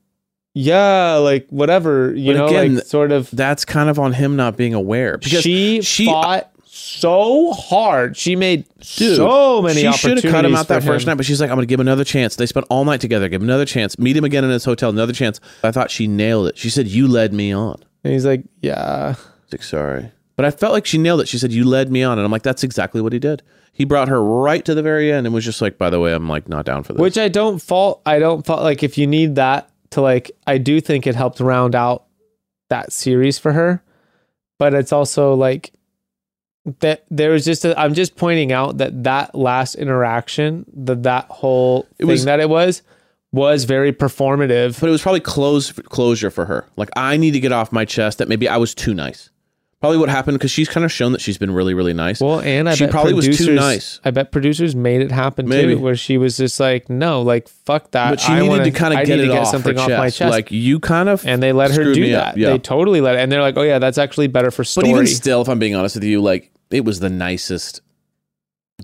[SPEAKER 4] yeah, like whatever, you
[SPEAKER 5] But
[SPEAKER 4] know,
[SPEAKER 5] again,
[SPEAKER 4] like sort of.
[SPEAKER 5] that's kind of on him not being aware because uh,
[SPEAKER 4] She, fought so hard. She made
[SPEAKER 5] Dude,
[SPEAKER 4] so many.
[SPEAKER 5] She should have cut him
[SPEAKER 4] opportunities
[SPEAKER 5] out that
[SPEAKER 4] for
[SPEAKER 5] first
[SPEAKER 4] him.
[SPEAKER 5] night, but she's like, "I'm going to give him another chance." They spent all night together. Give him another chance. Meet him again in his hotel. Another chance. I thought she nailed it. She said, "You led me on."
[SPEAKER 4] And he's like, yeah.
[SPEAKER 5] It's like, sorry. But I felt like she nailed it. She said, You led me on. And I'm like, That's exactly what he did. He brought her right to the very end and was just like, By the way, I'm like, not down for this.
[SPEAKER 4] Which I don't fault. I don't fault. Like, if you need that to, like, I do think it helped round out that series for her. But it's also like that there was just, a, I'm just pointing out that that last interaction, that that whole thing
[SPEAKER 5] was-
[SPEAKER 4] that it was, was very performative.
[SPEAKER 5] but it was probably close, closure for her. Like, I need to get off my chest that maybe I was too nice. Probably what happened because she's kind of shown that she's been really, really nice.
[SPEAKER 4] Well, and I
[SPEAKER 5] She
[SPEAKER 4] bet
[SPEAKER 5] probably was too
[SPEAKER 4] producers,
[SPEAKER 5] nice.
[SPEAKER 4] I bet producers made it happen
[SPEAKER 5] Maybe.
[SPEAKER 4] too, where she was just like, "No, like fuck that."
[SPEAKER 5] but she
[SPEAKER 4] I
[SPEAKER 5] needed
[SPEAKER 4] wanna-
[SPEAKER 5] to kind
[SPEAKER 4] I
[SPEAKER 5] of
[SPEAKER 4] need
[SPEAKER 5] get
[SPEAKER 4] to
[SPEAKER 5] it off,
[SPEAKER 4] something
[SPEAKER 5] her
[SPEAKER 4] off
[SPEAKER 5] chest.
[SPEAKER 4] my chest.
[SPEAKER 5] Like, you kind of.
[SPEAKER 4] and they let her
[SPEAKER 5] screwed
[SPEAKER 4] do
[SPEAKER 5] me
[SPEAKER 4] that.
[SPEAKER 5] up. Yeah.
[SPEAKER 4] They totally let, and they're like, "Oh yeah, that's actually better for
[SPEAKER 5] but
[SPEAKER 4] story."
[SPEAKER 5] even still, if I'm being honest with you, like, it was the nicest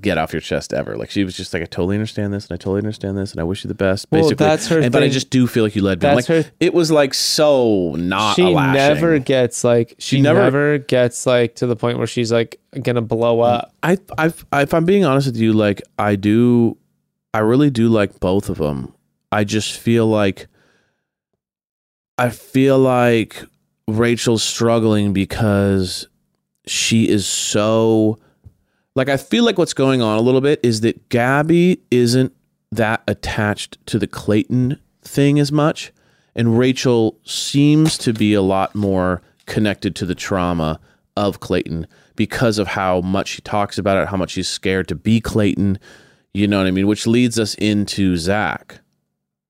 [SPEAKER 5] get off your chest ever. Like, she was just like, I totally understand this and I totally understand this and I wish you the best.
[SPEAKER 4] Well,
[SPEAKER 5] Basically.
[SPEAKER 4] that's her
[SPEAKER 5] And, But I
[SPEAKER 4] thing.
[SPEAKER 5] just do feel like you led me. on.
[SPEAKER 4] That's
[SPEAKER 5] like,
[SPEAKER 4] her-
[SPEAKER 5] It was like so not
[SPEAKER 4] she
[SPEAKER 5] a lashing.
[SPEAKER 4] never gets like she,
[SPEAKER 5] never-
[SPEAKER 4] never, gets like to the point where she's like gonna blow up.
[SPEAKER 5] I, I, I, if I'm being honest with you, like I do, I really do like both of them. I just feel like, I feel like Rachel's struggling because she is so, like I feel like what's going on a little bit is that Gabby isn't that attached to the Clayton thing as much, and Rachel seems to be a lot more connected to the trauma of Clayton because of how much she talks about it, how much she's scared to be Clayton. You know what I mean? Which leads us into Zach.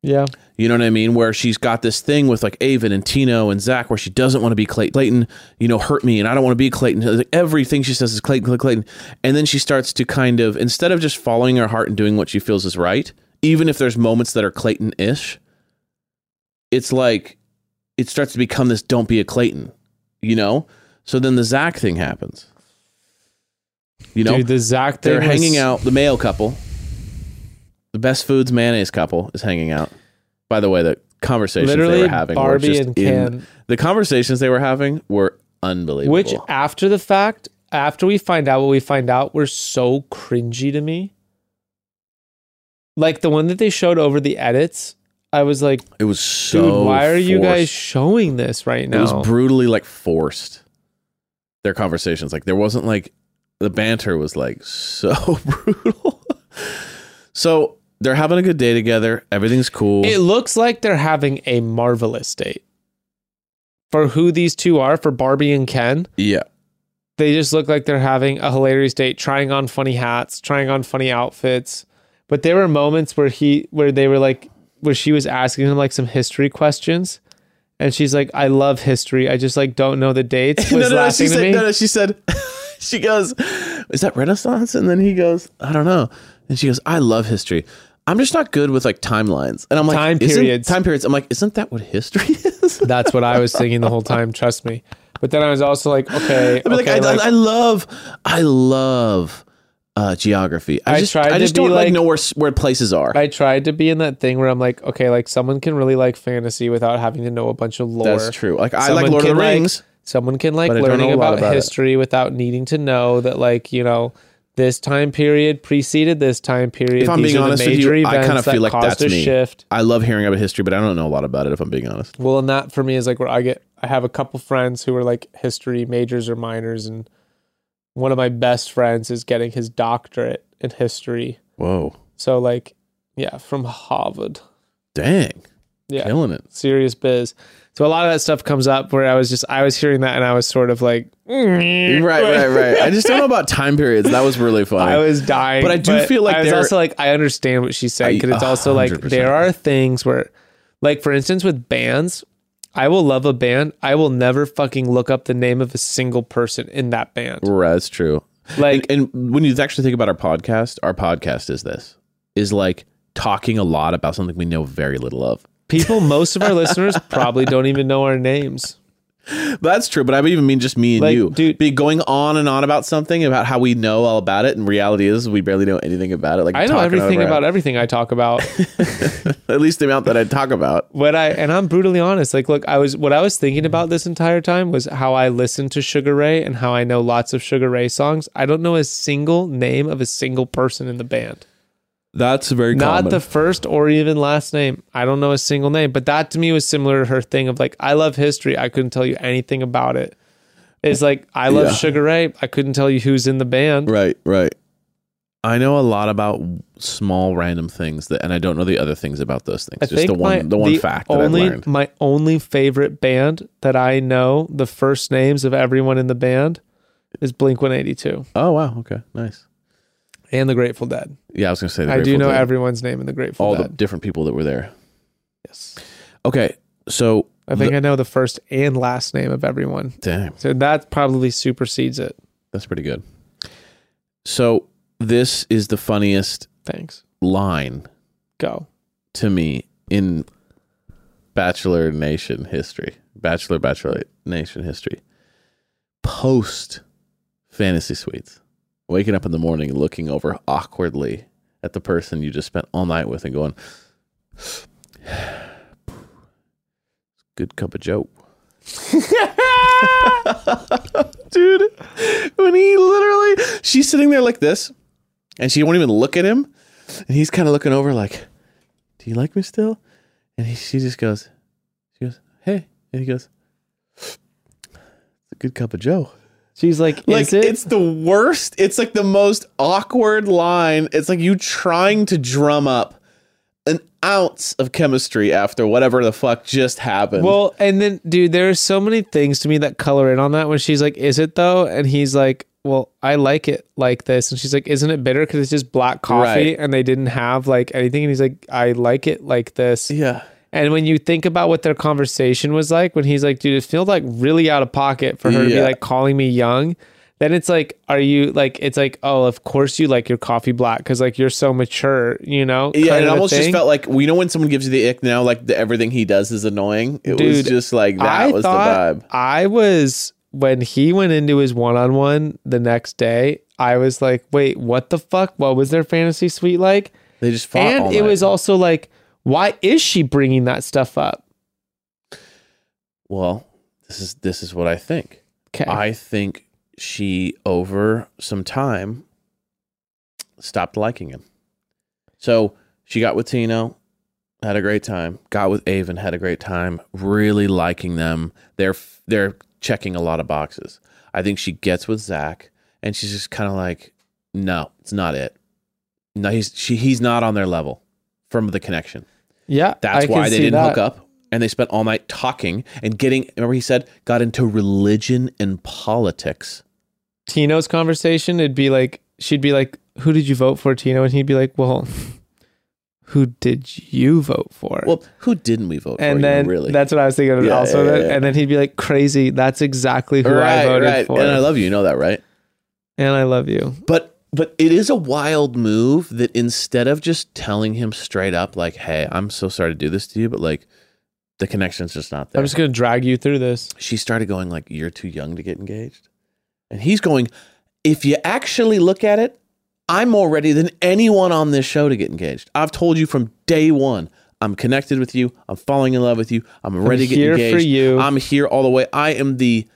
[SPEAKER 4] Yeah,
[SPEAKER 5] You know what I mean? Where she's got this thing with like Avon and Tino and Zach, where she doesn't want to be Clayton. Clayton, you know, hurt me, and I don't want to be Clayton. Like, Everything she says is Clayton, Clayton, Clayton. And then she starts to kind of, instead of just following her heart and doing what she feels is right, even if there's moments that are Clayton ish, it's like it starts to become this don't be a Clayton, you know? So then the Zach thing happens. You know,
[SPEAKER 4] dude, the Zach thing
[SPEAKER 5] they're
[SPEAKER 4] was-
[SPEAKER 5] hanging out. The male couple, the best foods mayonnaise couple, is hanging out. By the way, the conversations they
[SPEAKER 4] Literally,
[SPEAKER 5] were having
[SPEAKER 4] Barbie
[SPEAKER 5] were just
[SPEAKER 4] and
[SPEAKER 5] in-
[SPEAKER 4] Ken.
[SPEAKER 5] the conversations they were having were unbelievable.
[SPEAKER 4] which after the fact, after we find out what we find out, were so cringy to me. Like the one that they showed over the edits, I was like,
[SPEAKER 5] it was
[SPEAKER 4] dude,
[SPEAKER 5] so.
[SPEAKER 4] why are you guys
[SPEAKER 5] forced.
[SPEAKER 4] showing this right now?
[SPEAKER 5] It was brutally like forced. Their conversations, like there wasn't like the banter was like so *laughs* brutal. so they're having a good day together. Everything's cool.
[SPEAKER 4] It looks like they're having a marvelous date. For who these two are, for Barbie and Ken,
[SPEAKER 5] yeah.
[SPEAKER 4] they just look like they're having a hilarious date, trying on funny hats, trying on funny outfits. But there were moments where he where they were like where she was asking him like some history questions. and she's like, "I love history. I just like don't know the
[SPEAKER 5] *laughs*
[SPEAKER 4] dates." Was
[SPEAKER 5] no, no, she
[SPEAKER 4] laughing
[SPEAKER 5] said,
[SPEAKER 4] at me.
[SPEAKER 5] no, no, she said, *laughs* she goes, is that Renaissance? And then he goes, I don't know. And she goes, I love history. I'm just not good with like timelines. And I'm like,
[SPEAKER 4] Time
[SPEAKER 5] "Isn't-
[SPEAKER 4] periods.
[SPEAKER 5] Time periods. I'm like, isn't that what history *laughs* is?
[SPEAKER 4] That's what I was thinking the whole time. Trust me. But then I was also like, okay,
[SPEAKER 5] I mean,
[SPEAKER 4] okay,
[SPEAKER 5] like, I,
[SPEAKER 4] like-
[SPEAKER 5] I, I love, I love uh, geography. I,
[SPEAKER 4] I
[SPEAKER 5] just,
[SPEAKER 4] tried
[SPEAKER 5] I
[SPEAKER 4] to
[SPEAKER 5] just
[SPEAKER 4] be,
[SPEAKER 5] don't like,
[SPEAKER 4] like-
[SPEAKER 5] know where s- where places are.
[SPEAKER 4] I tried to be in that thing where I'm like, okay, like someone can really like fantasy without having to know a bunch of lore.
[SPEAKER 5] That's true. Like I
[SPEAKER 4] Someone
[SPEAKER 5] like Lord of
[SPEAKER 4] can,
[SPEAKER 5] the Rings.
[SPEAKER 4] someone can like
[SPEAKER 5] but I don't know
[SPEAKER 4] learning
[SPEAKER 5] a lot
[SPEAKER 4] about,
[SPEAKER 5] about it.
[SPEAKER 4] history without needing to know that like you know this time period preceded this time period.
[SPEAKER 5] if I'm
[SPEAKER 4] These
[SPEAKER 5] being
[SPEAKER 4] are the
[SPEAKER 5] honest with
[SPEAKER 4] major
[SPEAKER 5] you, I
[SPEAKER 4] events
[SPEAKER 5] kind of
[SPEAKER 4] that
[SPEAKER 5] feel like
[SPEAKER 4] caused
[SPEAKER 5] that's
[SPEAKER 4] a
[SPEAKER 5] me.
[SPEAKER 4] shift.
[SPEAKER 5] I love hearing about history, but I don't know a lot about it. If I'm being honest,
[SPEAKER 4] Well, and that for me is like where I get. I have a couple friends who are like history majors or minors, and one of my best friends is getting his doctorate in history.
[SPEAKER 5] whoa,
[SPEAKER 4] So like, yeah, from Harvard.
[SPEAKER 5] dang,
[SPEAKER 4] Yeah.
[SPEAKER 5] killing it.
[SPEAKER 4] serious biz. So a lot of that stuff comes up where I was just I was hearing that and I was sort of like
[SPEAKER 5] Right, right, right. I just don't know about time periods. That was really funny.
[SPEAKER 4] Mm. *laughs* I was dying.
[SPEAKER 5] But I do feel like
[SPEAKER 4] I was
[SPEAKER 5] there-
[SPEAKER 4] also like I understand what she said
[SPEAKER 5] I-
[SPEAKER 4] because it's also like
[SPEAKER 5] 100%.
[SPEAKER 4] there are things where, like for instance, with bands, I will love a band. I will never fucking look up the name of a single person in that band.
[SPEAKER 5] Right, that's true.
[SPEAKER 4] Like
[SPEAKER 5] and, and when you actually think about our podcast, our podcast is this is like talking a lot about something we know very little of.
[SPEAKER 4] people, most of our listeners probably don't even know
[SPEAKER 5] *laughs*
[SPEAKER 4] our names.
[SPEAKER 5] That's true, but I even mean just me and
[SPEAKER 4] Like,
[SPEAKER 5] you,
[SPEAKER 4] dude-
[SPEAKER 5] be going on and on about something about how we know all about it, and reality is we barely know anything about it. Like
[SPEAKER 4] I know
[SPEAKER 5] talking
[SPEAKER 4] everything
[SPEAKER 5] over
[SPEAKER 4] about everything I talk about.
[SPEAKER 5] *laughs* at least the amount that I talk about.
[SPEAKER 4] what I and I'm brutally honest. Like, look, I was what I was thinking about this entire time was how I listened to Sugar Ray and how I know lots of Sugar Ray songs. I don't know a single name of a single person in the band.
[SPEAKER 5] That's very
[SPEAKER 4] Not the first or even last name. I don't know a single name. But that to me was similar to her thing of like, I love history. I couldn't tell you anything about it. It's like I love
[SPEAKER 5] Yeah.
[SPEAKER 4] Sugar Ray. I couldn't tell you who's in the band.
[SPEAKER 5] right, right. I know a lot about small random things that, and I don't know the other things about those things.
[SPEAKER 4] I
[SPEAKER 5] just the one, the one fact that I
[SPEAKER 4] only,
[SPEAKER 5] learned.
[SPEAKER 4] My only favorite band that I know the first names of everyone in the band is Blink 182
[SPEAKER 5] Oh wow, okay, nice.
[SPEAKER 4] and the Grateful Dead.
[SPEAKER 5] Yeah, I was gonna say. The
[SPEAKER 4] I do
[SPEAKER 5] Grateful
[SPEAKER 4] know
[SPEAKER 5] Dead.
[SPEAKER 4] everyone's name in the Grateful
[SPEAKER 5] all the
[SPEAKER 4] Dead.
[SPEAKER 5] different people that were there.
[SPEAKER 4] yes.
[SPEAKER 5] Okay, so
[SPEAKER 4] I think I know the first and last name of everyone.
[SPEAKER 5] damn,
[SPEAKER 4] So that probably supersedes it.
[SPEAKER 5] that's pretty good. So this is the funniest
[SPEAKER 4] Thanks.
[SPEAKER 5] line
[SPEAKER 4] Go.
[SPEAKER 5] to me in Bachelor Nation history, Bachelor Bachelorette Nation history, post Fantasy Suites, waking up in the morning, looking over awkwardly at the person you just spent all night with, and going, *sighs* "Good cup of joe." *laughs* Dude, when he literally, she's sitting there like this, and she won't even look at him, and he's kind of looking over like, do you like me still? And he, she just goes, she goes, hey. And he goes, it's a good cup of joe.
[SPEAKER 4] She's like,
[SPEAKER 5] Like,
[SPEAKER 4] is it?
[SPEAKER 5] it's the worst. It's like the most awkward line. It's like you trying to drum up an ounce of chemistry after whatever the fuck just happened.
[SPEAKER 4] well, and then, dude, there are so many things to me that color in on that when she's like, is it though? And he's like, well, I like it like this. And she's like, isn't it bitter? Because it's just black coffee
[SPEAKER 5] Right.
[SPEAKER 4] and they didn't have like anything. And he's like, I like it like this.
[SPEAKER 5] yeah.
[SPEAKER 4] And when you think about what their conversation was like, when he's like, dude, it feels like really out of pocket for her to be
[SPEAKER 5] Yeah.
[SPEAKER 4] like calling me young. Then it's like, are you like, it's like, oh, of course you like your coffee black because like you're so mature, you know?
[SPEAKER 5] Yeah,
[SPEAKER 4] kind
[SPEAKER 5] it
[SPEAKER 4] of a
[SPEAKER 5] almost just
[SPEAKER 4] thing.
[SPEAKER 5] felt like we know when someone gives you the ick now, like the, everything he does is annoying. It was
[SPEAKER 4] Dude,
[SPEAKER 5] just like that
[SPEAKER 4] I
[SPEAKER 5] was the
[SPEAKER 4] thought
[SPEAKER 5] vibe.
[SPEAKER 4] I was, when he went into his one on one the next day, I was like, wait, what the fuck? What was their fantasy suite like?
[SPEAKER 5] They just fought. all
[SPEAKER 4] And it
[SPEAKER 5] night.
[SPEAKER 4] was also like, why is she bringing that stuff up?
[SPEAKER 5] well. This is this is what I think.
[SPEAKER 4] Okay.
[SPEAKER 5] I think she over some time stopped liking him. So she got with Tino, had a great time. Got with Avon, had a great time. Really liking them. They're they're checking a lot of boxes. I think she gets with Zach, and she's just kind of like, no, it's not it. No, he's she he's not on their level from the connection.
[SPEAKER 4] yeah.
[SPEAKER 5] That's
[SPEAKER 4] I can
[SPEAKER 5] why they
[SPEAKER 4] see
[SPEAKER 5] didn't hook
[SPEAKER 4] that.
[SPEAKER 5] up and they spent all night talking and getting, remember he said, got into religion and politics.
[SPEAKER 4] Tino's conversation, it'd be like she'd be like, "Who did you vote for, Tino?" And he'd be like, "Well, *laughs* who did you vote for?
[SPEAKER 5] Well, who didn't we vote for?
[SPEAKER 4] and
[SPEAKER 5] you,
[SPEAKER 4] then
[SPEAKER 5] really,
[SPEAKER 4] that's what I was thinking of
[SPEAKER 5] Yeah,
[SPEAKER 4] also.
[SPEAKER 5] yeah,
[SPEAKER 4] that-
[SPEAKER 5] yeah.
[SPEAKER 4] And then he'd be like, crazy. That's exactly who
[SPEAKER 5] right,
[SPEAKER 4] I voted
[SPEAKER 5] right.
[SPEAKER 4] for.
[SPEAKER 5] And I love you. You know that, right?
[SPEAKER 4] and I love you.
[SPEAKER 5] But but it is a wild move that instead of just telling him straight up, like, "Hey, I'm so sorry to do this to you," but like, the connection's just not there.
[SPEAKER 4] I'm just going to drag you through this.
[SPEAKER 5] she started going like you're too young to get engaged and he's going if you actually look at it i'm more ready than anyone on this show to get engaged i've told you from day one i'm connected with you i'm falling in love with you i'm ready to get
[SPEAKER 4] here for
[SPEAKER 5] engaged
[SPEAKER 4] you."
[SPEAKER 5] i'm here all the way i am the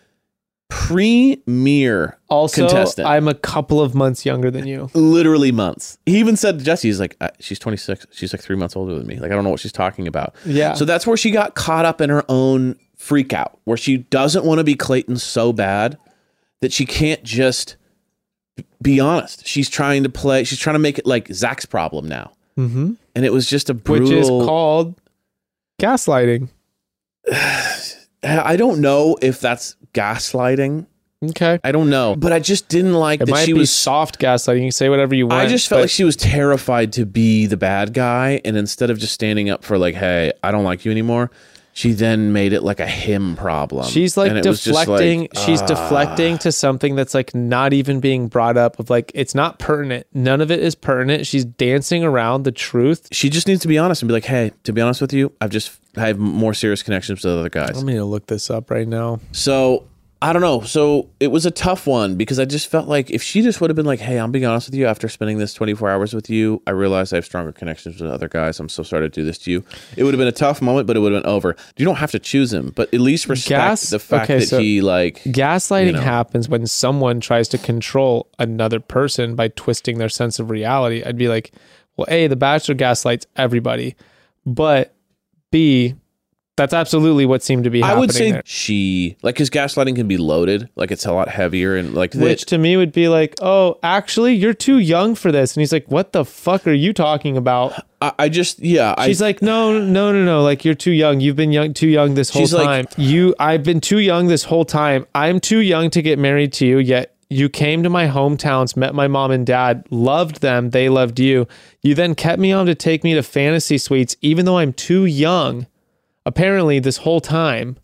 [SPEAKER 5] premier
[SPEAKER 4] Also,
[SPEAKER 5] contestant
[SPEAKER 4] I'm a couple of months younger than you.
[SPEAKER 5] literally months he even said to jesse he's like "Uh, she's 26 she's like three months older than me like i don't know what she's talking about
[SPEAKER 4] Yeah.
[SPEAKER 5] so that's where she got caught up in her own freak out, where she doesn't want to be Clayton so bad that she can't just be honest. She's trying to play, she's trying to make it like Zach's problem now.
[SPEAKER 4] hmm
[SPEAKER 5] And it was just a brutal.
[SPEAKER 4] Which is called gaslighting.
[SPEAKER 5] I don't know if that's gaslighting.
[SPEAKER 4] Okay.
[SPEAKER 5] I don't know. But I just didn't like
[SPEAKER 4] It
[SPEAKER 5] that
[SPEAKER 4] might
[SPEAKER 5] she
[SPEAKER 4] be
[SPEAKER 5] was
[SPEAKER 4] soft gaslighting. You can say whatever you want.
[SPEAKER 5] I just felt
[SPEAKER 4] but
[SPEAKER 5] like she was terrified to be the bad guy, and instead of just standing up for like, "Hey, I don't like you anymore," she then made it like a him problem.
[SPEAKER 4] she's like
[SPEAKER 5] And it was just like,
[SPEAKER 4] deflecting. she's
[SPEAKER 5] ah.
[SPEAKER 4] deflecting to something that's like not even being brought up. Of like, it's not pertinent. None of it is pertinent. She's dancing around the truth.
[SPEAKER 5] She just needs to be honest and be like, "Hey, to be honest with you, I've just I have more serious connections to the other guys."
[SPEAKER 4] I'm gonna look this up right now.
[SPEAKER 5] So I don't know. So it was a tough one because I just felt like if she just would have been like, "Hey, I'm being honest with you. After spending this 24 hours with you, I realize I have stronger connections with other guys. I'm so sorry to do this to you." It would have been a tough moment, but it would have been over. You don't have to choose him, but at least respect
[SPEAKER 4] Gas-
[SPEAKER 5] the fact
[SPEAKER 4] okay,
[SPEAKER 5] that
[SPEAKER 4] so-
[SPEAKER 5] he like.
[SPEAKER 4] Gaslighting
[SPEAKER 5] You know.
[SPEAKER 4] happens when someone tries to control another person by twisting their sense of reality. I'd be like, well, A, The Bachelor gaslights everybody, but B, that's absolutely what seemed to be
[SPEAKER 5] I
[SPEAKER 4] happening.
[SPEAKER 5] would say
[SPEAKER 4] there.
[SPEAKER 5] she like his gaslighting can be loaded, like it's a lot heavier and like
[SPEAKER 4] Which
[SPEAKER 5] that-
[SPEAKER 4] to me would be like, oh, actually, you're too young for this. And he's like, what the fuck are you talking about?
[SPEAKER 5] I, I just yeah, I
[SPEAKER 4] She's like, no, no, no, no. Like you're too young. You've been young, too young this whole
[SPEAKER 5] She's like-
[SPEAKER 4] time. you, I've been too young this whole time. I'm too young to get married to you. Yet you came to my hometowns, met my mom and dad, loved them. They loved you. You then kept me on to take me to fantasy suites, even though I'm too young. Apparently, this whole time.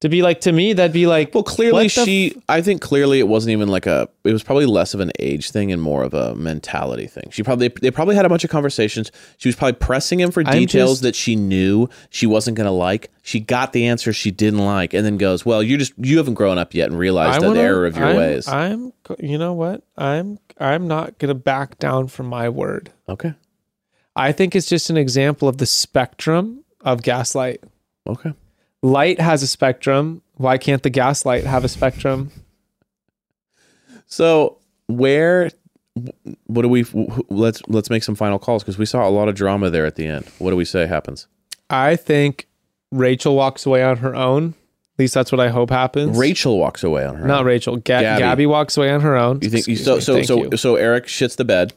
[SPEAKER 4] To be like to me, that'd be like
[SPEAKER 5] Well, clearly
[SPEAKER 4] what the
[SPEAKER 5] she. I think clearly it wasn't even like a. It was probably less of an age thing and more of a mentality thing. She probably they probably had a bunch of conversations. She was probably pressing him for
[SPEAKER 4] I'm
[SPEAKER 5] details
[SPEAKER 4] just-
[SPEAKER 5] that she knew she wasn't going to like. She got the answer she didn't like, and then goes, "Well, you just you haven't grown up yet and realized the
[SPEAKER 4] wanna-
[SPEAKER 5] error of your
[SPEAKER 4] I'm-
[SPEAKER 5] ways."
[SPEAKER 4] I'm, you know what? I'm, I'm not gonna back down from my word.
[SPEAKER 5] okay.
[SPEAKER 4] I think it's just an example of the spectrum of gaslight.
[SPEAKER 5] Okay.
[SPEAKER 4] Light has a spectrum. Why can't the gaslight have a spectrum?
[SPEAKER 5] So where? What do we? wh- Let's let's make some final calls because we saw a lot of drama there at the end. What do we say happens?
[SPEAKER 4] I think Rachel walks away on her own. At least that's what I hope happens.
[SPEAKER 5] Rachel walks away on her.
[SPEAKER 4] not
[SPEAKER 5] own.
[SPEAKER 4] Rachel. Ga-
[SPEAKER 5] Gabby.
[SPEAKER 4] Gabby. walks away on her own.
[SPEAKER 5] You think
[SPEAKER 4] Excuse
[SPEAKER 5] so?
[SPEAKER 4] me.
[SPEAKER 5] So
[SPEAKER 4] Thank
[SPEAKER 5] so
[SPEAKER 4] you.
[SPEAKER 5] so Eric shits the bed.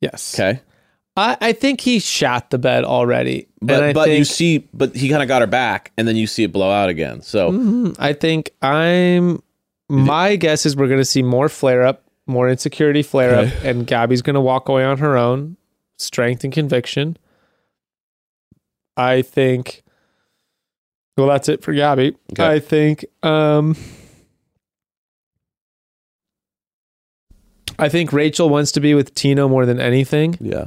[SPEAKER 4] yes.
[SPEAKER 5] Okay.
[SPEAKER 4] I, I think he shat the bed already.
[SPEAKER 5] But
[SPEAKER 4] And I
[SPEAKER 5] but you
[SPEAKER 4] think-
[SPEAKER 5] see, but he kind of got her back, and then you see it blow out again. So
[SPEAKER 4] Mhm. I think I'm. My guess is we're going to see more flare up, more insecurity flare up, and Gabby's going to walk away on her own, strength and conviction. I think. Well, that's it for Gabby.
[SPEAKER 5] Okay.
[SPEAKER 4] I think. Um, I think Rachel wants to be with Tino more than anything,
[SPEAKER 5] yeah,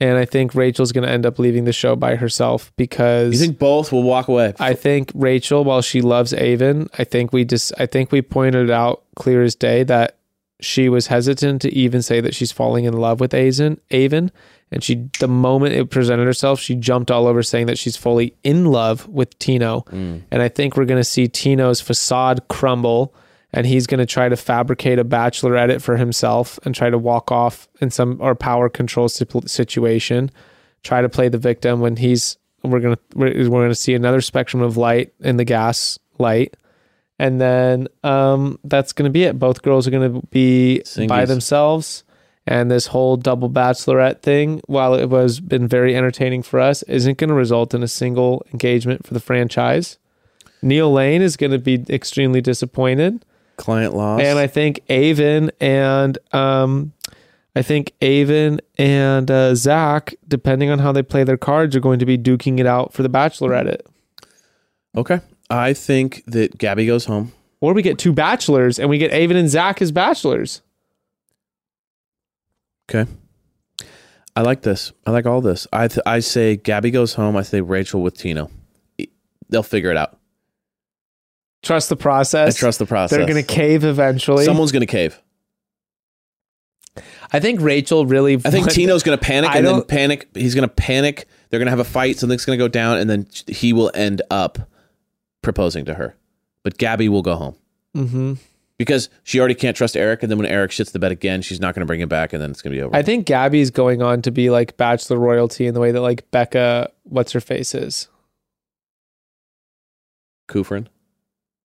[SPEAKER 4] and I think Rachel's going to end up leaving the show by herself because
[SPEAKER 5] you think both will walk away?
[SPEAKER 4] I think Rachel, while she loves Avon, I think we just I think we pointed out clear as day that she was hesitant to even say that she's falling in love with Avon. Avon, and she the moment it presented herself, she jumped all over saying that she's fully in love with Tino. And I think we're gonna see Tino's facade crumble, and he's gonna try to fabricate a bachelor edit for himself and try to walk off in some or power control situ- situation try to play the victim when he's we're gonna we're, we're gonna see another spectrum of light in the gas light and then um that's gonna be it both girls are gonna be by
[SPEAKER 5] Singies.
[SPEAKER 4] themselves and this whole double bachelorette thing while it was been very entertaining for us isn't gonna result in a single engagement for the franchise neil lane is gonna be extremely disappointed
[SPEAKER 5] Client loss.
[SPEAKER 4] and I think Avon and um, I think Avon and uh, Zach, depending on how they play their cards, are going to be duking it out for the Bachelorette. It.
[SPEAKER 5] Okay. I think that Gabby goes home.
[SPEAKER 4] Or we get two bachelors and we get Avon and Zach as bachelors.
[SPEAKER 5] Okay. I like this. I like all this. I th- I say Gabby goes home. I say Rachel with Tino. E- They'll figure it out.
[SPEAKER 4] Trust the
[SPEAKER 5] I
[SPEAKER 4] process.
[SPEAKER 5] trust the process.
[SPEAKER 4] They're going to cave eventually.
[SPEAKER 5] Someone's going to cave.
[SPEAKER 6] I think Rachel really.
[SPEAKER 5] I think Tino's going to panic
[SPEAKER 4] I
[SPEAKER 5] and then
[SPEAKER 4] don't-
[SPEAKER 5] panic. He's going to panic. They're going to have a fight. Something's going to go down, and then he will end up proposing to her. But Gabby will go home
[SPEAKER 4] hmm
[SPEAKER 5] because she already can't trust Eric. And then when Eric shits the bed again, she's not going to bring him back, and then it's going to be over.
[SPEAKER 4] I think Gabby's going on to be like bachelor royalty in the way that like Becca, what's her face is,
[SPEAKER 5] Kufrin,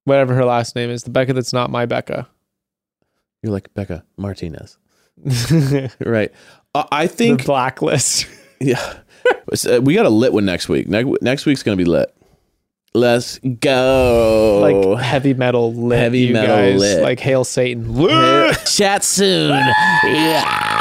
[SPEAKER 4] whatever her last name is, the Becca that's not my Becca.
[SPEAKER 5] you're like Becca
[SPEAKER 4] *laughs*
[SPEAKER 5] Martinez,
[SPEAKER 4] the
[SPEAKER 5] right? Uh, I think
[SPEAKER 4] blacklist. *laughs*
[SPEAKER 5] Yeah. Uh, we got a lit one next week. Next, next week's going to be lit. Let's go.
[SPEAKER 4] like Oh. heavy metal lit.
[SPEAKER 5] Heavy
[SPEAKER 4] you
[SPEAKER 5] metal
[SPEAKER 4] guys.
[SPEAKER 5] lit.
[SPEAKER 4] Like Hail Satan. *laughs*
[SPEAKER 5] Chat soon. Yeah.